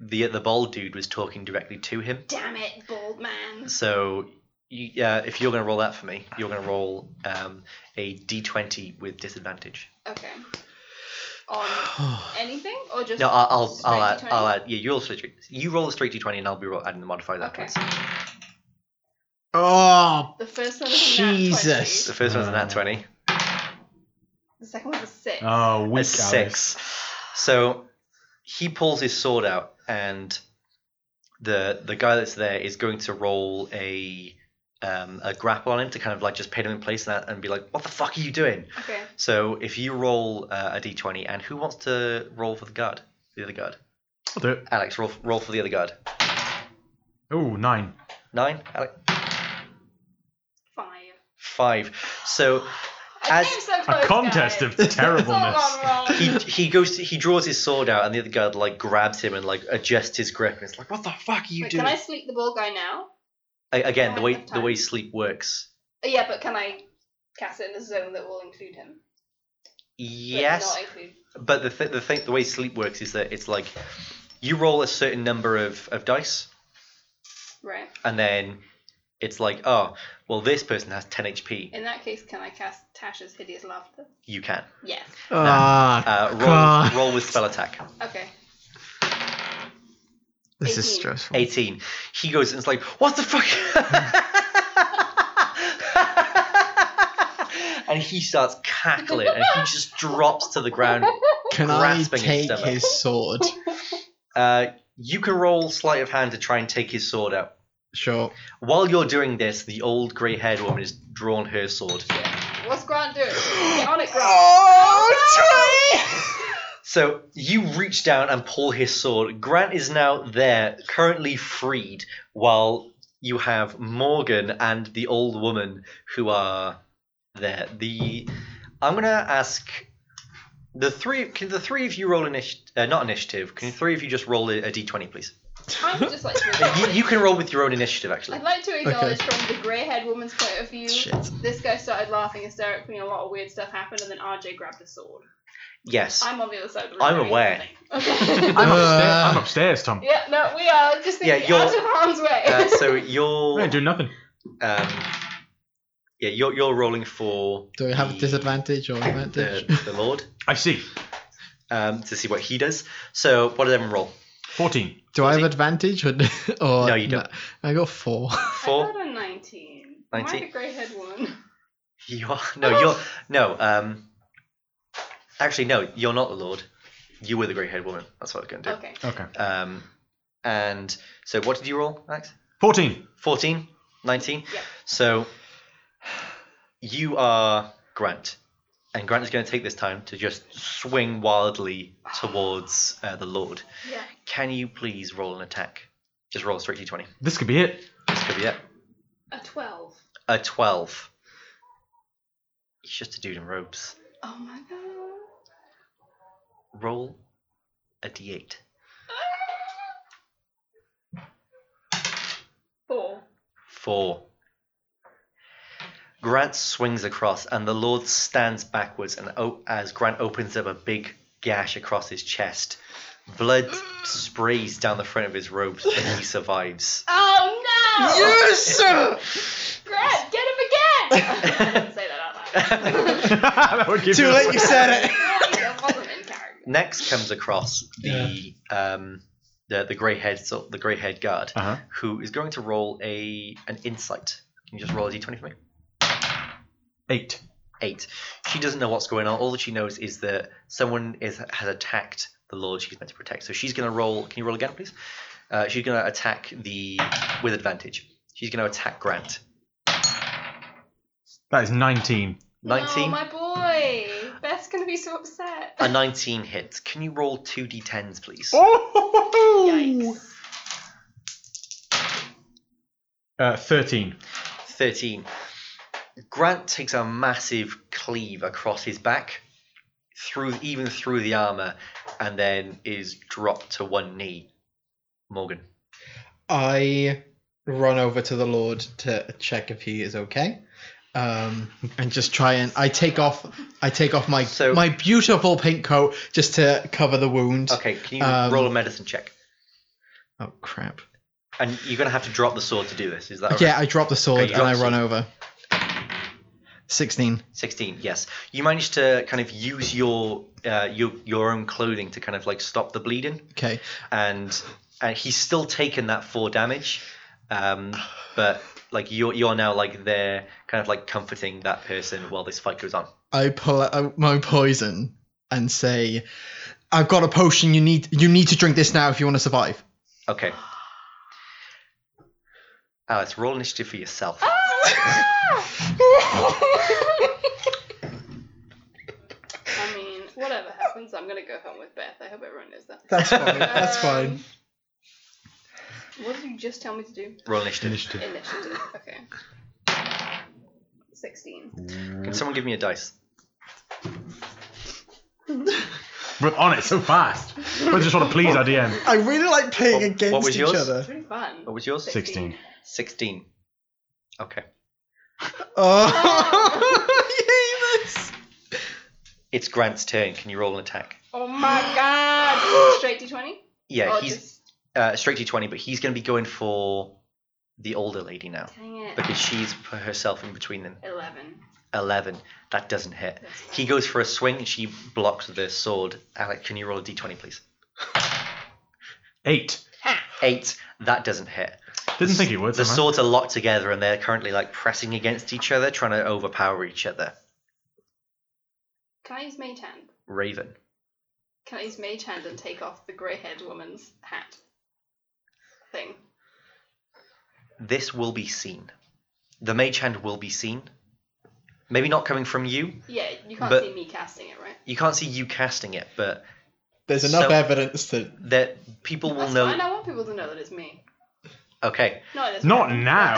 the the bald dude was talking directly to him.
Damn it, bald man.
So, you, uh, if you're going to roll that for me, you're going to roll um, a d20 with disadvantage.
Okay. On anything or just
No, I'll I'll,
straight
I'll, add,
D20?
I'll add. Yeah, you roll straight. You roll a straight d20, and I'll be roll, adding the modifier that
Okay.
twice.
Oh,
The first one is a nat
Jesus.
20.
The first one's a nat 20.
The second one's a six.
A
Oh, weak Alice.
six. So he pulls his sword out, and the the guy that's there is going to roll a um, a grapple on him to kind of like just pin him in place and, that, and be like, "What the fuck are you doing?"
Okay.
So if you roll uh, a d20, and who wants to roll for the guard? The other guard.
I'll do it.
Alex, roll, roll for the other guard.
Oh, nine.
Nine, Alex.
Five.
Five. So
I
As
came so close,
A contest
guys. [laughs]
of
It's all
terribleness.
gone wrong.
he he goes to, he draws his sword out, and the other guard like grabs him and like adjusts his grip, and it's like, what the fuck are [laughs] you
Wait,
doing?
can I sleep the bald guy now?
A- Again, the
I
way
have
the
time?
way sleep works.
Uh, Yeah, but can I cast it in a zone that will include him? but
Yes,
Not include.
but the th- the thing the way sleep works is that it's like you roll a certain number of of dice,
Right.
and then it's like, oh, well, this person has 10 HP.
In that case, can I cast Tasha's hideous laughter?
You can
Yes.
ah,
uh, roll
God.
roll with spell attack.
Okay.
this is [laughs]
18.
stressful.
18. He goes and is like, What the fuck? [laughs] and he starts cackling and he just drops to the
[laughs]
ground.
Can I
grasping his
take
stomach.
his
[laughs]
sword?
Uh, you can roll sleight of hand to try and take his sword out.
Sure.
While you're doing this, the old grey haired woman has drawn her sword.
What's Grant
[gasps]
doing? Get on it, Grant.
Oh,
So you reach down and pull his sword. Grant is now there, currently freed, while you have Morgan and the old woman who are there. The I'm gonna ask the three. Can the three of you roll initiative? Uh, not initiative. Can the three of you just roll a, a d20, please?
I'm
[laughs]
just like.
Uh, You, you can roll with your own initiative, actually.
I'd like to acknowledge from the grey-haired woman's point of view,
Shit.
this guy started laughing hysterically, and a lot of weird stuff happened, and then RJ grabbed a sword.
Yes.
I'm on the other side of the room.
I'm
doing
aware.
nothing.
[laughs]
Okay. [laughs]
I'm upstairs.
Uh,
I'm upstairs, Tom.
yeah, no, we are just
Yeah,
thinking
you're-
out of
[laughs]
harm's way.
Uh, so
I
you're
ain't doing nothing.
um, yeah you're you're rolling for
Do I have
the-
disadvantage or advantage?
the, the lord.
I see.
um, to see what he does. So what did everyone roll? [laughs]
Fourteen.
Do I have advantage
[laughs]
or, or
No, you don't.
I got [laughs] four.
I
Four.
got a 19.
19.
Am I the grey-haired woman?
You are no, you're no. Um, actually, no, you're not the Lord. You were the grey-haired woman. That's what I was going to do.
Okay.
Okay.
Um, and so what did you roll, Alex?
Fourteen.
14? 19?
Yeah.
So you are Grant, and Grant is going to take this time to just swing wildly towards uh, the Lord.
Yeah.
Can you please roll an attack? Just roll a straight d20.
This could be it. [laughs]
This could be it.
A 12.
A 12. He's just a dude in robes.
Oh my god.
Roll a d8.
Four.
Four. Grant swings across, and the Lord stands backwards. And o- as Grant opens up a big gash across his chest, blood sprays down the front of his robes, and he survives.
Oh no!
[laughs]
sir!
Grant, get him again! I didn't say that out
[laughs]
loud.
that would give
Too
you-
late, you said it.
Yeah, I wasn't in character.
Next comes across the um, the the grey head so the grey head guard,
Uh-huh.
who is going to roll a an insight. Can you just roll a d20 for me?
Eight.
Eight. She doesn't know what's going on. All that she knows is that someone is has attacked the lord she's meant to protect. So she's going to roll. Can you roll again, please? Uh, she's going to attack the with advantage. She's going to attack Grant.
That is 19.
Oh,
19.
my boy. Beth's gonna be so upset.
A 19 hits. Can you roll two d10s, please?
Oh!
Yikes.
Uh, 13.
13. Grant takes a massive cleave across his back, through even through the armor, and then is dropped to one knee. Morgan.
I run over to the Lord to check if he is okay. Um, and just try and I take off I take off my
So-
my beautiful pink coat just to cover the wound.
Okay, can you
Um,
roll a medicine check?
Oh crap.
And you're gonna have to drop the sword to do this. Is that right?
Yeah, I drop the sword
Okay, you
and I
drop the
run over. 16.
16 yes you managed to kind of use your uh, your your own clothing to kind of like stop the bleeding
Okay.
and and he's still taken that four damage um but like you're you're now like there kind of like comforting that person while this fight goes on
I pull out uh, my poison and say, "I've got a potion. You need you need to drink this now if you want to survive."
okay Alice, roll initiative for yourself.
Ah! I mean, whatever happens, I'm gonna go home with Beth. I hope everyone knows that.
That's [laughs] fine. That's
Um,
fine.
What did you just tell me to do?
Roll initiative.
Initiative.
Initiative. Okay. 16.
Can someone give me a dice?
We're on it so fast. We're just want to please our DM.
I really like playing
What- what
against
was
each
yours?
other.
It's really fun.
What was yours?
Six.
16.
16. Okay.
[laughs] Oh,
It's Grant's turn. Can you roll an attack?
Oh my god! Straight d20?
Yeah,
Or
he's
Oh, just-
uh, straight d20, but he's going to be going for the older lady now
Dang it.
because she's put herself in between them.
11.
11. That doesn't hit.
That's fine.
He goes for a swing and she blocks the sword. Alec, can you roll a d20, please?
8.
8. That doesn't hit.
Didn't think it would.
The
am I?
swords are locked together and they're currently like pressing against each other, trying to overpower each other.
Can I use Mage Hand?
Raven.
Can I use Mage Hand and take off the grey haired woman's hat thing?
This will be seen. The mage hand will be seen. Maybe not coming from you.
Yeah, you can't
But-
see me casting it, right?
You can't see you casting it, but
There's enough
So-
evidence to.
that people will
That's
know.
fine. I want people to know that it's me.
Okay.
Not, this
Not
moment.
[laughs] now.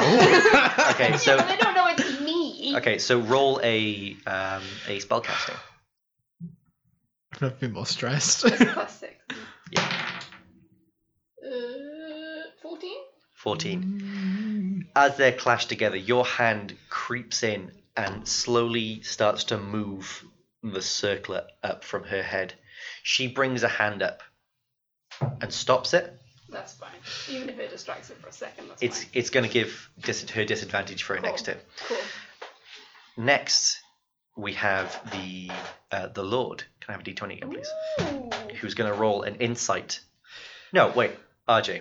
Okay,
[laughs] Yeah,
so
but they don't know it's me. [laughs]
Okay, so roll a um, a spell casting.
[laughs] I've never been more stressed.
It's plus six.
[laughs] Yeah.
Uh, 14?
Fourteen. As they're clashed together, your hand creeps in and slowly starts to move the circlet up from her head. She brings a hand up and stops it.
That's fine. Even if it distracts it for a second, that's
It's
fine.
it's going to give dis- her disadvantage for her next
Cool.
turn.
Cool.
Next, we have the uh, the Lord. Can I have a d20 again, please?
Ooh.
who's going to roll an insight. No, wait, RJ.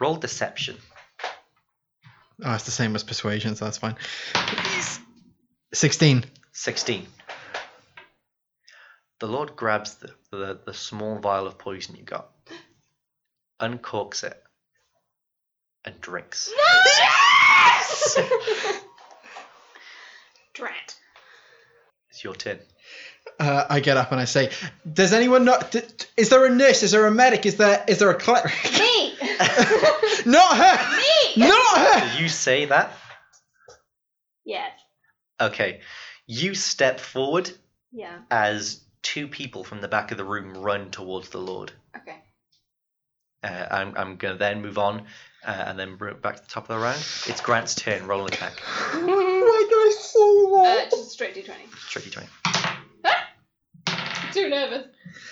Roll deception.
[laughs] Oh, it's the same as persuasion, so that's fine. 16.
16. The Lord grabs the, the, the small vial of poison you got, uncorks it, and drinks.
Drat.
[laughs] It's your turn.
Uh, I get up and I say, "Does anyone not? d- d- is there a nurse? Is there a medic? Is there is there a cleric? [laughs]
Me!
not her!
[laughs]
me!
Not her! [laughs]
Did you say that?
Yes.
Okay. You step forward
Yeah.
as two people from the back of the room run towards the Lord.
Okay.
Uh, I'm, I'm going to then move on uh, and then bring it back to the top of the round. It's Grant's turn. Roll an attack.
Why did I say
Uh,
that?
just a straight d20.
Tricky 20.
Too nervous.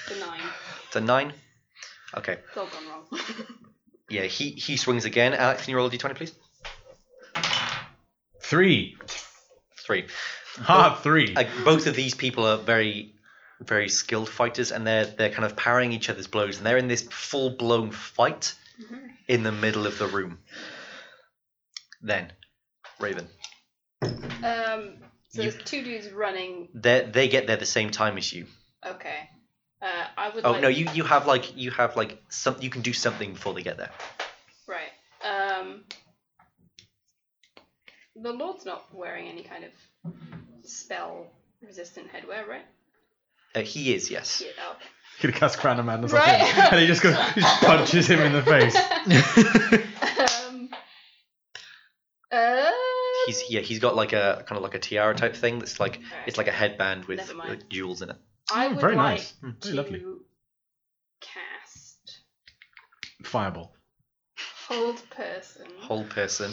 The nine.
It's a 9. Okay.
It's all gone wrong.
Yeah, he, he swings again. Alex, can you roll a d20, please?
3.
3.
Hard 3.
Like, both of these people are very very skilled fighters, and they're they're kind of parrying each other's blows, and they're in this full blown fight
Mm-hmm.
in the middle of the room. Then, Raven,
[laughs] Um, so
You-
there's two dudes running.
they they get there the same time as you.
Okay. Uh, I would.
Oh
like...
no, you you have like you have like some you can do something before they get there.
Right. Um, the Lord's not wearing any kind of spell resistant headwear, right?
Uh, he is yes.
Yeah. Oh.
He could cast Crown of Madness
Right.
on him, and he just goes, he just punches him in
[laughs]
the face.
um, uh,
He's yeah he's got like a kind of like a tiara type thing that's like
alright.
it's like a headband with
Never mind.
like, jewels in it.
uh, I
Oh,
would
very
like
nice. Mm,
to
Very lovely.
cast
Fireball.
hold person
Whole person.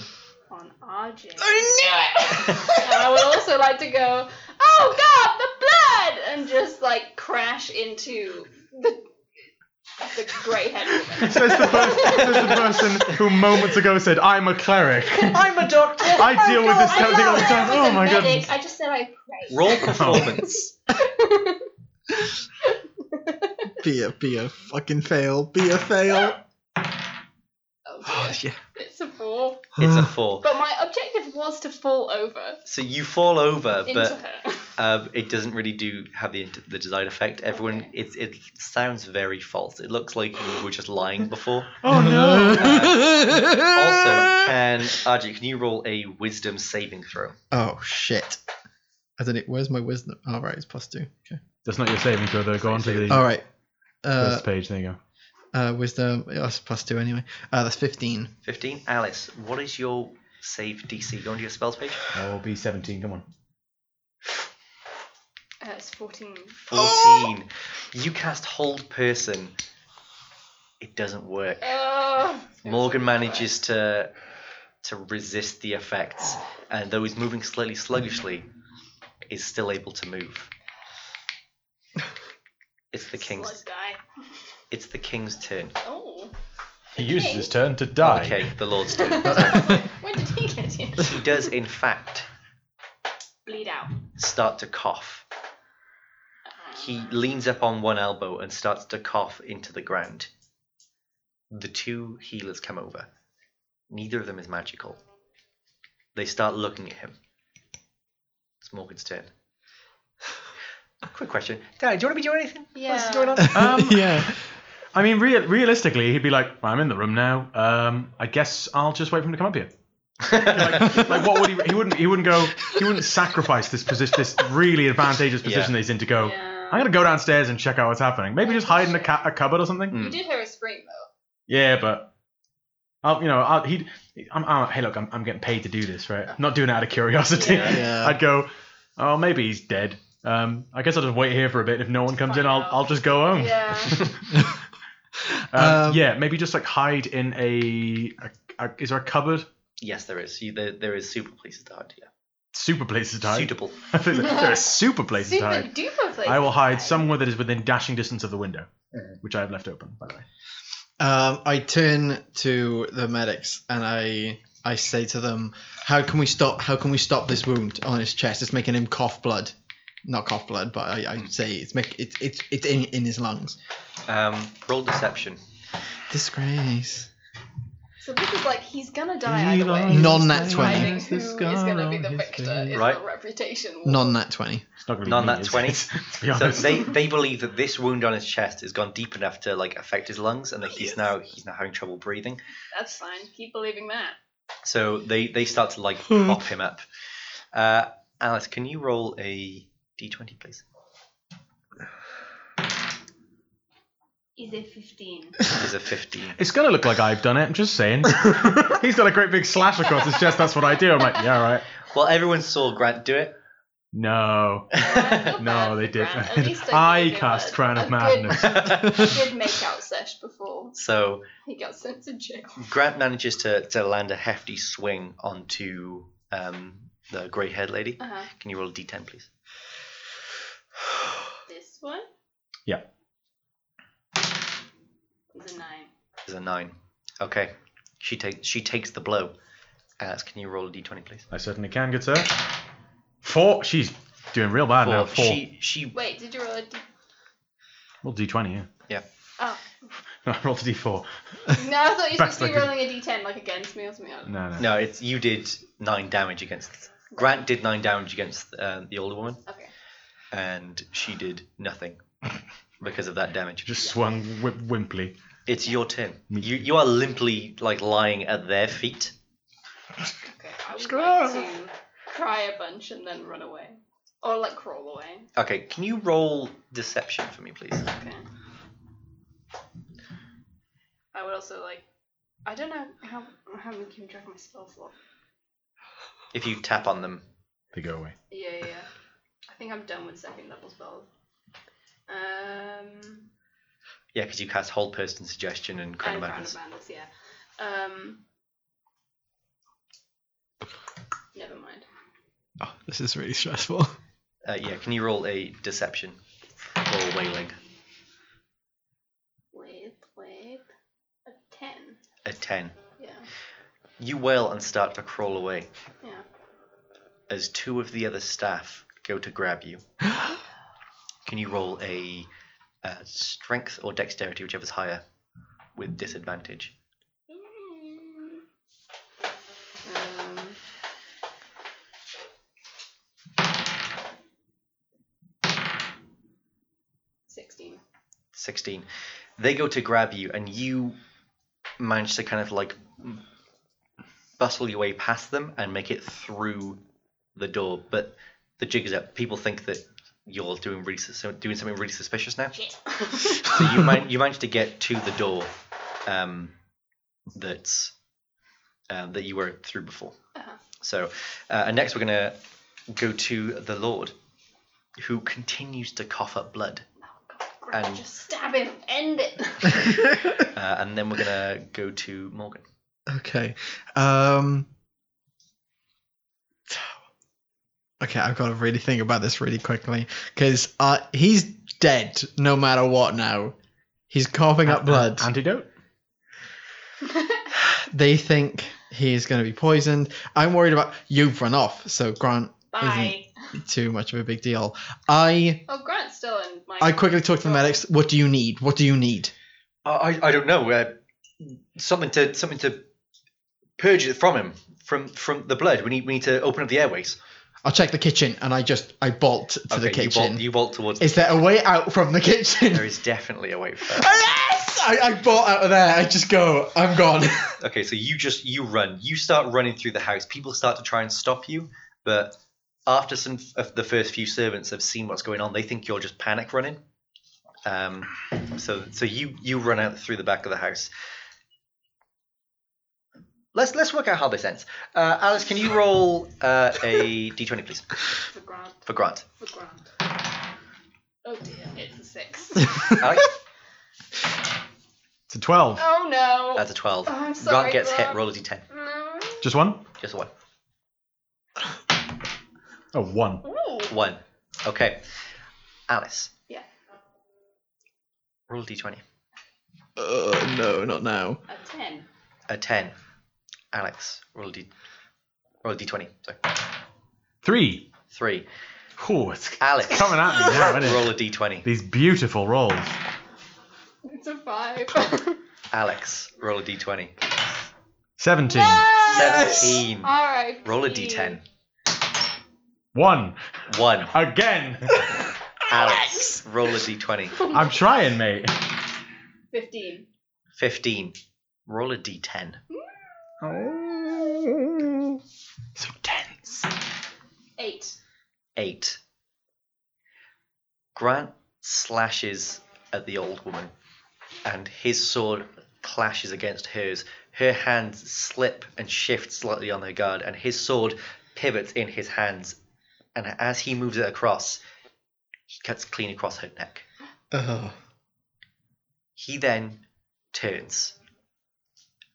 on RJ.
I knew it.
And I would also like to go, oh god, the blood, and just like crash into the the
[laughs]
grey head woman.
[laughs] Says the, person, says the person who moments ago said, I'm a cleric.
[laughs] I'm a doctor. Oh,
I deal with this
I
kind of thing all the
know,
time.
I was
Oh
a
my
medic,
goodness.
I just said I pray. [laughs]
Roll performance.
Uh,
Be a be a fucking fail. Be a fail.
Oh,
yeah.
it's a four.
[sighs]
It's a [laughs] four.
But my objective was to fall over
So you fall over,
into
but
her.
um, it doesn't really do have the the desired effect. Everyone, it it sounds very false. It looks like you were just lying before.
Oh no.
Also, can Arjit, can you roll a wisdom saving throw?
oh shit. I don't know. Where's my wisdom? All right, oh, right, it's plus two. Okay.
[laughs] That's not your saving throw, though. Go on to the
All right. Uh,
first page. There you go.
uh, wisdom. Oh, it's plus two anyway. Uh, that's fifteen.
Fifteen. Alice, what is your save DC? Go onto your spells page.
I'll be 17. Oh, Come on.
Uh, it's 14.
Fourteen. You cast hold person. It doesn't work.
Oh,
Morgan manages to to resist the effects, and though he's moving slightly sluggishly, is still able to move. It's the king's.
Slug guy.
It's the king's turn.
Oh.
He uses his turn to die.
Okay, the lord's turn.
[laughs] when did he get here?
he does, in fact,
Bleed out.
start to cough. He
Um,
leans up on one elbow and starts to cough into the ground. The two healers come over. Neither of them is magical. They start looking at him. It's Morgan's turn. [sighs] Quick question. Dad, do you want to be doing anything? What's
Yeah.
going on?
Um,
yeah.
I mean, real realistically, he'd be like, "I'm in the room now. Um, I guess I'll just wait for him to come up here." like, like, what would he? He wouldn't. He wouldn't go. He wouldn't sacrifice this position, this really advantageous
Yeah.
position that he's in to go.
Yeah.
I'm gonna go downstairs and check out what's happening. Maybe just hide in a, ca- a cupboard or something.
Mm.
You did hear a scream though.
Yeah, but I'll, you know, I'll, he'd. I'm, I'm, hey, look, I'm, I'm getting paid to do this, right? I'm not doing it out of curiosity.
Yeah.
Yeah.
[laughs] I'd go, oh, maybe he's dead. Um, I guess I'll just wait here for a bit. If no one comes in, I'll, I'll just go home. [laughs]
Yeah.
Um,
Um,
yeah, maybe just like hide in a, a, a- Is there a cupboard?
[laughs] yes, there is. You, there, there is super places to hide. Yeah.
Super places to hide.
Suitable.
I think [laughs] there are super places
Super
to hide.
duper place.
I will hide somewhere that is within dashing distance of the window, which I have left open, by the way.
[laughs] Um, I turn to the medics and I I say to them, "How can we stop? How can we stop this wound on his chest? It's making him cough blood, not cough blood, but I, I say it's make it's it's it's in in his lungs.
Um, roll deception.
Disgrace.
So this is like he's gonna die either way.
Non nat
Deciding
twenty.
who is gonna be the victor is
Right.
the reputation. war.
Non nat twenty.
It's not going to be
None
me,
that
is it?
20.
[laughs] to be
So
honest.
they, they believe that this wound on his chest has gone deep enough to like affect his lungs, and that he's now he's now having trouble breathing.
That's fine. Keep believing that.
So they they start to like prop him up. Uh, Alice, can you roll a d20, please?
Is it fifteen? [laughs]
It's a
[laughs]
15.
It's going to look like I've done it. I'm just saying. He's got a great big slash across his chest. That's what I do. I'm like, yeah, all right.
Well, everyone saw Grant do it.
No. No, they didn't.
At least
I
gave him
cast
a-
Crown of
a [laughs]
Madness.
Good, good make-out sesh before
[laughs] so
he got sent to jail.
Grant manages to, to land a hefty swing onto um, the grey haired lady.
Uh-huh.
Can you roll a d10, please?
This one.
Yeah.
It's a nine.
It's a 9. Okay. She, takes she takes the blow. Alice, can you roll a d20, please?
I certainly can, good sir. Four. She's doing real bad now.
Four.
Four.
She, she
Wait, did you roll a d [laughs]
Roll d20, [laughs]
Oh.
yeah. Roll to d4.
No, I thought you were supposed to be
Backstabbing.
rolling a d10 like against me or something. Like that.
No, no.
No, it's you did nine damage against. Grant did nine damage against uh, the older woman,
Okay.
and she did nothing because of that damage.
Just swung wim- wimply.
It's your turn. You you are limply like lying at their feet.
Okay. I would like to cry a bunch and then run away, or like crawl away.
Okay, can you roll deception for me, please?
Okay. I would also like. I don't know how how I'm keeping track of my spell slot.
If you tap on them,
They go away.
Yeah, yeah. yeah. I think I'm done with second level spells. Um.
yeah, because you cast hold person suggestion and
And
crown of madness.
Crown of Madness, yeah. Um. Never mind.
Oh, this is really stressful.
Uh, yeah, can you roll a deception or wailing?
Wait, wait. A ten.
A ten.
Yeah.
You wail and start to crawl away
Yeah.
as two of the other staff go to grab you. Can you roll a uh, strength or dexterity, whichever's higher, with disadvantage?
Mm. Um, Sixteen.
16. They go to grab you, and you manage to kind of like bustle your way past them and make it through the door. But the jig is up. People think that you're doing really sus- doing something really suspicious now.
Shit.
so you man- you manage to get to the door um, that's um, that you were through before.
Uh-huh.
So, uh, and next we're gonna go to the Lord, who continues to cough up blood.
Oh, God, Grant,
And-
just stab him. End it.
[laughs]
Uh, and then we're gonna go to Morgan.
Okay. Um. Okay, I've got to really think about this really quickly because uh, he's dead no matter what now. He's coughing
Uh,
up blood.
Antidote?
they think he's going to be poisoned. I'm worried about you've run off, so Grant
Bye.
isn't too much of a big deal. I
Oh, Grant's still in my.
I quickly talk to the medics. What do you need? What do you need?
I I don't know. Uh, something to something to purge it from him from from the blood. We need we need to open up the airways.
I'll check the kitchen, and I just I bolt to the kitchen.
You bolt, you bolt towards.
Is there a way out from the kitchen?
there is definitely a way for that.
Yes! [laughs] I, I bought out of there. I just go. I'm gone.
Okay, so you just you run. You start running through the house. People start to try and stop you, but after some of the first few servants have seen what's going on, they think you're just panic running. Um, so so you you run out through the back of the house. Let's let's work out how this ends. Uh, Alice, can you roll uh, a d20 please
For Grant.
for
[laughs]
Grant?
For Grant. Oh dear, it's
[laughs]
a six.
Alex,
It's a 12.
oh no.
that's a 12.
Oh, I'm
Grant
sorry,
gets hit.
Grant.
Roll a d10.
No.
Just one?
Just one.
Oh, one.
Ooh.
One. Okay. Alice.
Yeah.
Roll a d20.
Uh, no, not now.
A ten.
a 10. Alex, roll a D. Roll a D20. Sorry.
Three.
3.
Oh, it's
Alex,
coming at me now, isn't it?
roll a D20.
These beautiful rolls.
It's
[laughs]
a five.
Alex, roll a D20.
17.
Yes!
17.
All right.
Roll a D10.
One.
1.
Again.
Alex, roll a D20.
I'm trying, mate.
Fifteen.
15. Roll a D10.
So tense.
Eight.
8. Grant slashes at the old woman, and his sword clashes against hers. Her hands slip and shift slightly on her guard, and his sword pivots in his hands. And as he moves it across, he cuts clean across her neck.
Oh.
He then turns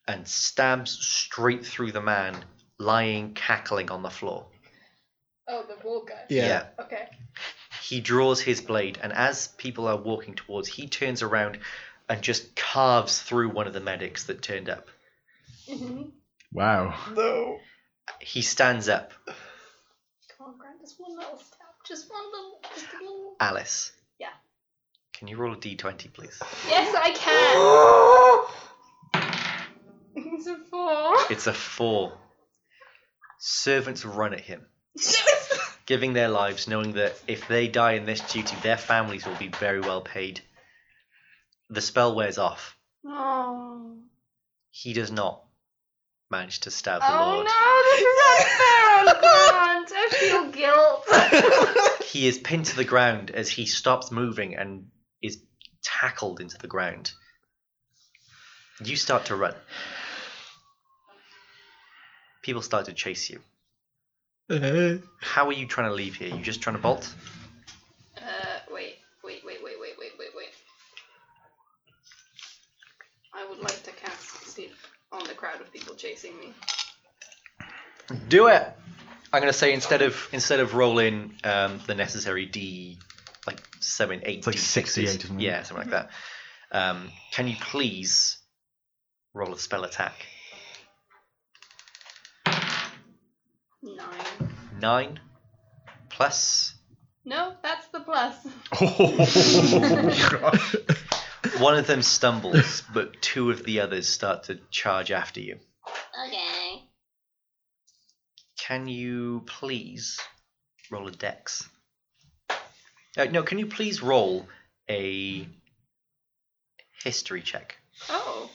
and stabs straight through the man lying cackling on the floor.
Oh, the wall guy.
Yeah.
Okay.
He draws his blade, and as people are walking towards, he turns around and just carves through one of the medics that turned up.
Mhm.
Wow. [laughs]
[laughs] No.
He stands up.
Come on, Grant. Just one little stab. Just one little. Just a little.
Alice.
Yeah.
Can you roll a d20, please?
Yes, I can. it's a four.
[laughs] It's a four. Servants run at him,
Yes.
giving their lives, knowing that if they die in this duty, their families will be very well paid. The spell wears off.
Oh.
He does not manage to stab the
Oh
Lord.
no, this is unfair on Grant. I
[laughs]
feel guilt.
He is pinned to the ground as he stops moving and is tackled into the ground. You start to run. People start to chase you. How are you trying to leave here? You just trying to bolt?
uh, wait, wait, wait, wait, wait, wait, wait, wait. I would like to cast sleep on the crowd of people chasing me.
Do it. I'm gonna say instead of instead of rolling um, the necessary d, like seven, eight,
It's like
d
68,
sixes,
isn't it?
yeah, something like that. Um, can you please roll a spell attack?
Nine.
Nine plus
No, that's the plus.
Oh,
one of them stumbles, but two of the others start to charge after you.
Okay.
Can you please roll a dex? Uh, no, can you please roll a history check?
Oh.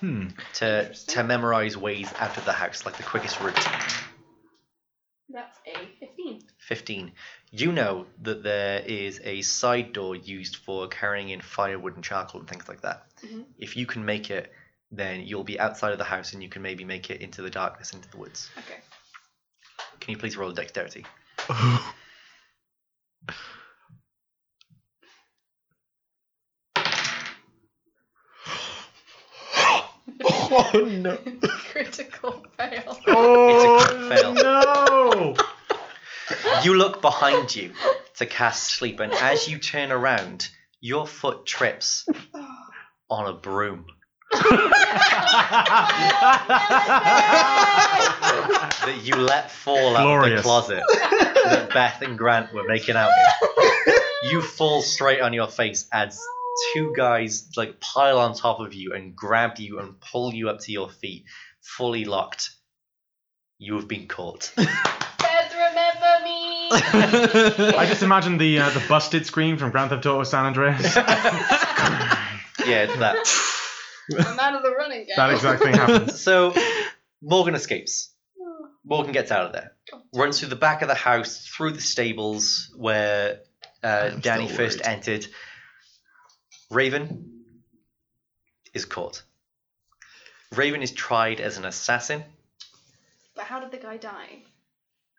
Hmm.
to
Interesting.
to memorize ways out of the house, like the quickest route.
That's a 15.
Fifteen. You know that there is a side door used for carrying in firewood and charcoal and things like that.
Mhm.
If you can make it, then you'll be outside of the house and you can maybe make it into the darkness, into the woods.
Okay.
Can you please roll a dexterity?
[laughs]
[laughs]
Oh no.
[laughs] Critical
[laughs]
fail.
[laughs] It's a crit fail.
Oh, no!
You look behind you to cast sleep, and as you turn around, your foot trips on a broom that you let fall out of the
Glorious.
closet that Beth and Grant were making out in. You fall straight on your face as two guys like pile on top of you and grab you and pull you up to your feet, fully locked. You have been caught.
Beth, remember me.
[laughs]
I just imagine the uh, the busted screen from Grand Theft Auto San Andreas.
yeah, it's that.
I'm out of the running, guys.
that exact thing happens.
So Morgan escapes. Morgan gets out of there, runs through the back of the house, through the stables where uh,
I'm
Danny
still
first
worried.
entered. Raven is caught. Raven is tried as an assassin.
But how did the guy die?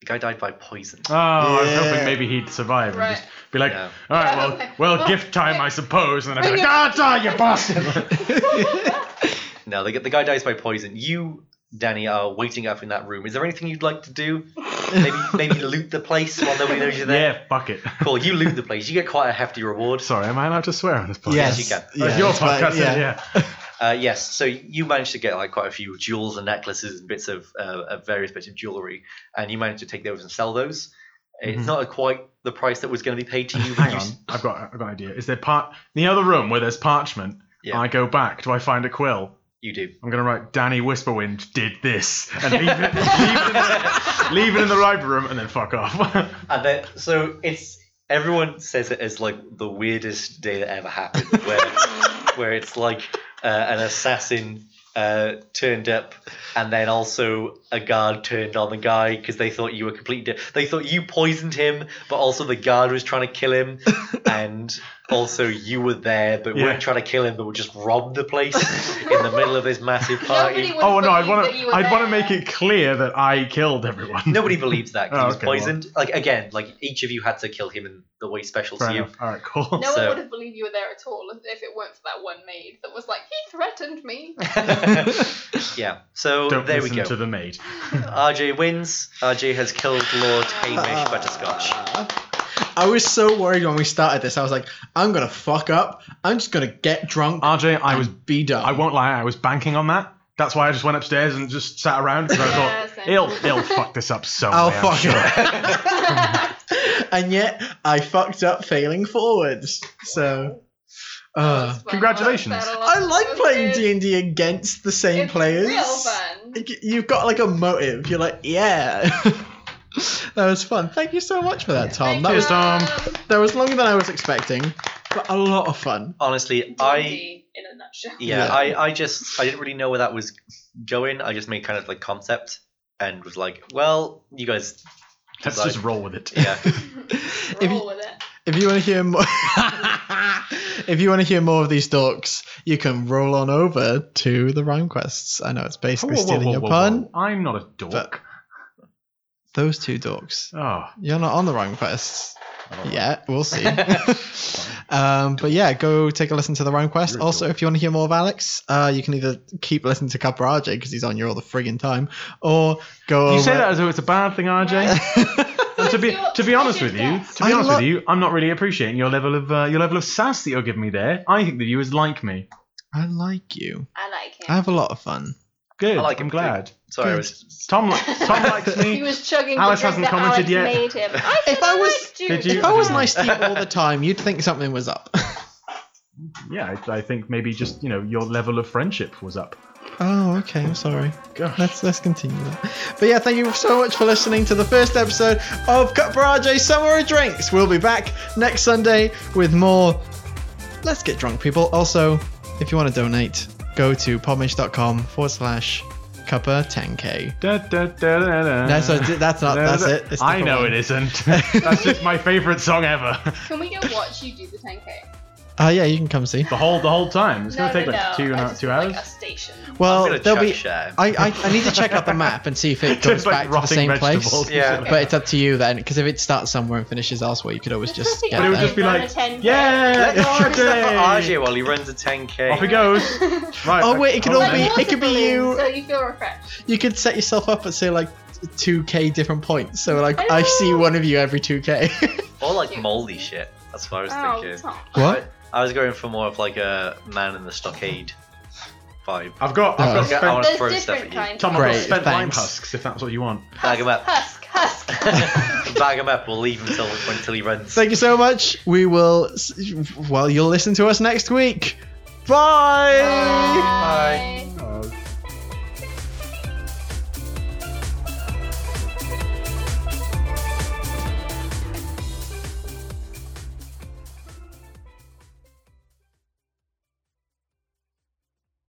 The guy died by poison.
Oh, I was
Yeah.
hoping maybe he'd survive
Right.
and just be like,
Yeah.
all right,
Yeah,
well,
okay. [laughs]
well,
Well,
gift time,
yeah.
I suppose. And then I'd be
Bring
like, ah, die,
[laughs]
you bastard!
No, the, the guy dies by poison. You, Danny, are waiting up in that room. Is there anything you'd like to do?
[laughs]
Maybe maybe loot the place while nobody knows you're there.
yeah, fuck it.
Cool. You loot the place. You get quite a hefty reward.
Sorry, am I allowed to swear on this podcast?
Yes, you can.
That's your
it's fine,
podcast, yeah. yeah.
Uh, yes, so you managed to get like quite a few jewels and necklaces and bits of, uh, of various bits of jewelry, and you managed to take those and sell those. It's
Mhm.
not quite the price that was going to be paid to you. but
Hang
you
on,
s-
I've got, I've got an idea. Is there part in the other room where there's parchment?
Yeah.
I go back. Do I find a quill?
You do.
I'm gonna write Danny Whisperwind did this and leave it, [laughs] leave it,
[laughs]
in, the, leave it in the library room and then fuck off. [laughs]
And then, so it's everyone says it as like the weirdest day that ever happened,
[laughs]
where where it's like uh, an assassin uh, turned up, and then also a guard turned on the guy because they thought you were completely. Di- they thought you poisoned him, but also the guard was trying to kill
[laughs]
him, and also you were there, but
Yeah.
weren't trying to kill him, but were just robbed the place in the middle of this
[laughs]
massive party.
Nobody would
oh no, I'd
believe
want
that you
to
were
I'd want to
there.
make it clear that I killed everyone.
Nobody believes that 'cause
Oh,
he was
okay, well.
poisoned. Like again, like each of you had to kill him in the way special
[laughs] Fair
to you.
enough. All right, cool.
No
So-
one would have believed you were there at all if- if it weren't for that one maid that was like, he threatened
[laughs]
me.
[laughs]
[laughs] yeah. So
Don't
there we
listen
go.
to the maid.
RJ wins. RJ has killed Lord Hamish Butterscotch.
I was so worried when we started this. I was like, I'm gonna fuck up. I'm just gonna get drunk.
RJ, I
and
was
be dumb.
I won't lie, I was banking on that. That's why I just went upstairs and just sat around because I
Yeah, [laughs]
thought
same.
he'll he'll
[laughs]
fuck this up so.
I'll
I'm
fuck
sure.
[laughs] up. and yet I fucked up failing forwards. So Uh,
That's fun.
congratulations.
I like that a lot.
I like playing
It's-
D and D against the same
it's
players.
Real fun.
Like, You've got like a motive. You're like, yeah. [laughs] that was fun. Thank you so much for that, Tom. That was
Cheers, Tom.
that was longer than I was expecting, but a lot of fun.
Honestly, I
D&D in a nutshell.
yeah,
Yeah.
I, I just I didn't really know where that was going. I just made kind of like concept and was like, well, you guys,
Let's
Like-
just roll with it.
yeah,
If
Roll
you-
with it.
If you want to hear more, [laughs] if you want to hear more of these talks, you can roll on over to the Rhyme Quests. I know it's
Whoa,
basically
whoa,
stealing
whoa,
your
whoa,
pun.
whoa. I'm not a dork.
But- Those two dorks.
oh,
You're not on the Rhyme Quests
Oh.
yet. We'll [laughs] see. um, but yeah, go take a listen to the Rhyme Quest.
You're a
Also,
dork.
if you want to hear more of Alex, uh, you can either keep listening to Capraj because he's on your all the friggin' time, or go
you
over.
say that as though it's a bad thing, RJ. And [laughs] to be to be honest with you, to
I
be honest
lo-
with you, I'm not really appreciating your level of uh, your level of sass that you're giving me there. I think that you is like me.
[laughs] I like you.
I like him.
I have a lot of fun.
Good.
I like
I'm
him too.
glad.
sorry, I
Good.
was
Tom li- Tom likes
he
me.
was chugging
Alice
the drink
hasn't
that
commented
Alex
yet.
made
[laughs]
him. I
If I was-
liked you.
Did you?
If I was
Yeah.
nice to you all the time, you'd think something was up. [laughs]
Yeah, I, I think maybe just you know your level of friendship was up.
Oh, okay. I'm sorry.
Gosh.
Let's let's continue that. But yeah, thank you so much for listening to the first episode of Cup Barrage Summer of Drinks. We'll be back next Sunday with more. Let's get drunk, people. Also, if you want to donate, go to podmage.com forward slash cuppa 10k.
Da, da, da, da, da.
No, so d- that's not.
Da, da,
That's
da.
it. It's
I
different
know
one.
it isn't. [laughs] that's just my favorite song ever.
Can we go watch you do the 10K?
Uh, yeah, you can come see.
The whole the whole time. It's
no,
gonna take
no,
like
no.
two and
I
a-
just
two
want,
hours.
Like a station.
I'm
Well,
gonna
there'll
chuck
be.
share.
I, I, I need to check out the map and see if
[laughs]
it goes
Just, like,
back to the
rotting
same
vegetables.
place.
Yeah.
But it's up to you then, because if it starts somewhere and finishes elsewhere, you could always
It's
just
nothing
get
But it would
there.
like
just be
run a
like,
10K.
[laughs] yeah,
Let's do stuff
RJ.
for RJ while he runs a 10k.
Off he goes. Right.
Oh, wait, it could all
Like
be-
water
it could be
balloons,
you-
So you feel refreshed.
You could set yourself up at say like 2k different points. So like
I
I see
know.
one of you every [laughs] 2k.
Or like moldy shit. That's what I was
Oh,
thinking.
Tom.
What?
I was going for more of like a man in the stockade vibe.
I've got I've
No.
got
Yeah, I
spent,
wanna throw
There's
stuff
different
at you.
kinds.
Tom, I've
Oh. Great,
got spent lime
thanks.
husks if that's what you want.
Bag him up.
Husk, husk.
[laughs] Bag him up. We'll leave until until he runs.
Thank you so much. We will s- well you'll listen to us next week. Bye.
Bye.
Bye.